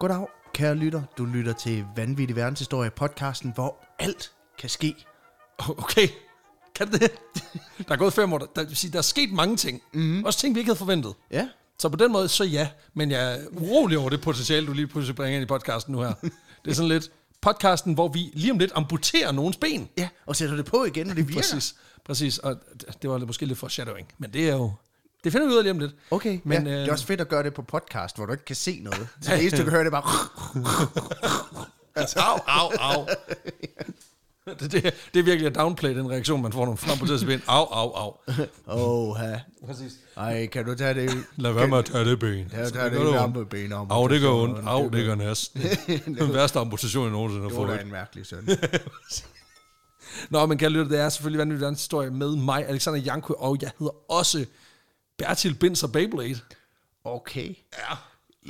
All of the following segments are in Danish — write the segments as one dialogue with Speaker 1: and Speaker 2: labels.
Speaker 1: Goddag, kære lytter. Du lytter til Vanvittig Verdenshistorie, podcasten, hvor alt kan ske.
Speaker 2: Okay, kan det? Der er gået fem år, der, der, vil sige, der er sket mange ting.
Speaker 1: Mhm.
Speaker 2: Mm-hmm. Også ting, vi ikke havde forventet.
Speaker 1: Ja,
Speaker 2: Så på den måde, så ja. Men jeg er urolig over det potentiale, du lige pludselig bringer ind i podcasten nu her. Det er sådan lidt podcasten, hvor vi lige om lidt amputerer nogens ben.
Speaker 1: ja. Og sætter det på igen, og det virker.
Speaker 2: Præcis, præcis. Og det var måske lidt foreshadowing, men det er jo... Det finder vi ud af lige om lidt.
Speaker 1: Okay,
Speaker 2: Men,
Speaker 1: men, ja. det er
Speaker 2: øh,
Speaker 1: også fedt at gøre det på podcast, hvor du ikke kan se noget. Så det eneste, du kan høre, det er bare... Altså.
Speaker 2: Au, au, au. Det, det, det er virkelig at downplay den reaktion, man får, når man får amputeret ben. Au, au, au.
Speaker 1: Åh, ha.
Speaker 2: Præcis.
Speaker 1: Ej, kan du tage det...
Speaker 2: Lad være med at tage det ben.
Speaker 1: Ja,
Speaker 2: Altså,
Speaker 1: der er det
Speaker 2: gør
Speaker 1: ikke
Speaker 2: ondt.
Speaker 1: lampeben om.
Speaker 2: Au, det gør ondt. Au, det gør næst. Den værste amputation, jeg nogensinde har
Speaker 1: Det var
Speaker 2: fået.
Speaker 1: da en mærkelig søn.
Speaker 2: Nå, men kan lytte, det er selvfølgelig vanvittig Verdens historie med mig, Alexander Janko, og jeg hedder også Bertil Binser Beyblade.
Speaker 1: Okay.
Speaker 2: Ja,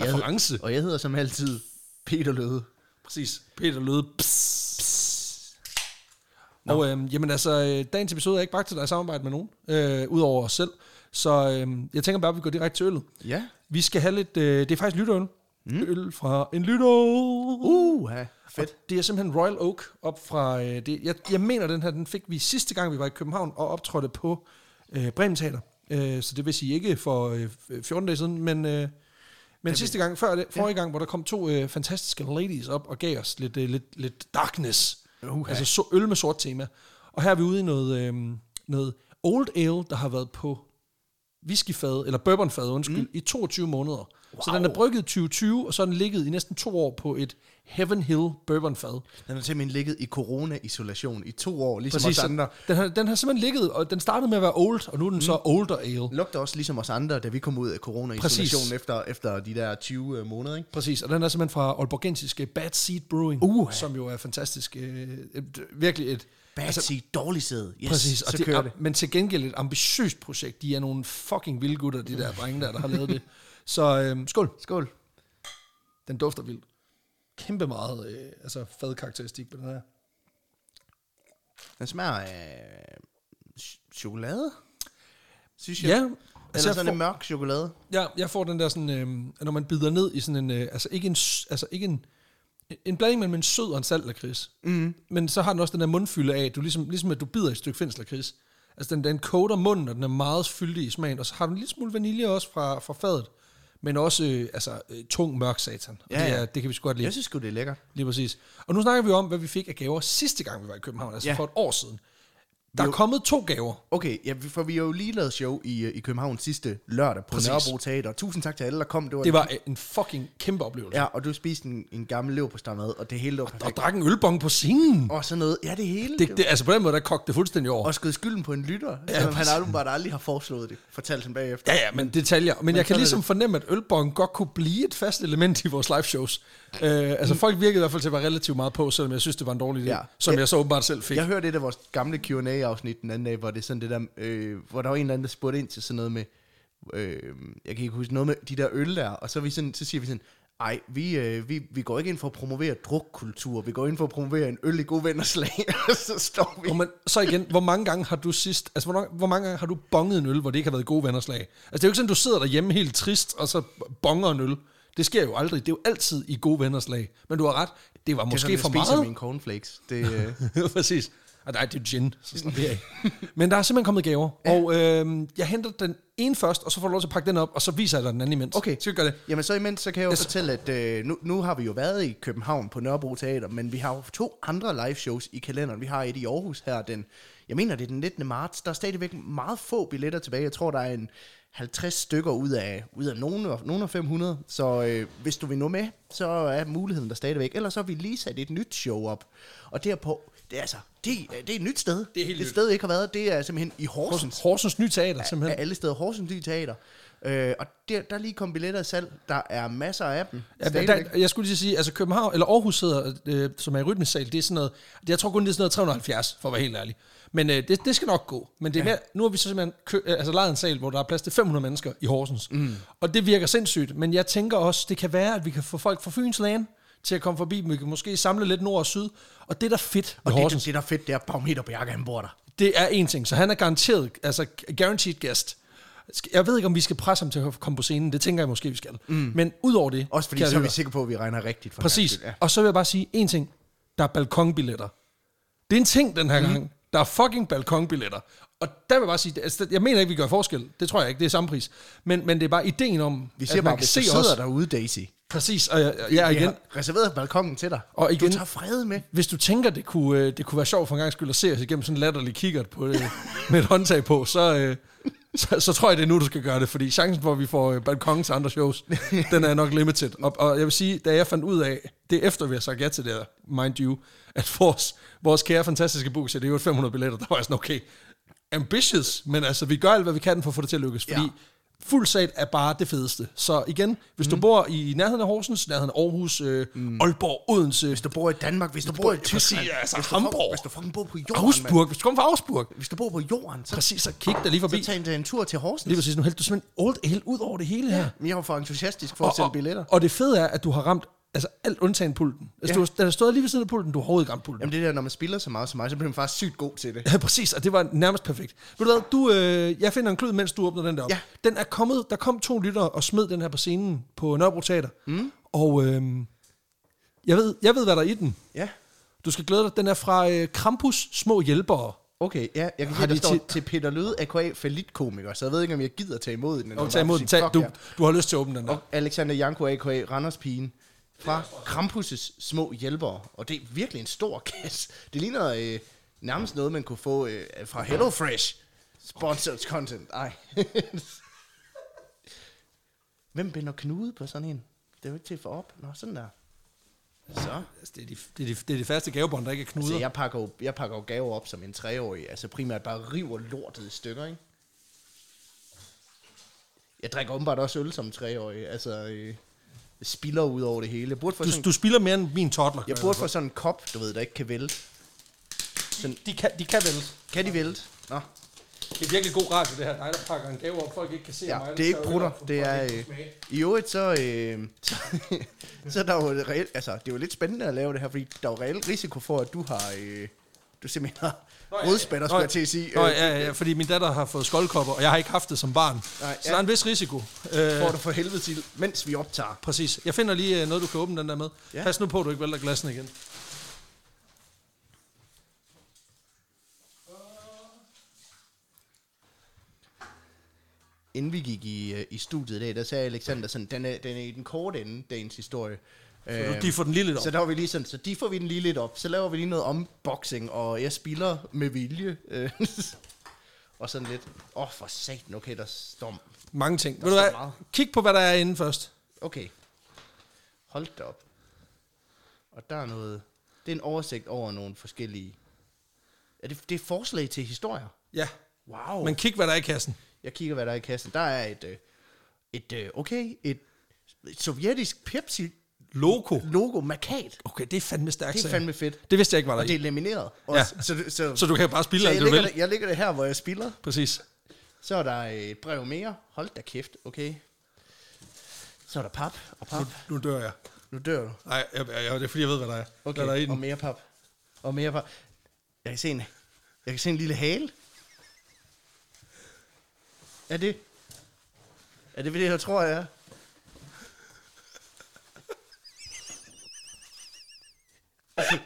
Speaker 2: reference.
Speaker 1: Og jeg hedder som altid Peter Løde.
Speaker 2: Præcis. Peter Løde. Pss, pss. Og øhm, jamen altså, øh, dagens episode er ikke bragt til dig i samarbejde med nogen, øh, udover os selv. Så øhm, jeg tænker bare, at vi går direkte til øllet.
Speaker 1: Ja.
Speaker 2: Vi skal have lidt, øh, det er faktisk lytterøl. Mm. Øl fra en lytter.
Speaker 1: Uh, ha. Fedt.
Speaker 2: Og Det er simpelthen Royal Oak op fra... Øh, det, jeg, jeg mener, den her den fik vi sidste gang, vi var i København og optrådte på øh, Bremen Teater. Øh, så det vil sige ikke for øh, f- 14 dage siden, men, øh, men sidste gang, før det, forrige gang, hvor der kom to øh, fantastiske ladies op og gav os lidt, øh, lidt, lidt darkness.
Speaker 1: Uha.
Speaker 2: Altså så, øl med sort tema. Og her er vi ude i noget, øh, noget old ale, der har været på whiskyfad, eller bourbonfad, undskyld, mm. i 22 måneder. Wow. Så den er brygget i 2020, og så har den ligget i næsten to år på et Heaven Hill bourbonfad.
Speaker 1: Den har simpelthen ligget i corona-isolation i to år, ligesom
Speaker 2: Præcis.
Speaker 1: os andre.
Speaker 2: så Den har, den har simpelthen ligget, og den startede med at være old, og nu er den mm. så older ale.
Speaker 1: Lugter også ligesom os andre, da vi kom ud af corona-isolationen efter, efter de der 20 øh, måneder, ikke?
Speaker 2: Præcis, og den er simpelthen fra Aalborgensiske Bad Seed Brewing,
Speaker 1: Uha.
Speaker 2: som jo er fantastisk. Øh, et- virkelig et...
Speaker 1: Bad altså, sige dårlig sæde. Yes,
Speaker 2: Præcis,
Speaker 1: så
Speaker 2: og det,
Speaker 1: kører
Speaker 2: er,
Speaker 1: det.
Speaker 2: men til gengæld et ambitiøst projekt. De er nogle fucking vilde gutter, de der drenge der, der har lavet det. Så øhm, skål.
Speaker 1: Mm. Skål.
Speaker 2: Den dufter vildt. Kæmpe meget øh, altså fadkarakteristik på den her.
Speaker 1: Den smager af ch- chokolade, synes jeg.
Speaker 2: Ja,
Speaker 1: altså,
Speaker 2: altså,
Speaker 1: Eller sådan
Speaker 2: jeg,
Speaker 1: en
Speaker 2: får,
Speaker 1: mørk chokolade.
Speaker 2: ja, jeg får den der sådan, øhm, når man bider ned i sådan en, øh, altså ikke en, s- altså ikke en, en blanding mellem en sød og en salt lakrids. Mm. Men så har den også den der mundfylde af, at du ligesom, ligesom at du bider i et stykke finsk lakrids. Altså den, den koder munden, og den er meget fyldig i smagen, og så har den en lille smule vanilje også fra, fra fadet. Men også øh, altså, øh, tung mørk satan. Og
Speaker 1: Ja,
Speaker 2: det,
Speaker 1: ja.
Speaker 2: er, det kan vi sgu godt lide.
Speaker 1: Jeg synes sgu, det er lækkert.
Speaker 2: Lige præcis. Og nu snakker vi om, hvad vi fik af gaver sidste gang, vi var i København, altså
Speaker 1: Ja.
Speaker 2: ja. for et år siden. Der er kommet to gaver.
Speaker 1: Okay, ja, vi- for vi har jo lige lavet show i, øh, i København sidste lørdag på
Speaker 2: Præcis.
Speaker 1: Nørrebro Teater. Tusind tak til alle, der kom. Det var,
Speaker 2: Det var øh, en fucking kæmpe oplevelse. Ja.
Speaker 1: Ja, og du spiste en, en gammel leverpostej med, og det hele var
Speaker 2: Og
Speaker 1: perfekt.
Speaker 2: drak en ølbong på scenen.
Speaker 1: Og sådan noget. Ja, det hele.
Speaker 2: Det, det, altså på den måde, der kogte det fuldstændig over.
Speaker 1: Og skød skylden på en lytter, ja, selvom han aldrig, bare aldrig har foreslået det, fortalte han bagefter.
Speaker 2: Ja, ja, men detaljer. Men, men jeg
Speaker 1: sådan
Speaker 2: kan
Speaker 1: er
Speaker 2: ligesom fornemme, at ølbong godt kunne blive et fast element i vores live shows. Øh, altså folk virkede i hvert fald til at være relativt meget på, selvom jeg synes, det var en dårlig idé,
Speaker 1: Mm. Ja.
Speaker 2: ja. som jeg så åbenbart selv fik.
Speaker 1: Jeg hørte et af vores gamle Q&A-afsnit den anden dag, hvor det er sådan det der, øh, hvor der var en eller anden, der spurgte ind til sådan noget med, øh, jeg kan ikke huske noget med de der øl der, og så, er vi sådan, så siger vi sådan, ej, vi, øh, vi, vi går ikke ind for at promovere drukkultur, vi går ind for at promovere en øl i god venners slag, og så står vi.
Speaker 2: Og men, så igen, hvor mange gange har du sidst, altså hvor, hvor mange gange har du bonget en øl, hvor det ikke har været gode vennerslag? Altså det er jo ikke sådan, du sidder derhjemme helt trist, og så bonger en øl. Det sker jo aldrig. Det er jo altid i gode vennerslag. Men du har ret, det var
Speaker 1: Det er
Speaker 2: måske
Speaker 1: sådan, jeg
Speaker 2: for
Speaker 1: spiser
Speaker 2: meget.
Speaker 1: mine cornflakes. Det, øh,
Speaker 2: Præcis. Og nej, det er gin, så slap jeg af. Men der er simpelthen kommet gaver, og øh, jeg henter den ene først, og så får du lov til at pakke den op, og så viser jeg dig den anden imens.
Speaker 1: Okay.
Speaker 2: Skal vi gøre det?
Speaker 1: Jamen så imens, så kan jeg jo
Speaker 2: Altså-
Speaker 1: fortælle, at øh, nu, nu har vi jo været i København på Nørrebro Teater, men vi har jo to andre live shows i kalenderen. Vi har et i Aarhus her, den, jeg mener det er den 19. marts. Der er stadigvæk meget få billetter tilbage. Jeg tror, der er en 50 stykker ud af, ud af nogen, af- nogen af 500. Så øh, hvis du vil nå med, så er muligheden der stadigvæk. Ellers så har vi lige sat et nyt show op. Og derpå, det er altså, det, er- det er et nyt sted.
Speaker 2: Det er helt
Speaker 1: et
Speaker 2: nyt.
Speaker 1: sted, jeg ikke har været. Det er simpelthen i Horsens
Speaker 2: Horsens Nye Teater, simpelthen.
Speaker 1: af alle steder. Horsens Ny Teater. Øh, og der, der er lige kommet billetter i salg. Der er masser af dem.
Speaker 2: Ja, men
Speaker 1: Stadigvæk.
Speaker 2: der, jeg skulle lige sige, altså København, eller Aarhus hedder, øh, som er i rytmesal, det er sådan noget, det, jeg tror kun, det er sådan noget 370, for at være helt ærlig. Men øh, det, det skal nok gå. Men det er mere, nu har vi så simpelthen kø, øh, altså, lejet en sal, hvor der er plads til 500 mennesker i Horsens. Mm. Og det virker sindssygt, men jeg tænker også, det kan være, at vi kan få folk fra Fynsland til at komme forbi, men vi kan måske samle lidt nord og syd. Og det, der er fedt
Speaker 1: og
Speaker 2: ved
Speaker 1: det,
Speaker 2: Horsens,
Speaker 1: det, det, der er fedt, det er Pagmeter Bjarke, han bor der.
Speaker 2: det er en ting, så han er garanteret, altså guaranteed guest. Sk- Jeg ved ikke, om vi skal presse ham til at komme på scenen. Det tænker jeg måske, vi skal. Mm. Men udover det...
Speaker 1: Også fordi
Speaker 2: kan jeg
Speaker 1: så er vi
Speaker 2: høre-
Speaker 1: sikre på, at vi regner rigtigt. For en
Speaker 2: Præcis.
Speaker 1: gangs skyld, Ja.
Speaker 2: Og så vil jeg bare sige en ting. Der er balkonbilletter. Det er en ting den her
Speaker 1: Mhm.
Speaker 2: mm. gang. Der er fucking balkonbilletter. Og der vil jeg bare sige, det- altså, jeg mener ikke, vi gør forskel. Det tror jeg ikke, det er samme pris. Men, men det er bare ideen om,
Speaker 1: Vi ser bare, hvis du sidder
Speaker 2: os.
Speaker 1: derude, Daisy.
Speaker 2: Præcis, og jeg, jeg, jeg
Speaker 1: Vi
Speaker 2: igen,
Speaker 1: har reserveret balkongen til dig.
Speaker 2: Og igen-
Speaker 1: Du tager fred med.
Speaker 2: hvis du tænker, det kunne, øh, det kunne være sjovt for en gang skyld at se os igennem sådan en latterlig kikkert på, øh, med et håndtag på, så, øh, så, så tror jeg, det er nu, du skal gøre det, fordi chancen for, at vi får øh, balkon til andre shows, den er nok limited. Og, og jeg vil sige, da jeg fandt ud af, det er efter vi har sagt ja til det her, mind you, at vores, vores kære fantastiske booker, det er jo 500 billetter, der var jeg sådan, okay, ambitious, men altså, vi gør alt, hvad vi kan for at få det til at lykkes, fordi
Speaker 1: Ja. Mm.
Speaker 2: fuld sat er bare det fedeste. Så igen, hvis du bor i nærheden af Horsens, nærheden af Aarhus, øh, Aalborg, Odense,
Speaker 1: Hvis du bor i Danmark, hvis du, bor i Tyskland,
Speaker 2: Præcis, altså
Speaker 1: hvis, du
Speaker 2: Hamburg.
Speaker 1: hvis du fucking bor på jorden, mand.
Speaker 2: Augsburg, hvis du kommer fra Augsburg.
Speaker 1: hvis du bor på jorden, så,
Speaker 2: Præcis, så kig dig lige forbi.
Speaker 1: så tag en, en tur til Horsens.
Speaker 2: Lige præcis, nu hælder du simpelthen old ale ud over det hele her.
Speaker 1: Men Jeg var for entusiastisk for at sælge billetter.
Speaker 2: og det fede er, at du har ramt altså, alt undtagen pulten.
Speaker 1: Ja.
Speaker 2: Altså, ja. du, har- den har stået lige ved siden af pulten, du har overhovedet ikke ramt pulten.
Speaker 1: Jamen det der, når man spiller så meget som mig, så bliver man faktisk sygt god til det.
Speaker 2: Ja, præcis, og det var nærmest perfekt. Ved du hvad, du, øh, jeg finder en klud, mens du åbner den der op.
Speaker 1: Ja.
Speaker 2: Den er kommet, der kom to lyttere og smed den her på scenen på Nørrebro Teater. Mm. Og øh, jeg, ved, jeg ved, hvad der er i den.
Speaker 1: Ja,
Speaker 2: Du skal glæde dig, den er fra øh, Krampus Små Hjælpere.
Speaker 1: okay. Ja, jeg kan
Speaker 2: Har
Speaker 1: se, der
Speaker 2: de
Speaker 1: står
Speaker 2: ti-
Speaker 1: til Peter Løde, AKA falit komiker, så jeg ved ikke, om jeg gider tage imod den.
Speaker 2: Og tag imod den. Tag, du, du har lyst til at åbne den der.
Speaker 1: Og Alexander Janko, AKA Randers Pigen, fra Krampus' små hjælpere. Og det er virkelig en stor kasse. Det ligner øh, nærmest noget, man kunne få øh, fra HelloFresh. Sponsored content. Ej. Hvem binder knude på sådan en? Det er jo ikke til at få op. Nå, sådan der. Så.
Speaker 2: Altså, det, er de, det, er de, det er de faste gavebånd, der ikke er knuder.
Speaker 1: Så Altså, jeg pakker, jo, jeg pakker jo gaver op som en treårig. Altså primært bare river lortet i stykker, ikke? Jeg drikker åbenbart også øl som treårig. Altså, øh, spiller ud over det hele. Jeg burde få sådan,
Speaker 2: du, du spiller mere end min toddler.
Speaker 1: jeg burde få sådan en kop, du ved, der ikke kan vælte.
Speaker 2: de, kan, de kan vel.
Speaker 1: Kan de vælte? Nå,
Speaker 2: Det er virkelig god radio, det her. Dig, der pakker en gave op, folk ikke kan se
Speaker 1: ja, det er ikke brutter. Det er... Øh, I øvrigt, så, øh, så, så er der jo et reelt... Altså, det er jo lidt spændende at lave det her, fordi der er jo reelt risiko for, at du har... Øh, du simpelthen har rødspætter, skulle jeg til at sige.
Speaker 2: Nå,
Speaker 1: Øh,
Speaker 2: ja, ja, ja, fordi min datter har fået skoldkopper, og jeg har ikke haft det som barn.
Speaker 1: Nej,
Speaker 2: så
Speaker 1: ja.
Speaker 2: der er en vis risiko. Øh,
Speaker 1: Får du for helvede til, mens vi optager.
Speaker 2: præcis. Jeg finder lige øh, noget, du kan åbne den der med.
Speaker 1: Ja.
Speaker 2: Ja. Pas nu på, at du ikke vælter glassene igen.
Speaker 1: inden vi gik i, øh, i studiet i dag, der sagde Alexander sådan, den er, den er i den korte ende, dagens historie.
Speaker 2: Nu,
Speaker 1: Øh,
Speaker 2: de får den lige lidt op.
Speaker 1: så der var vi lige sådan, så de får vi den lige lidt op, så laver vi lige noget unboxing, og jeg spiller med vilje. øh, og sådan lidt, åh oh, for satan, okay, der står,
Speaker 2: Mange ting. Ved du
Speaker 1: står
Speaker 2: hvad?
Speaker 1: meget.
Speaker 2: Kig på, hvad der er inde først.
Speaker 1: okay, hold da op. Og der er noget, det er en oversigt over nogle forskellige, er det, det er forslag til historier.
Speaker 2: Ja.
Speaker 1: Wow.
Speaker 2: Men kig, hvad der er i kassen.
Speaker 1: Jeg kigger, hvad der er i kassen. Der er et, øh, et øh, okay, et, et sovjetisk Pepsi-logo
Speaker 2: Logo.
Speaker 1: markat.
Speaker 2: Okay, det er fandme stærkt.
Speaker 1: Det er
Speaker 2: sagde
Speaker 1: fandme fedt.
Speaker 2: jeg. det vidste jeg ikke var der
Speaker 1: Og det
Speaker 2: i.
Speaker 1: er lamineret. Og
Speaker 2: Ja.
Speaker 1: Så, så, så,
Speaker 2: Så du kan bare spille
Speaker 1: så
Speaker 2: alt,
Speaker 1: jeg,
Speaker 2: det du
Speaker 1: lægger
Speaker 2: vil.
Speaker 1: det, jeg lægger det her, hvor jeg spiller.
Speaker 2: Præcis.
Speaker 1: Så er der øh, et brev mere. Hold da kæft, okay. Så er der pap og pap.
Speaker 2: Nu dør jeg.
Speaker 1: Nu dør du.
Speaker 2: Nej, jeg, jeg, jeg, det er fordi, jeg ved, hvad der er. Okay. Hvad der er i
Speaker 1: Okay, og
Speaker 2: den.
Speaker 1: mere pap. Og mere pap. Jeg kan se en, jeg kan se en lille hale. Er det... Er det, hvad det her tror jeg er? Okay, Altså,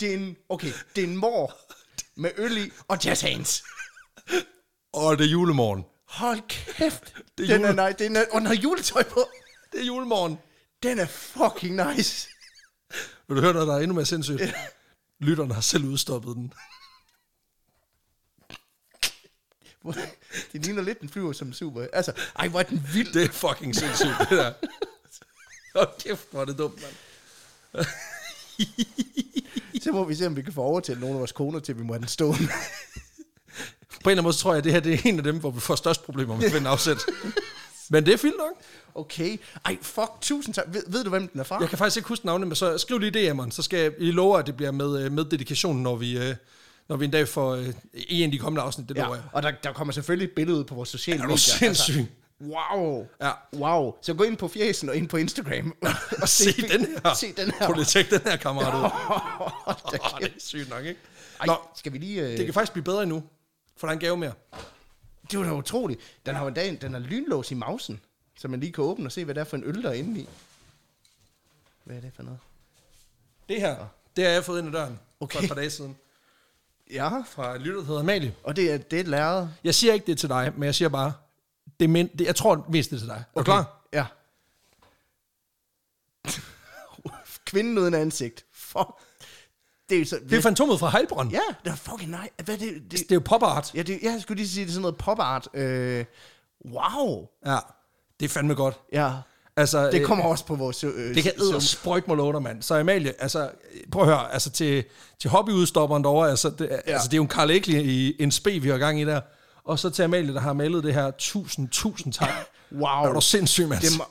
Speaker 1: det er en, okay, det er en mor med øl i og jazz hands.
Speaker 2: Og det er julemorgen.
Speaker 1: Hold kæft.
Speaker 2: Det
Speaker 1: Det
Speaker 2: er
Speaker 1: er den er,
Speaker 2: jule-
Speaker 1: nej, den er, og den har juletøj på.
Speaker 2: Det er julemorgen.
Speaker 1: Den er fucking nice.
Speaker 2: Vil du høre noget, der er endnu mere sindssygt? Lytterne har selv udstoppet den.
Speaker 1: Det ligner lidt, den flyver som en super. Altså, ej, hvor er den vild.
Speaker 2: Det er fucking sindssygt, det der. Hold kæft, hvor er det dumt, mand.
Speaker 1: Så må vi se, om vi kan få overtalt nogle af vores koner til, at vi må have den stående.
Speaker 2: På en eller anden måde så tror jeg, at det her det er en af dem, hvor vi får størst problemer med at finde afsæt. Men det er fint nok.
Speaker 1: Okay. Ej, fuck, tusind tak. Ved, ved du, hvem den er fra?
Speaker 2: Jeg kan faktisk ikke huske navnet, men så skriv lige DM'eren, så skal jeg I love, at det bliver med, øh, med dedikationen, når vi, øh, når vi en dag får øh, i en af de kommende afsnit, det lover jeg.
Speaker 1: Og der, der kommer selvfølgelig et billede ud på vores sociale
Speaker 2: Er
Speaker 1: medier.
Speaker 2: du sindssyg?
Speaker 1: wow.
Speaker 2: Ja.
Speaker 1: Wow. Så gå ind på fjesen og ind på Instagram. og
Speaker 2: Se den her.
Speaker 1: Se den her.
Speaker 2: Prøv lige at tjekke den her, kammerat. ud.
Speaker 1: Hold da
Speaker 2: Åh, det
Speaker 1: kæft.
Speaker 2: er sygt nok, ikke?
Speaker 1: Ej,
Speaker 2: Nå,
Speaker 1: skal vi lige... Øh...
Speaker 2: det kan faktisk blive bedre endnu, for der er en gave mere.
Speaker 1: Det det var da utroligt. Den har jo endda en, den har lynlås i mausen, så man lige kan åbne og se, hvad det er for en øl, der er inde i. Hvad er det for noget?
Speaker 2: Det her, det har jeg fået ind ad døren okay. for
Speaker 1: Okay.
Speaker 2: et par dage siden.
Speaker 1: Ja,
Speaker 2: Fra lyttet der hedder Amalie.
Speaker 1: og det er det er lærred.
Speaker 2: Jeg siger ikke det til dig, men jeg siger bare, det er men, det, jeg tror mest det er til dig. Er okay. du klar?
Speaker 1: Ja. Kvinden uden ansigt. Fuck. Det er så...
Speaker 2: Det er fantomet fra Heilbronn.
Speaker 1: Ja, det er fucking nej. Hvad er det? det
Speaker 2: Det er jo pop art.
Speaker 1: ja, det, jeg skulle lige sige, det er sådan noget pop art. Øh, wow.
Speaker 2: Ja. Det er fandme godt.
Speaker 1: Ja.
Speaker 2: Altså,
Speaker 1: Det
Speaker 2: øh,
Speaker 1: kommer også på vores... Øh,
Speaker 2: Det kan æde sprøjt mig låter, mand. Så Amalie, altså, prøv at høre, altså til, til hobbyudstopperen derovre, altså det, ja. altså, det er jo en Carl Ekli i en spe, vi har gang i der. Og så til Amalie, der har malet det her. Tusind, tusind tak.
Speaker 1: Wow.
Speaker 2: Er du sindssyg, mand?
Speaker 1: Det må-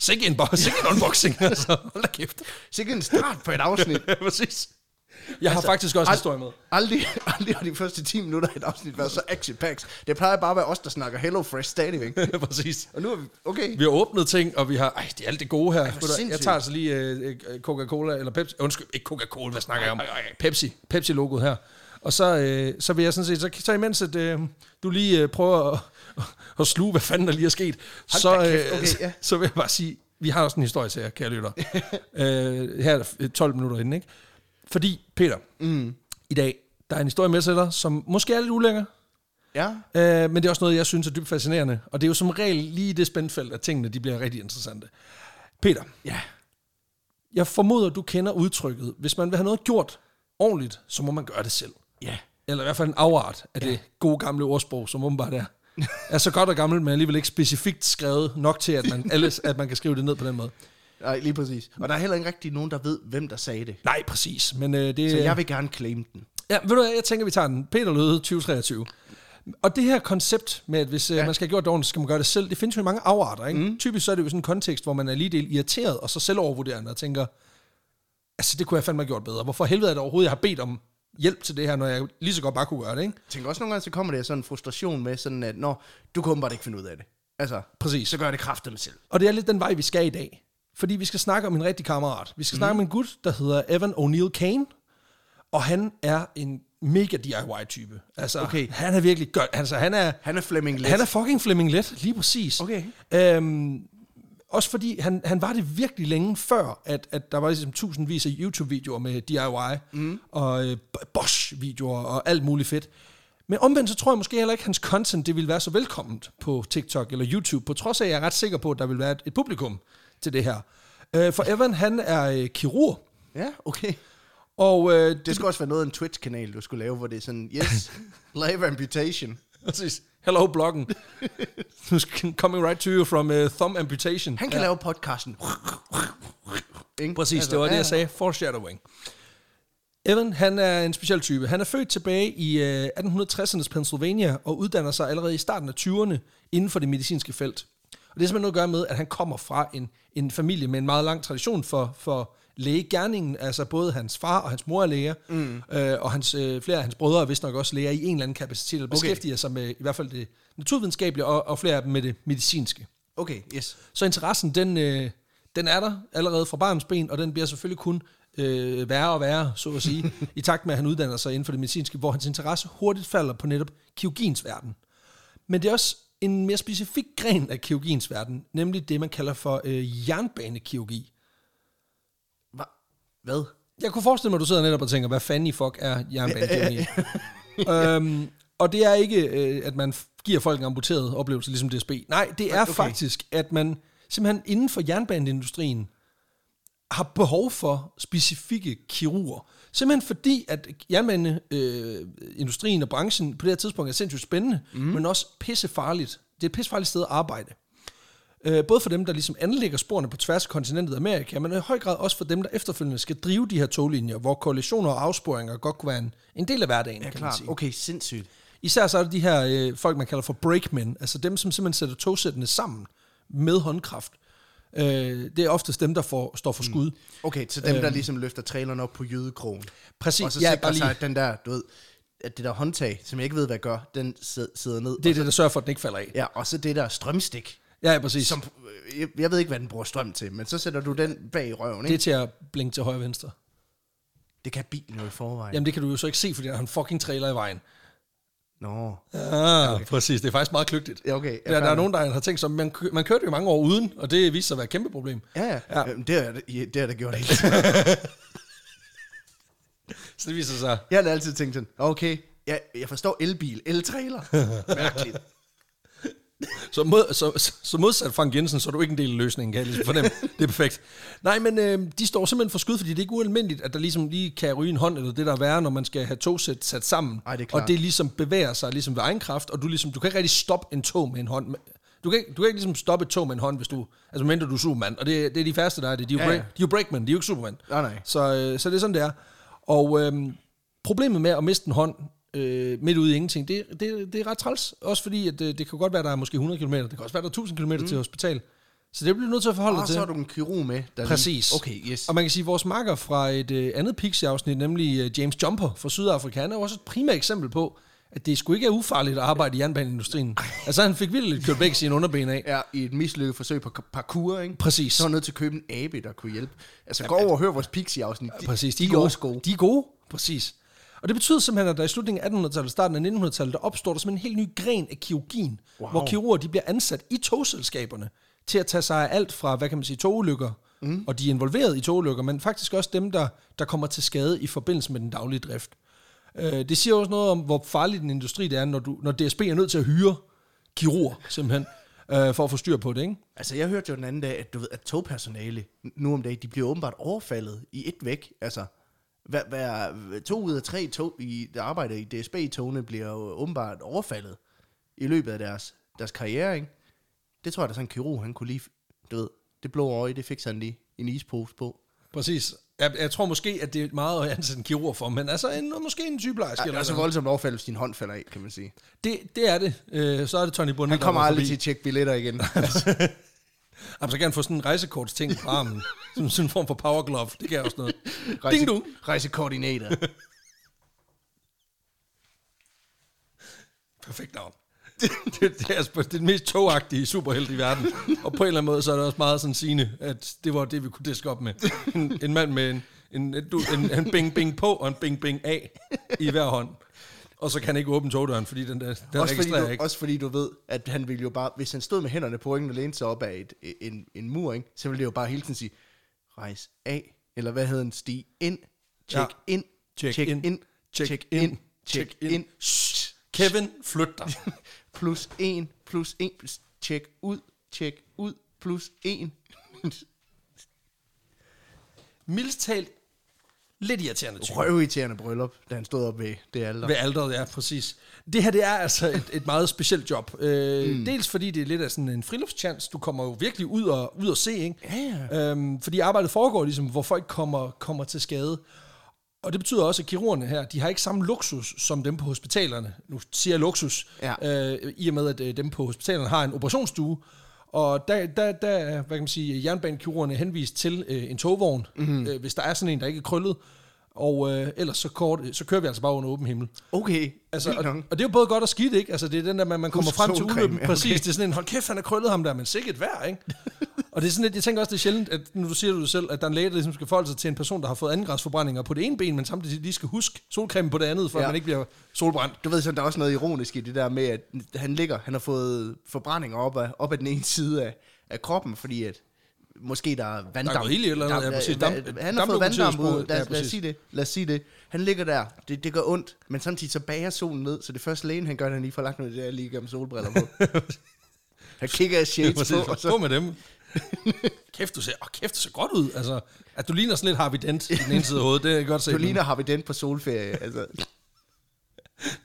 Speaker 2: Sikke en, bo- sikke en unboxing, altså. Hold da kæft.
Speaker 1: Sikkert en start på et afsnit.
Speaker 2: Ja, præcis. Jeg har faktisk også en historie med.
Speaker 1: Aldrig, aldrig har de første 10 minutter af et afsnit været så action packs. Det plejer bare at være os, der snakker Hello Fresh stadigvæk.
Speaker 2: præcis.
Speaker 1: Og nu er vi... Okay.
Speaker 2: Vi har åbnet ting, og vi har... Ej, det er alt det gode her. Ej, jeg
Speaker 1: sindssygt.
Speaker 2: tager altså lige øh, øh, Coca-Cola, eller Pepsi. Undskyld, ikke Coca-Cola, hvad snakker jeg om? Pepsi. Pepsi-logoet her. Og så, øh, så vil jeg sådan set... Så, så imens, at øh, du lige øh, prøver at, at sluge, hvad fanden der lige er sket, så,
Speaker 1: da
Speaker 2: øh,
Speaker 1: kæft, okay,
Speaker 2: så,
Speaker 1: ja.
Speaker 2: så vil jeg bare sige... Vi har også en historie til jer, kære lytter. øh, her er der 12 minutter inden, ikke? Fordi, Peter, mm. i dag, der er en historie med til dig, som måske er lidt ulækker,
Speaker 1: Ja.
Speaker 2: Øh, men det er også noget, jeg synes er dybt fascinerende. Og det er jo som regel lige i det spændfelt, at tingene de bliver rigtig interessante. Peter,
Speaker 1: Ja.
Speaker 2: jeg formoder, du kender udtrykket. Hvis man vil have noget gjort ordentligt, så må man gøre det selv.
Speaker 1: Ja.
Speaker 2: Eller i hvert fald en afart af det gode gamle ordsprog, som åbenbart er. er så godt og gammelt, men alligevel ikke specifikt skrevet nok til, at man, alle, at man kan skrive det ned på den måde.
Speaker 1: Nej, lige præcis. Og der er heller ikke rigtig nogen, der ved, hvem der sagde det.
Speaker 2: Nej, præcis. Men øh, det,
Speaker 1: Så jeg vil gerne claim den.
Speaker 2: Ja, ved du hvad, jeg tænker, vi tager den. Peter Løde, 2023. Og det her koncept med, at hvis ja. man skal have gjort det ordentligt, så skal man gøre det selv, det findes jo i mange afarter, ikke? Mm. Typisk så er det jo sådan en kontekst, hvor man er lige del irriteret og så selv overvurderende og tænker, altså det kunne jeg fandme have gjort bedre. Hvorfor helvede er det overhovedet, jeg har bedt om hjælp til det her, når jeg lige så godt bare kunne gøre det, ikke?
Speaker 1: Jeg tænker også nogle gange, så kommer der sådan en frustration med sådan, at når du kunne bare ikke finde ud af det. Altså,
Speaker 2: Præcis.
Speaker 1: så gør jeg det kraftigt med selv.
Speaker 2: Og det er lidt den vej, vi skal i dag. Fordi vi skal snakke om en rigtig kammerat. Vi skal mm. snakke om en gut, der hedder Evan O'Neill Kane. Og han er en mega DIY-type. Altså, okay.
Speaker 1: Okay.
Speaker 2: han er virkelig godt. Altså, han er...
Speaker 1: Han er Flemming Let.
Speaker 2: Han er fucking Flemming Let, lige præcis.
Speaker 1: Okay.
Speaker 2: Øhm, også fordi han, han var det virkelig længe før, at, at der var ligesom tusindvis af YouTube-videoer med DIY, mm. og øh, B- Bosch-videoer og alt muligt fedt. Men omvendt så tror jeg måske heller ikke, at hans content det ville være så velkomment på TikTok eller YouTube, på trods af, at jeg er ret sikker på, at der vil være et, et publikum til det her. Øh, for Evan, han er øh, kirurg,
Speaker 1: Ja, okay.
Speaker 2: og øh, det,
Speaker 1: Det skulle også være noget af en Twitch-kanal, du skulle lave, hvor det er sådan, yes, live amputation.
Speaker 2: præcis. Hello, bloggen. Coming right to you from uh, thumb amputation.
Speaker 1: Han kan ja. lave podcasten. Ikke?
Speaker 2: Præcis, altså, det var det, jeg sagde. Foreshadowing. Evan, han er en speciel type. Han er født tilbage i øh, 1860'ernes Pennsylvania og uddanner sig allerede i starten af 20'erne inden for det medicinske felt. Og det har simpelthen noget at gøre med, at han kommer fra en, en familie med en meget lang tradition for, for lægegærningen. Altså både hans far og hans mor er læger, mm. øh, og hans, øh, flere af hans brødre er vist nok også læger i en eller anden kapacitet, og beskæftiger sig med i hvert fald det naturvidenskabelige, og, og flere af dem med det medicinske.
Speaker 1: Okay, yes.
Speaker 2: Så interessen, den, øh, den er der allerede fra barns ben, og den bliver selvfølgelig kun øh, værre og værre, så at sige, i takt med, at han uddanner sig inden for det medicinske, hvor hans interesse hurtigt falder på netop kirurgiens verden. Men det er også en mere specifik gren af kirurgiens verden, nemlig det, man kalder for øh, jernbanekirurgi.
Speaker 1: Hva? Hvad?
Speaker 2: Jeg kunne forestille mig, at du sidder netop og tænker, hvad fanden i fuck er jernbanekirurgi? øhm, og det er ikke, øh, at man f- giver folk en amputeret oplevelse, ligesom DSB. Nej, det er okay.
Speaker 1: Okay.
Speaker 2: faktisk, at man simpelthen inden for jernbaneindustrien har behov for specifikke kirurger. Simpelthen fordi, at jernbaneindustrien øh, industrien og branchen på det her tidspunkt er sindssygt spændende, mm. men også pissefarligt. Det er et pissefarligt sted at arbejde. Øh, både for dem, der ligesom anlægger sporene på tværs af kontinentet Amerika, men i høj grad også for dem, der efterfølgende skal drive de her toglinjer, hvor kollisioner og afsporinger godt kunne være en, en del af hverdagen, ja, kan man
Speaker 1: Klart.
Speaker 2: sige.
Speaker 1: Okay, sindssygt.
Speaker 2: Især så er det de her øh, folk, man kalder for brakemen, altså dem, som simpelthen sætter togsættene sammen med håndkraft. Øh, det er oftest dem, der får, står for skud. Mm.
Speaker 1: Okay, så dem, der ligesom løfter traileren op på jødekrogen.
Speaker 2: Præcis,
Speaker 1: Og så
Speaker 2: ja,
Speaker 1: ja, sikrer
Speaker 2: bare
Speaker 1: sig,
Speaker 2: lige-
Speaker 1: at den der, du ved, at det der håndtag, som jeg ikke ved, hvad gør, den sid- sidder ned.
Speaker 2: Det er det, der sørger for, at den ikke falder af.
Speaker 1: Ja, og så det der strømstik,
Speaker 2: Ja, ja præcis.
Speaker 1: som, øh, jeg, jeg ved ikke, hvad den bruger strøm til, men så sætter du den bag i røven,
Speaker 2: Det
Speaker 1: ikke?
Speaker 2: er til at blinke til højre og venstre.
Speaker 1: Det, det kan bilen jo i forvejen.
Speaker 2: Jamen det kan du jo så ikke se, fordi der er en fucking trailer i vejen.
Speaker 1: Nå,
Speaker 2: Ja, okay. præcis. Det er faktisk meget kløgtigt.
Speaker 1: Ja, okay.
Speaker 2: Ja, der er nogen, der har tænkt sig, man, kø- man kørte jo mange år uden, og det viste sig at være et kæmpe problem.
Speaker 1: ja, ja.
Speaker 2: Ja.
Speaker 1: ja. Jamen, det har jeg da gjort hele tiden.
Speaker 2: Så det viser sig,
Speaker 1: Jeg har da altid tænkt sådan, okay, ja, jeg forstår elbil, eltrailer. Mærkeligt.
Speaker 2: så, mod, så, så- så modsat Frank Jensen, så er du ikke en del af løsningen, kan jeg ligesom fornemme. Det er perfekt. Nej, men øh, de står simpelthen for skud, fordi det er ikke ualmindeligt, at der ligesom lige kan ryge en hånd, eller det der er værre, når man skal have togsæt sat sammen.
Speaker 1: Ej, det er klart.
Speaker 2: og det ligesom bevæger sig ligesom ved egen kraft, og du, ligesom, du kan ikke rigtig stoppe en tog med en hånd. Du kan, ikke, du kan ikke ligesom stoppe et tog med en hånd, hvis du... Altså, mindre du er Superman. Og det, det er de færreste, der er det. De er jo,
Speaker 1: Ja,
Speaker 2: ja,
Speaker 1: ja.
Speaker 2: ja. de er jo breakmen, de er jo ikke Superman.
Speaker 1: Nej, nej.
Speaker 2: Så, øh, så det er sådan, det er. Og øh, problemet med at miste en hånd øh, midt ude i ingenting, det, det, det er ret træls. Også fordi, at øh, det kan godt være, der er måske 100 km, det kan også være, der er 1000 km mm. til hospital. Så det bliver du nødt til at forholde dig
Speaker 1: Og
Speaker 2: til.
Speaker 1: Ah, så har du en kirurg med. Der lige-
Speaker 2: Præcis.
Speaker 1: okay, yes.
Speaker 2: Og man kan sige, at vores marker fra et øh, andet Pixie-afsnit, nemlig øh, James Jumper fra Sydafrika, han er jo også et primært eksempel på, at det sgu ikke er ufarligt at arbejde i jernbaneindustrien. Altså, han fik vildt lidt kørt begge sine underben af.
Speaker 1: er i et mislykket forsøg på parkour, ikke?
Speaker 2: Præcis.
Speaker 1: Så er jeg nødt til at købe en abe, der kunne hjælpe. Altså, gå over og hør vores Pixie-afsnit. De,
Speaker 2: Præcis,
Speaker 1: de, de er også gode.
Speaker 2: De er gode, præcis. Og det betyder simpelthen, at der i slutningen af 1800-tallet, starten af 1900-tallet, der opstår der simpelthen en helt ny gren af kirurgien, wow. hvor kirurger de bliver ansat i togselskaberne til at tage sig af alt fra, hvad kan man sige, togulykker,
Speaker 1: Mhm.
Speaker 2: mm. og de er involveret i togulykker, men faktisk også dem, der, der kommer til skade i forbindelse med den daglige drift. Øh, det siger også noget om, hvor farlig den industri det er, når, du, når DSB er nødt til at hyre kirurger, simpelthen, øh, for at få styr på det, ikke?
Speaker 1: Altså, jeg hørte jo den anden dag, at du ved, at togpersonale nu om dagen, de bliver åbenbart overfaldet i et væk. Altså, hver, hver, to ud af tre tog, i, der arbejder i DSB-togene, bliver jo åbenbart overfaldet i løbet af deres, deres karriere, ikke? Det tror jeg, der sådan en kirurg, han kunne lige, du ved, det blå øje, det fik han lige en ispose på.
Speaker 2: Præcis. Jeg, jeg tror måske, at det er meget at ansætte en kirurg for, men altså en, måske en sygeplejerske.
Speaker 1: Det
Speaker 2: eller
Speaker 1: er så
Speaker 2: noget.
Speaker 1: voldsomt overfald, hvis din hånd falder af, kan man sige.
Speaker 2: det, det er det. Øh, så er det Tony Bunde,
Speaker 1: Han
Speaker 2: der
Speaker 1: kommer
Speaker 2: var
Speaker 1: aldrig
Speaker 2: forbi.
Speaker 1: til at tjekke billetter igen. Altså,
Speaker 2: Jamen, så kan han få sådan en rejsekortsting på armen. sådan, sådan en form for power glove. Det kan også noget.
Speaker 1: Rejse,
Speaker 2: Ding dong.
Speaker 1: Rejsekoordinator.
Speaker 2: Perfekt navn. Det, det, det, er, altså- det er den mest togagtige superhelt i verden. Og på en eller anden måde, så er det også meget sådan sigende, at det var det, vi kunne diske op med. En, en mand med en, en, en, du- en, en bing-bing på og en bing-bing af i hver hånd. Og så kan han ikke åbne togdøren, fordi den, der, den
Speaker 1: også, fordi
Speaker 2: registrerer
Speaker 1: du,
Speaker 2: ikke.
Speaker 1: også fordi du ved, at han ville jo bare, hvis han stod med hænderne på ryggen og lænede sig op af et, en, en mur, ikke, så ville det jo bare hele tiden sige, rejs af, eller hvad hedder den, stig ind, check
Speaker 2: Ja.
Speaker 1: ja. ind, check,
Speaker 2: Check
Speaker 1: check
Speaker 2: in.
Speaker 1: ind, ind, check ind, check ind,
Speaker 2: Shh. Kevin, flyt dig.
Speaker 1: plus en, plus en, plus- check ud, check ud, plus en.
Speaker 2: Mildest talt, lidt irriterende type.
Speaker 1: Røvirriterende bryllup, da han stod op ved det alder.
Speaker 2: Ved alderet, ja, præcis. Det her, det er altså et, et meget specielt job. Øh, mm. Dels fordi det er lidt af sådan en friluftschance. Du kommer jo virkelig ud og, ud og se, ikke? Ja. Øhm, fordi arbejdet foregår ligesom, hvor folk kommer, kommer til skade. Og det betyder også, at kirurgerne her, de har ikke samme luksus som dem på hospitalerne. Nu siger jeg luksus,
Speaker 1: Ja.
Speaker 2: øh, i og med, at øh, dem på hospitalerne har en operationsstue. Og der, der, der er, hvad kan man sige, jernbanekirurgerne henvist til øh, en togvogn, mm-hmm. øh, hvis der er sådan en, der ikke er krøllet. Og øh, ellers så, kort, så kører vi altså bare under åben himmel.
Speaker 1: Okay,
Speaker 2: Altså,
Speaker 1: altså,
Speaker 2: og,
Speaker 1: nok.
Speaker 2: og det er jo både godt og skidt, ikke? Altså, det er den der, man, man kommer frem til
Speaker 1: solcreme,
Speaker 2: ulykken.
Speaker 1: ja, okay.
Speaker 2: Præcis, det er sådan en, hold kæft, han har krøllet ham der, men sikkert værd, ikke? og det er sådan lidt, jeg tænker også, det er sjældent, at nu du siger du det selv, at der er en læge, der ligesom skal forholde sig til en person, der har fået andengradsforbrændinger på det ene ben, men samtidig lige skal huske solcreme på det andet, for ja.
Speaker 1: Ja.
Speaker 2: at man ikke bliver solbrændt.
Speaker 1: Du ved sådan, der er også noget ironisk i det der med, at han ligger, han har fået forbrændinger op af, op af den ene side af, af kroppen, fordi at måske der er vanddamp.
Speaker 2: gået ild i et eller andet, ja, præcis.
Speaker 1: Damp,
Speaker 2: Damp-
Speaker 1: han har fået vanddamp
Speaker 2: damplokomotivet
Speaker 1: ud,
Speaker 2: sprog, ja,
Speaker 1: lad, lad, os
Speaker 2: præcis.
Speaker 1: sige det, lad os sige det. Han ligger der, det, det gør ondt, men samtidig så bager solen ned, så det første lægen han gør, det er, han lige får lagt noget af det der lige gennem solbriller på. han kigger af shades på, og
Speaker 2: Gå
Speaker 1: så,
Speaker 2: med dem. kæft, du ser, åh, kæft, du ser godt ud. Altså, at du ligner sådan lidt Harvey Dent i den ene side af hovedet, det er jeg godt set.
Speaker 1: du
Speaker 2: men
Speaker 1: ligner har vi den på solferie. Altså,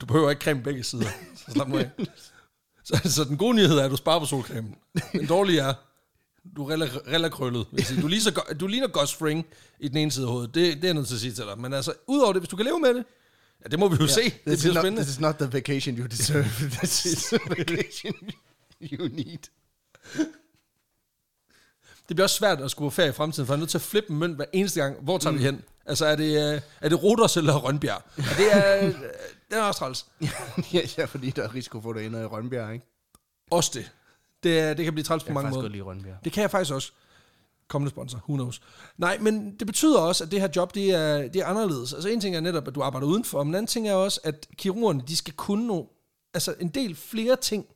Speaker 2: Du behøver ikke creme begge sider. Så slap nu af. Så, så den gode nyhed er, at du sparer på solcremen. Den dårlige er, du er rela- relakrøllet. vil jeg sige. Du, ligner, go- du ligner Gus Fring i den ene side af hovedet. Det, det er jeg nødt til at sige til dig. Men altså, udover det, hvis du kan leve med det, ja, det må vi jo se. Det
Speaker 1: this, is
Speaker 2: bliver
Speaker 1: not,
Speaker 2: spændende.
Speaker 1: this is not the vacation you deserve, this is the vacation you need.
Speaker 2: Det bliver også svært at skulle på ferie i fremtiden, for jeg er nødt til at flippe en mønt hver eneste gang. Hvor tager mm. vi hen? Altså, er det, øh, er det Roters eller Rønbjerg? Og det er, øh, det er også træls.
Speaker 1: ja, ja, fordi der er risiko for, at du ender i Rønbjerg, ikke?
Speaker 2: Også det. Det, er- det kan blive træls på mange måder.
Speaker 1: lide Rønbjerg.
Speaker 2: Det kan jeg faktisk også. Kommende sponsor, who knows. Nej, men det betyder også, at det her job, det er, det er anderledes. Altså en ting er netop, at du arbejder udenfor, men en anden ting er også, at kirurgerne, de skal kunne nogle altså en del flere ting,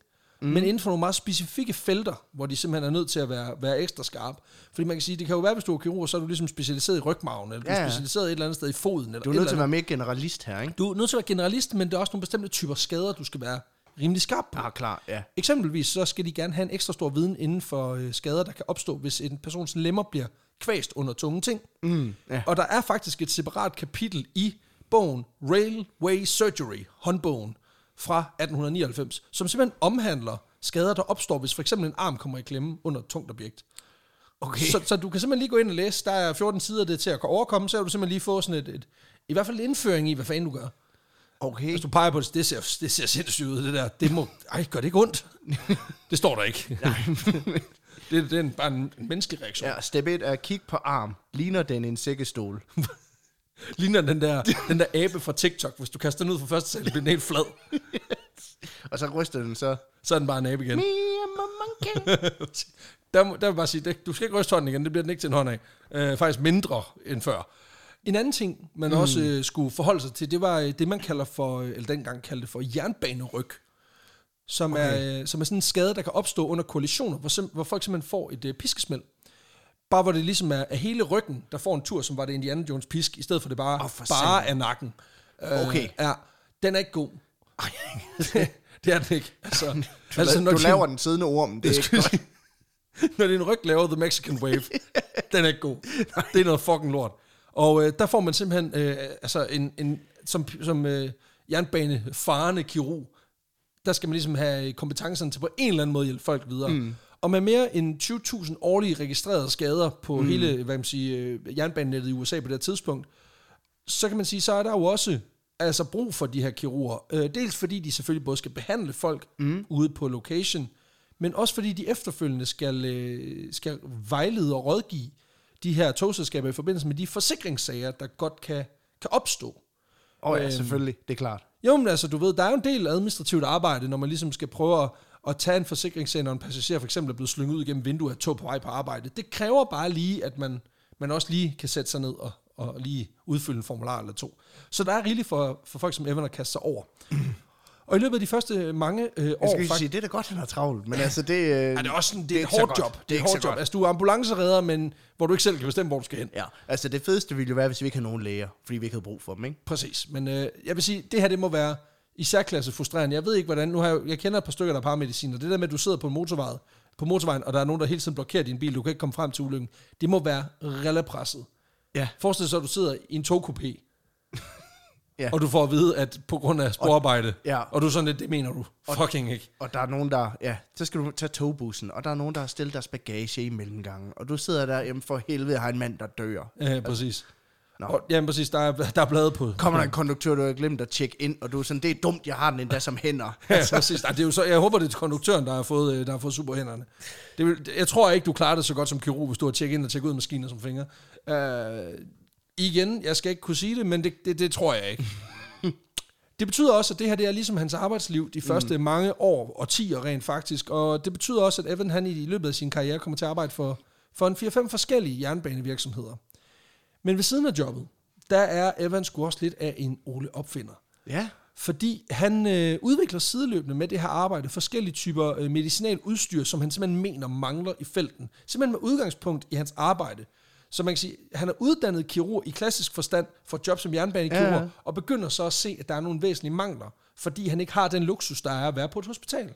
Speaker 2: mm. men inden for nogle meget specifikke felter, hvor de simpelthen er nødt til at være, være ekstra skarpe. Fordi man kan sige, det kan jo være, hvis du er kirurg, så er du ligesom specialiseret i rygmagen, eller du
Speaker 1: Ja,
Speaker 2: er
Speaker 1: ja.
Speaker 2: specialiseret et eller andet sted i foden. Eller
Speaker 1: Du er
Speaker 2: et
Speaker 1: nødt
Speaker 2: eller
Speaker 1: til at
Speaker 2: andet.
Speaker 1: være mere generalist her, ikke?
Speaker 2: du er nødt til at være generalist, men der er også nogle bestemte typer skader, du skal være rimelig skarp på.
Speaker 1: Ah, klar, ja.
Speaker 2: Eksempelvis så skal de gerne have en ekstra stor viden inden for øh, skader, der kan opstå, hvis en persons lemmer bliver kvæst under tunge ting. Mm,
Speaker 1: ja.
Speaker 2: Og der er faktisk et separat kapitel i bogen Railway Surgery, håndbogen fra 1899, som simpelthen omhandler skader, der opstår, hvis for eksempel en arm kommer i klemme under et tungt objekt.
Speaker 1: Okay.
Speaker 2: Så, så du kan simpelthen lige gå ind og læse, der er 14 sider af det til at overkomme, så vil du simpelthen lige få sådan et, et i hvert fald indføring i, hvad fanden du gør.
Speaker 1: Okay.
Speaker 2: Hvis du peger på det, det ser, det ser sindssygt ud, det der. Det må, ej, gør det ikke ondt? Det står der ikke. det, det er en, bare en, en menneskereaktion. Ja.
Speaker 1: Ja, step 1 er kig på arm. Ligner den en sækkestol?
Speaker 2: Ligner den der, den der abe fra TikTok. Hvis du kaster den ud fra første sal, bliver den helt flad.
Speaker 1: Og så ryster den så.
Speaker 2: Så er den bare en abe igen.
Speaker 1: Me, I'm a monkey.
Speaker 2: Der, må- der vil jeg bare sige, det, du skal ikke ryste hånden igen, det bliver den ikke til en hånd af. Øh, faktisk mindre end før. En anden ting, man mm. også øh, skulle forholde sig til, det var øh, det, man kalder for, øh, eller dengang kaldte det for jernbaneryg. Som, okay. er, øh, som er sådan en skade, der kan opstå under kollisioner, hvor, sim- hvor folk simpelthen får et øh, piskesmæld. Bare hvor det ligesom er, er hele ryggen, der får en tur, som var det Indiana Jones pisk, i stedet for det bare,
Speaker 1: Åh,
Speaker 2: oh,
Speaker 1: for
Speaker 2: bare er nakken. Øh,
Speaker 1: Okay.
Speaker 2: Ja, den er ikke god. det er den ikke. Altså, du,
Speaker 1: altså, du laver den siddende orm. Det er ikke godt.
Speaker 2: når din ryg laver The Mexican Wave, den er ikke god. Det er noget fucking lort. Og øh, der får man simpelthen, øh, altså en, en, som, som øh, jernbanefarende kirurg, der skal man ligesom have kompetencerne til på en eller anden måde at hjælpe folk videre. Mm. Og med mere end 20.000 årlige registrerede skader på mm. hele, hvad kan man sige, øh, jernbanenettet i USA på det her tidspunkt, så kan man sige, så er der jo også altså brug for de her kirurger. Øh, dels fordi de selvfølgelig både skal behandle folk mm. ude på location, men også fordi de efterfølgende skal, øh, skal vejlede og rådgive de her togselskaber i forbindelse med de forsikringssager, der godt kan, kan opstå.
Speaker 1: Åh oh, ja, selvfølgelig. Det er klart.
Speaker 2: Jo, men altså, du ved, der er jo en del administrativt arbejde, når man ligesom skal prøve at, at tage en forsikringssag, når en passager for eksempel er blevet slynget ud gennem vinduet af et tog på vej på arbejde. Det kræver bare lige, at man, man også lige kan sætte sig ned og, og lige udfylde en formular eller to. Så der er rigeligt for, for folk som Evan at kaste sig over. Og i løbet af de første mange øh,
Speaker 1: Jeg
Speaker 2: år...
Speaker 1: skal lige
Speaker 2: fakt-
Speaker 1: sige, det er da godt, han har travlt. Men altså, det... Øh,
Speaker 2: er det også sådan, det, er
Speaker 1: ikke
Speaker 2: et
Speaker 1: så
Speaker 2: hårdt
Speaker 1: godt.
Speaker 2: job. Det er et
Speaker 1: ikke så
Speaker 2: hårdt job.
Speaker 1: godt.
Speaker 2: Altså, du er ambulanceredder, men hvor du ikke selv kan bestemme, hvor du skal hen.
Speaker 1: Ja, altså det fedeste ville jo være, hvis vi ikke havde nogen læger, fordi vi ikke havde brug for dem, ikke?
Speaker 2: Præcis, men øh, jeg vil sige, det her det må være i særklasse frustrerende. Jeg ved ikke, hvordan, nu har jeg, jeg kender et par stykker, der er paramediciner. Det der med, at du sidder på en motorvej, på motorvejen, og der er nogen, der hele tiden blokerer din bil, du kan ikke komme frem til ulykken. Det må være relapresset.
Speaker 1: Ja.
Speaker 2: Forestil dig så, at du sidder i en togkupé,
Speaker 1: Ja.
Speaker 2: og du får at vide, at på grund af sporarbejde,
Speaker 1: ja.
Speaker 2: og du er sådan lidt, det mener du fucking ikke.
Speaker 1: Og der er nogen, der... Ja, så skal du tage togbussen, og der er nogen, der har stillet deres bagage i mellemgangen. Og du sidder der, jamen for helvede har en mand, der dør.
Speaker 2: Ja, Øh, præcis.
Speaker 1: Nå.
Speaker 2: Og, jamen præcis, der er, der er bladet på.
Speaker 1: Kommer der en konduktør, du har glemt at tjekke ind, og du er sådan, det er dumt, jeg har den endda som hænder.
Speaker 2: Ja, præcis. Ej, det er jo så, jeg håber, det er konduktøren, der har fået, øh, der har fået superhænderne. Det vil, jeg tror ikke, du klarer det så godt som kirurg, hvis du har tjekket ind og tjekket ud med skiner som fingre. Uh, igen, jeg skal ikke kunne sige det, men det, det, det tror jeg ikke. Det betyder også, at det her det er ligesom hans arbejdsliv de første mm. mange år, og 10 år rent faktisk. Og det betyder også, at Evan han i løbet af sin karriere kommer til at arbejde for, for en 4-5 forskellige jernbanevirksomheder. Men ved siden af jobbet, der er Evan sgu også lidt af en Ole Opfinder.
Speaker 1: Ja,
Speaker 2: Fordi han øh, udvikler sideløbende med det her arbejde forskellige typer øh, medicinaludstyr, som han simpelthen mener mangler i felten. Simpelthen med udgangspunkt i hans arbejde. Så man kan sige, han er uddannet kirurg i klassisk forstand for job som jernbanekirurg,
Speaker 1: Ja,
Speaker 2: ja,
Speaker 1: ja.
Speaker 2: og begynder så at se, at der er nogle væsentlige mangler, fordi han ikke har den luksus, der er at være på et hospital.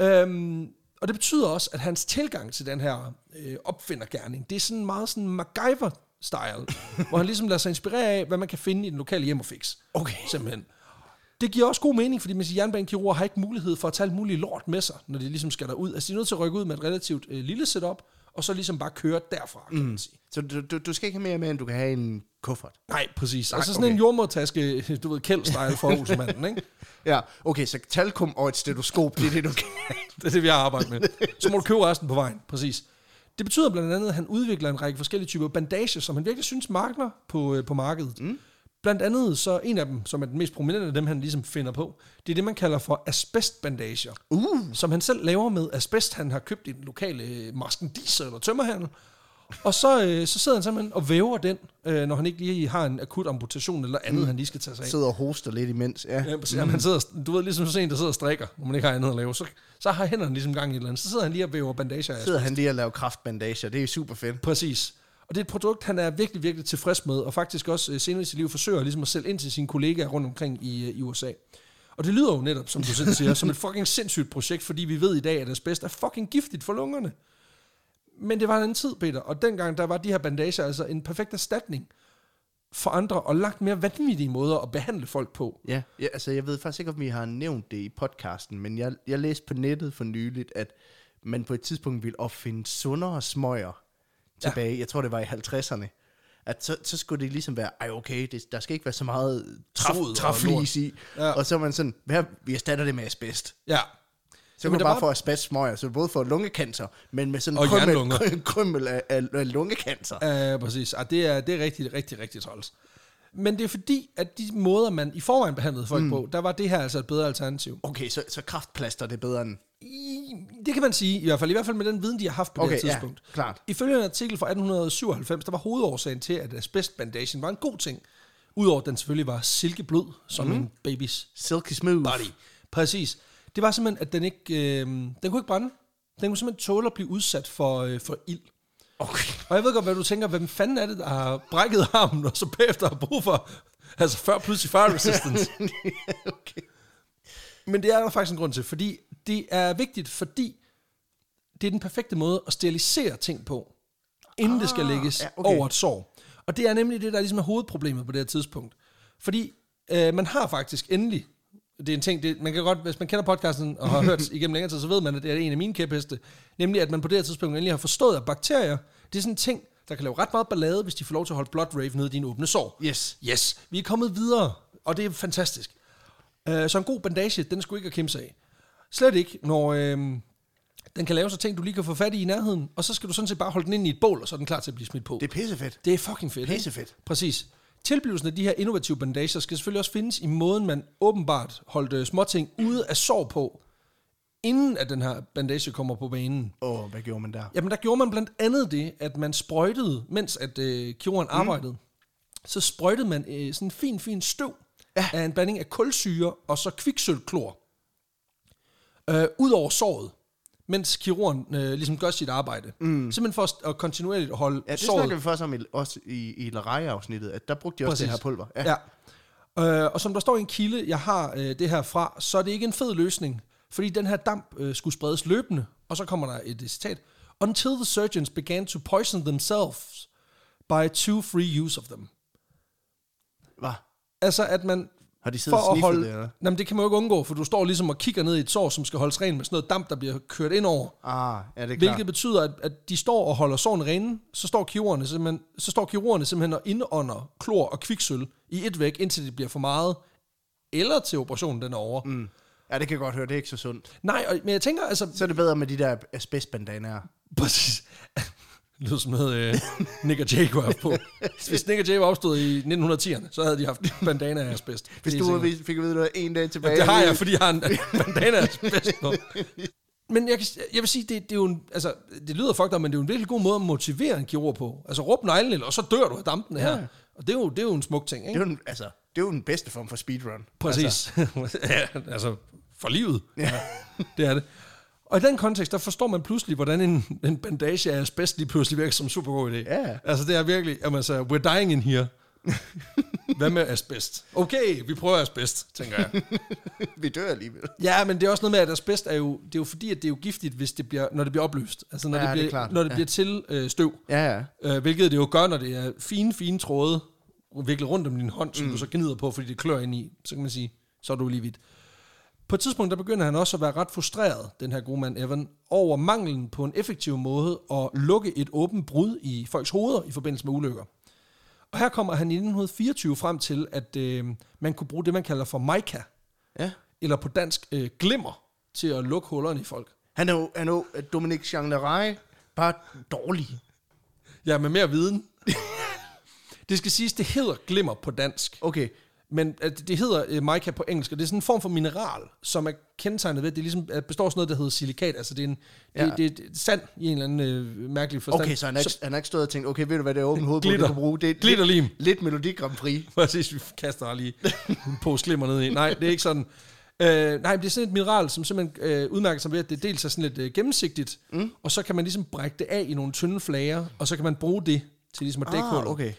Speaker 2: Øhm, og det betyder også, at hans tilgang til den her øh, opfindergærning, det er sådan meget sådan MacGyver-style, hvor han ligesom lader sig inspirere af, hvad man kan finde i den lokale hjem og fix.
Speaker 1: Okay.
Speaker 2: Simpelthen. Det giver også god mening, fordi man siger, jernbanekirurger har ikke mulighed for at tage alt muligt lort med sig, når de ligesom skal derud. Altså, de er nødt til at rykke ud med et relativt øh, lille setup, og så ligesom bare køre derfra, kan man sige.
Speaker 1: så du, du, du skal ikke have mere med, end du kan have en kuffert.
Speaker 2: Nej, præcis. altså sådan
Speaker 1: okay.
Speaker 2: en jordmortaske, du ved, kæld-style for Aarhusmanden, ikke?
Speaker 1: Ja, okay, så talkum og et stetoskop, det er det, du kan.
Speaker 2: Det er det, vi har arbejdet med. Så må du købe resten på vejen, præcis. Det betyder blandt andet, at han udvikler en række forskellige typer bandager, som han virkelig synes mangler på, øh, på markedet. Mm. Blandt andet så en af dem, som er den mest prominente af dem, han ligesom finder på, det er det, man kalder for asbestbandager. Uh. Som han selv laver med asbest, han har købt i den lokale øh, maskendiser eller tømmerhandel. Og så, øh, så sidder han simpelthen og væver den, øh, når han ikke lige har en akut amputation eller andet, mm. han lige skal tage sig af.
Speaker 1: Sidder og hoster lidt imens. Ja.
Speaker 2: Ja, præcis. Mm. Han sidder, og- du ved, ligesom sådan en, der sidder og strikker, hvor man ikke har andet at lave. Så, så har hænderne ligesom gang i et eller andet. Så sidder han lige og væver bandager af.
Speaker 1: Sidder han lige og laver kraftbandager. Det er super fedt.
Speaker 2: Præcis. Og det er et produkt, han er virkelig, virkelig tilfreds med, og faktisk også øh, senere i sit liv forsøger ligesom at sælge ind til sine kollegaer rundt omkring i, øh, i USA. Og det lyder jo netop, som du selv siger, som et fucking sindssygt projekt, fordi vi ved i dag, at asbest er fucking giftigt for lungerne. Men det var en anden tid, Peter, og dengang der var de her bandager altså en perfekt erstatning for andre, og langt mere vanvittige måder at behandle folk på.
Speaker 1: Ja. ja, altså jeg ved faktisk ikke, om vi har nævnt det i podcasten, men jeg, jeg læste på nettet for nyligt, at man på et tidspunkt ville opfinde sundere smøger tilbage. Jeg tror, det var i 50'erne. At så, så skulle det ligesom være, ej okay, det, der skal ikke være så meget
Speaker 2: Sod
Speaker 1: traf,
Speaker 2: og
Speaker 1: traflis i.
Speaker 2: Ja.
Speaker 1: Ja. Og så er man sådan, hvad, vi erstatter det med asbest.
Speaker 2: Ja.
Speaker 1: Så kan
Speaker 2: Jamen,
Speaker 1: du
Speaker 2: der
Speaker 1: bare
Speaker 2: var-
Speaker 1: få asbestsmøger, så du både får lungekancer, men med sådan
Speaker 2: Og
Speaker 1: en krymmel,
Speaker 2: jernlunger.
Speaker 1: krymmel, krymmel af, af, af lungekancer.
Speaker 2: Ja, præcis. Ah, det, er, det er rigtig, rigtig, rigtig træls. Men det er fordi, at de måder, man i forvejen behandlede folk mm. på, der var det her altså et bedre alternativ.
Speaker 1: Okay, så, så kraftplaster det er bedre end...
Speaker 2: I, det kan man sige, i hvert fald, i hvert fald med den viden, de har haft på okay,
Speaker 1: Okay,
Speaker 2: det
Speaker 1: ja,
Speaker 2: her tidspunkt.
Speaker 1: klart.
Speaker 2: Ifølge en artikel fra 1897, der var hovedårsagen til, at asbestbandagen var en god ting. Udover at den selvfølgelig var silkeblød, som
Speaker 1: Mhm.
Speaker 2: mm. en babys
Speaker 1: Silky smooth.
Speaker 2: body. Præcis. Det var simpelthen, at den ikke, øh, den kunne ikke brænde. Den kunne simpelthen tåle at blive udsat for, øh, for ild.
Speaker 1: Okay.
Speaker 2: Og jeg ved godt, hvad du tænker, hvem fanden er det, der har brækket armen, og så bagefter har brug for, altså før pludselig fire resistance.
Speaker 1: okay.
Speaker 2: Men det er der faktisk en grund til, fordi det er vigtigt, fordi det er den perfekte måde at sterilisere ting på, inden ah, det skal lægges ja,
Speaker 1: ja,
Speaker 2: okay.
Speaker 1: okay.
Speaker 2: over et sår. Og det er nemlig det, der ligesom er hovedproblemet på det her tidspunkt. Fordi øh, man har faktisk endelig, det er en ting, det, man kan godt, hvis man kender podcasten og har hørt igennem længere tid, så ved man, at det er en af mine kæpheste, nemlig at man på det her tidspunkt endelig har forstået, at bakterier, det er sådan en ting, der kan lave ret meget ballade, hvis de får lov til at holde blood rave nede i dine åbne sår.
Speaker 1: Yes.
Speaker 2: Yes, vi er kommet videre, og det er fantastisk. Øh, så en god bandage, den skulle ikke at kæmpe sig af. Slet ikke, når øh, den kan lave så ting, du lige kan få fat i i nærheden, og så skal du sådan set bare holde den ind i et bål, og så er den klar til at blive smidt på.
Speaker 1: Det er pissefedt.
Speaker 2: Det er fucking fedt. ikke?
Speaker 1: Pissefedt.
Speaker 2: Præcis. Tilblivelsen af de her innovative bandager skal selvfølgelig også findes i måden, man åbenbart holdt øh, småting ude af sår på, inden at den her bandage kommer på banen.
Speaker 1: Åh, oh, hvad gjorde man der?
Speaker 2: Jamen der gjorde man blandt andet det, at man sprøjtede, mens at øh, kirurgen arbejdede, så sprøjtede man øh, sådan en fin, fin støv ja. af en blanding af kulsyre og så kviksølvklor øh, ud over såret, mens kirurgen øh, ligesom gør sit arbejde. Mm. Simpelthen for at, at kontinuerligt at holde
Speaker 1: Ja, det
Speaker 2: såret
Speaker 1: snakker vi først om i, også i, i Lareje-afsnittet, at der brugte de også Præcis. det her pulver. Ja.
Speaker 2: Ja. ja. Øh, og som der står i en kilde, jeg har øh, det her fra, så er det ikke en fed løsning, fordi den her damp øh, skulle spredes løbende, og så kommer der et øh, citat. Until the surgeons began to poison themselves by too free use of them.
Speaker 1: Hvad?
Speaker 2: Altså at man...
Speaker 1: Har de siddet og
Speaker 2: For at
Speaker 1: sniffet
Speaker 2: holde,
Speaker 1: det, eller?
Speaker 2: Jamen, det kan man jo ikke undgå, for du står ligesom og kigger ned i et sår, som skal holdes rent med sådan noget damp, der bliver kørt ind over.
Speaker 1: Ah, ja, det er klart.
Speaker 2: Hvilket betyder, at, at de står og holder sårene rene, så står kirurgerne simpelthen, så står kirurgerne simpelthen og indånder klor og kviksøl i et væk, indtil det bliver for meget, eller til operationen den er over. Mm.
Speaker 1: Ja, det kan jeg godt høre, det er ikke så sundt.
Speaker 2: Nej, og, men jeg tænker, altså,
Speaker 1: Så er det bedre med de der asbestbandanaer.
Speaker 2: Præcis. Det lyder som noget, øh, Nick og Jay kunne have haft på. Hvis Nick og Jay var opstået i 1910'erne, så havde de haft bandana af asbest.
Speaker 1: Hvis
Speaker 2: Det er
Speaker 1: du
Speaker 2: sikkert.
Speaker 1: fik at vide, at du havde en dag tilbage.
Speaker 2: Det har jeg, fordi jeg har en bandana af asbest på. Men jeg, kan, jeg vil sige, det, det er jo en, altså, det lyder fucked up, men det er jo en virkelig god måde at motivere en kirurg på. Altså, råb neglen, eller- og så dør du af dampen her. Ja. Og det er, jo, det er jo en smuk ting,
Speaker 1: Det
Speaker 2: ikke?
Speaker 1: er jo den, altså, det er jo den bedste form for speedrun.
Speaker 2: Præcis. Altså. ja, altså, for livet. Ja. det er det. Og i den kontekst, der forstår man pludselig, hvordan en, en bandage af asbest lige pludselig virker som en super god idé.
Speaker 1: Ja.
Speaker 2: Altså, det er virkelig, jamen, altså, we're dying in here. Hvad med asbest? Okay, vi prøver asbest, tænker jeg.
Speaker 1: Vi dør alligevel.
Speaker 2: Ja, men det er også noget med, at asbest er jo, det er jo fordi, at det er jo giftigt, hvis det bliver, når det bliver opløst. Altså når
Speaker 1: Ja,
Speaker 2: det
Speaker 1: det er
Speaker 2: bliver,
Speaker 1: klart.
Speaker 2: når det
Speaker 1: Ja.
Speaker 2: bliver til øh, støv.
Speaker 1: Ja, ja.
Speaker 2: Øh, hvilket det jo gør, når det er fine, fine tråde viklet rundt om din hånd, som mm. du så gnider på, fordi det klør ind i. Så kan man sige, så er du lige vidt. På et tidspunkt, der begynder han også at være ret frustreret, den her gode mand Evan, over manglen på en effektiv måde at lukke et åbent brud i folks hoveder i forbindelse med ulykker. Og her kommer han i 1924 frem til, at øh, man kunne bruge det, man kalder for mica,
Speaker 1: ja.
Speaker 2: eller på dansk øh, glimmer, til at lukke hullerne i folk.
Speaker 1: Han er jo, han er jo øh, Dominic Jean Lareje, bare dårlig.
Speaker 2: Ja, med mere viden. det skal siges, det hedder glimmer på dansk.
Speaker 1: Okay,
Speaker 2: Men øh, det det hedder øh, mica på engelsk, og det er sådan en form for mineral, som er kendetegnet ved, at det ligesom øh, består af sådan noget, der hedder silikat. Altså det er, en, ja.
Speaker 1: Ja.
Speaker 2: det, det er sand i en eller anden øh, mærkelig forstand.
Speaker 1: Okay, så han har ikke, han har ikke stået og tænkt, okay, ved du hvad, det er åbent hoved på, det
Speaker 2: Glitter.
Speaker 1: kan bruge. Det er lidt-
Speaker 2: Glitterlim.
Speaker 1: Lidt Melodi Grand Prix.
Speaker 2: Præcis, vi kaster bare lige en pose glimmer ned i. Nej, det er ikke sådan. Øh, nej, men det er sådan et mineral, som simpelthen øh, udmærker sig ved, at det dels er sådan lidt øh, gennemsigtigt, mm. og så kan man ligesom brække det af i nogle tynde flager, og så kan man bruge det til ligesom at dække
Speaker 1: Ah,
Speaker 2: hullet.
Speaker 1: okay.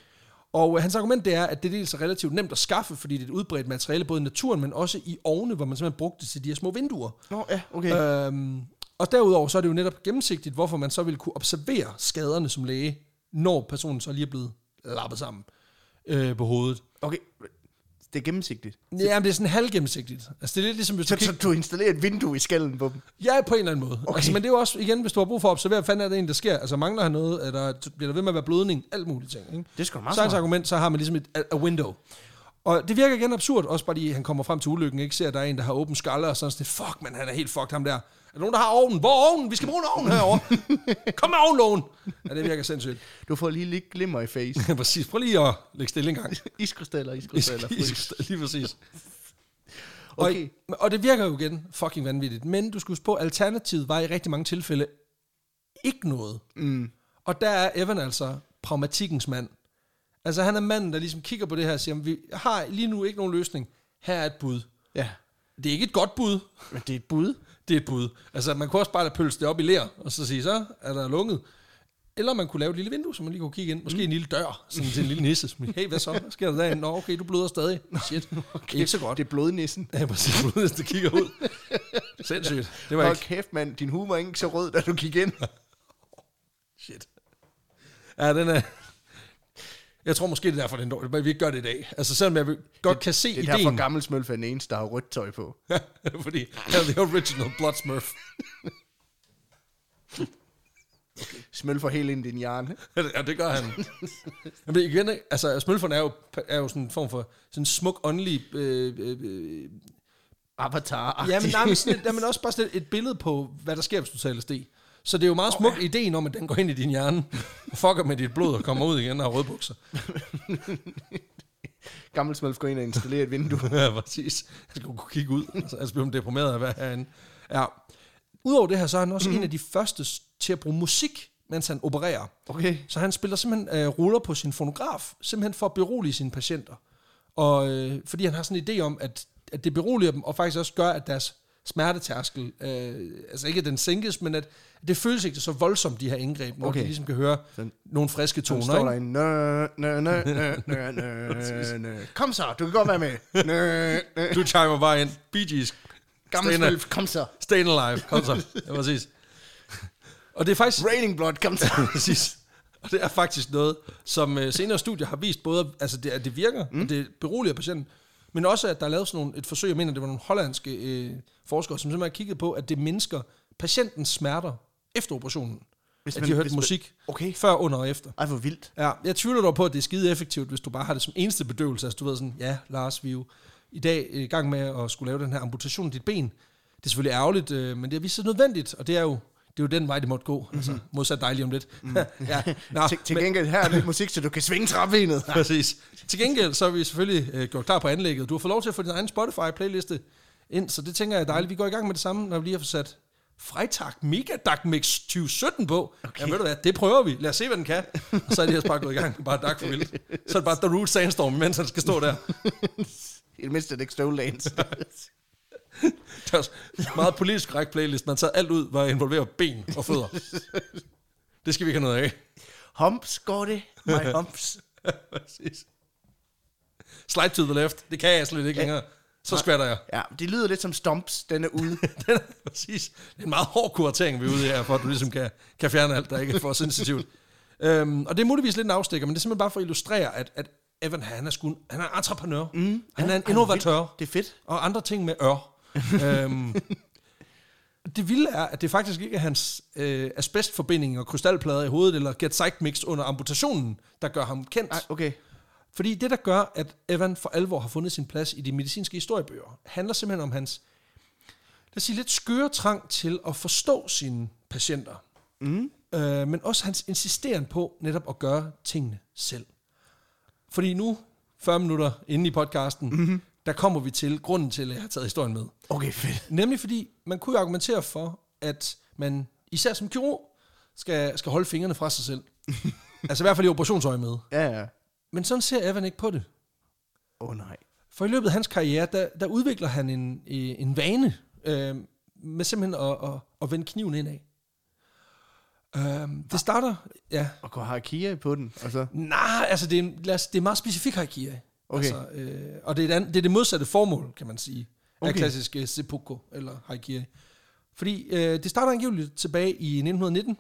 Speaker 2: Og øh, hans argument det er, at det dels er relativt nemt at skaffe, fordi det er et udbredt materiale både i naturen, men også i ovne, hvor man simpelthen brugte det til de her små vinduer.
Speaker 1: Nå, ja, okay.
Speaker 2: Øhm, og derudover så er det jo netop gennemsigtigt, hvorfor man så vil kunne observere skaderne som læge, når personen så lige er blevet lappet sammen øh, på hovedet.
Speaker 1: Okay, det er gennemsigtigt.
Speaker 2: Ja, men det er sådan halvgennemsigtigt. Altså, det er lidt ligesom, hvis du
Speaker 1: Så, så
Speaker 2: kigger...
Speaker 1: du installerer et vindue i skallen på dem?
Speaker 2: Ja, på en eller anden måde. Okay.
Speaker 1: Okay.
Speaker 2: Altså, men det er jo også, igen, hvis du har brug for at observere, hvad fanden er det egentlig, der sker? Altså, mangler han noget? Er der, bliver der ved med at være blødning? Alt muligt ting, ikke?
Speaker 1: Det er sgu da meget
Speaker 2: Så er hans
Speaker 1: smart.
Speaker 2: argument, så har man ligesom et a, a window. Og det virker igen absurd, også bare lige, han kommer frem til ulykken, ikke? Ser, at der er en, der har åben skaller, og sådan sådan, fuck, man, han er helt fucked, ham der. Er der nogen, der har ovnen? Hvor er ovnen? Vi skal bruge en ovn herovre. Kom med ovnloven! Ja, det virker sindssygt.
Speaker 1: Du får lige lidt glimmer i face.
Speaker 2: præcis. Prøv lige at lægge stille en gang.
Speaker 1: Iskrystaller, iskrystaller.
Speaker 2: Lige præcis.
Speaker 1: Okay.
Speaker 2: Og, og det virker jo igen fucking vanvittigt. Men du skal huske på, at alternativet var i rigtig mange tilfælde ikke noget. Mm. Og der er Evan altså pragmatikkens mand. Altså han er manden, der ligesom kigger på det her og siger, vi har lige nu ikke nogen løsning. Her er et bud.
Speaker 1: Ja,
Speaker 2: Det er ikke et godt bud,
Speaker 1: men det er et bud.
Speaker 2: det er et bud. Altså man kunne også bare lade pølse det op i lær, og så sige, så er der lukket. Eller man kunne lave et lille vindue, som man lige kunne kigge ind. Måske mm. en lille dør, sådan til en lille nisse. Som, hey, hvad så? Hvad sker der derinde? Nå, okay, du bløder stadig. Shit, okay. ikke så godt.
Speaker 1: Det er blodnissen.
Speaker 2: Ja, præcis. Uden at det kigger ud. Sindssygt. Det var
Speaker 1: Hold
Speaker 2: ikke...
Speaker 1: kæft, mand. Din humor er ikke så rød, da du gik ind.
Speaker 2: Shit. Ja, den er... Jeg tror måske, det er derfor, den dårlig. Men vi ikke gør det i dag. Altså, selvom jeg vil- godt kan se
Speaker 1: Det er
Speaker 2: ideen.
Speaker 1: derfor gammel smølf er den eneste, der har rødt tøj på.
Speaker 2: Fordi han er the original blood smurf.
Speaker 1: Smølfer helt ind i din hjerne.
Speaker 2: ja, det gør han. Jamen, det er igen, ikke? altså, smølferne er jo, er jo sådan en form for sådan en smuk, åndelig... Øh, øh, øh,
Speaker 1: Avatar.
Speaker 2: ja, men, nej, men, sådan, et- ja, men også bare sådan et, et billede på, hvad der sker, hvis du tager LSD. Så det er jo meget smukt ideen om, at den går ind i din hjerne, fucker med dit blod og kommer ud igen og har rødbukser.
Speaker 1: Gammel smølf går ind og installerer et vindue.
Speaker 2: ja, præcis. Han skulle kunne kigge ud. Altså, altså blev han deprimeret af at være herinde. Ja. Udover det her, så er han også
Speaker 1: Mhm.
Speaker 2: mm-hmm. en af de første s- til at bruge musik, mens han opererer.
Speaker 1: Okay.
Speaker 2: Så han spiller simpelthen øh, ruller på sin fonograf, simpelthen for at berolige sine patienter. Og øh, fordi han har sådan en idé om, at, at det beroliger dem, og faktisk også gør, at deres smertetærskel, øh, altså ikke at den sænkes, men at det føles ikke så voldsomt, de her indgreb, hvor okay.
Speaker 1: Okay.
Speaker 2: de ligesom kan høre
Speaker 1: Så-
Speaker 2: nogle friske toner.
Speaker 1: Så står
Speaker 2: ikke?
Speaker 1: der en, nø, nø, nø, nø, nø, nø, nø. Kom så, du kan godt være med. Nø, nø.
Speaker 2: Du timer bare ind. Bee Gees.
Speaker 1: Gammel
Speaker 2: Stena.
Speaker 1: smølf, kom så.
Speaker 2: Stayin' Alive, kom så. Ja, præcis. Og det er faktisk...
Speaker 1: Raining Blood, kom så.
Speaker 2: Præcis. Og det er faktisk noget, som øh, senere studier har vist både, altså det, at det virker, mm. og det beroliger patienten, men også at der er lavet sådan nogle, et forsøg, jeg mener, det var nogle hollandske øh, forskere, som simpelthen har kigget på, at det mindsker patientens smerter efter operationen. Hvis
Speaker 1: Hvis
Speaker 2: man, at
Speaker 1: man-
Speaker 2: de hørte
Speaker 1: hvis man-
Speaker 2: musik
Speaker 1: okay.
Speaker 2: før, under og efter.
Speaker 1: Ej, hvor vildt.
Speaker 2: Ja, jeg tvivler dog på, at det er skide effektivt, hvis du bare har det som eneste bedøvelse. Altså, du ved sådan, ja, Lars, vi er jo i dag øh, i gang med at skulle lave den her amputation af dit ben. Det er selvfølgelig ærgerligt, øh, men det er vist så nødvendigt, og det er jo, det er jo den vej, det måtte gå. Mm-hmm. Altså, modsat dig lige om lidt. Mm. ja, nå,
Speaker 1: Til, til
Speaker 2: men,
Speaker 1: gengæld her er lidt musik, så du kan svinge træbenet.
Speaker 2: præcis. Til gengæld, så har vi selvfølgelig øh, gjort klar på anlægget. Du har fået lov til at få din egen Spotify-playliste ind, så det tænker jeg er dejligt. Vi går i gang med det samme, når vi lige har fået sat Freitag Mega Duck Mix 2017 på. Okay. Ja, ved du hvad, det prøver vi. Lad os se, hvad den kan. Og så er det ellers bare gået i gang med bare Duck for vildt. Så er det bare The Root Sandstorm, mens han skal stå der.
Speaker 1: I det mindste er det ikke Stone Lands.
Speaker 2: Det er også meget politisk korrekt playlist. Man tager alt ud, hvor involverer ben og fødder. Det skal vi ikke have noget af.
Speaker 1: Humps går det. My humps.
Speaker 2: Præcis. Slide to the left. Det kan jeg slet ikke længere. Så skvatter jeg.
Speaker 1: Ja, det lyder lidt som Stomps, den er ude.
Speaker 2: Den er, præcis. Det er en meget hård kuratering, vi er ude i her, for at du ligesom kan, kan fjerne alt, der ikke er for sensitivt. Øhm, og det er muligvis lidt en afstikker, men det er simpelthen bare for at illustrere, at, at Evan, han er, sku, han er en entreprenør. Mm, han er en innovatør.
Speaker 1: Det er fedt.
Speaker 2: Og andre ting med ør. øhm, det vilde er, at det faktisk ikke er hans øh, asbestforbindinger og krystalplader i hovedet, eller get psych mix under amputationen, der gør ham kendt.
Speaker 1: Ej, okay.
Speaker 2: Fordi det, der gør, at Evan for alvor har fundet sin plads i de medicinske historiebøger, handler simpelthen om hans, lad os sige, lidt skøre trang til at forstå sine patienter. Mm. Øh, men også hans insisteren på netop at gøre tingene selv. Fordi nu 40 minutter inde i podcasten, mm-hmm. der kommer vi til grunden til, at jeg har taget historien med.
Speaker 1: Okay, fedt.
Speaker 2: Nemlig fordi, man kunne jo argumentere for, at man især som kirurg skal, skal holde fingrene fra sig selv. altså i hvert fald i operationsøje med.
Speaker 1: Ja, ja.
Speaker 2: Men sådan ser Evan ikke på det.
Speaker 1: Åh oh, nej.
Speaker 2: For i løbet af hans karriere, der, der udvikler han en, øh, en vane øh, med simpelthen at, at, at vende kniven indad. Øh, det starter, ja.
Speaker 1: Og går Hakia på den, og så...
Speaker 2: Nej, altså det er, en- lad os, det er meget specifik haikia.
Speaker 1: Okay.
Speaker 2: Altså, øh, og det er, et andet, det er det modsatte formål, kan man sige, okay. af
Speaker 1: Okay.
Speaker 2: klassisk øh, seppuku eller haikia. Fordi øh, det starter angiveligt tilbage i 1919.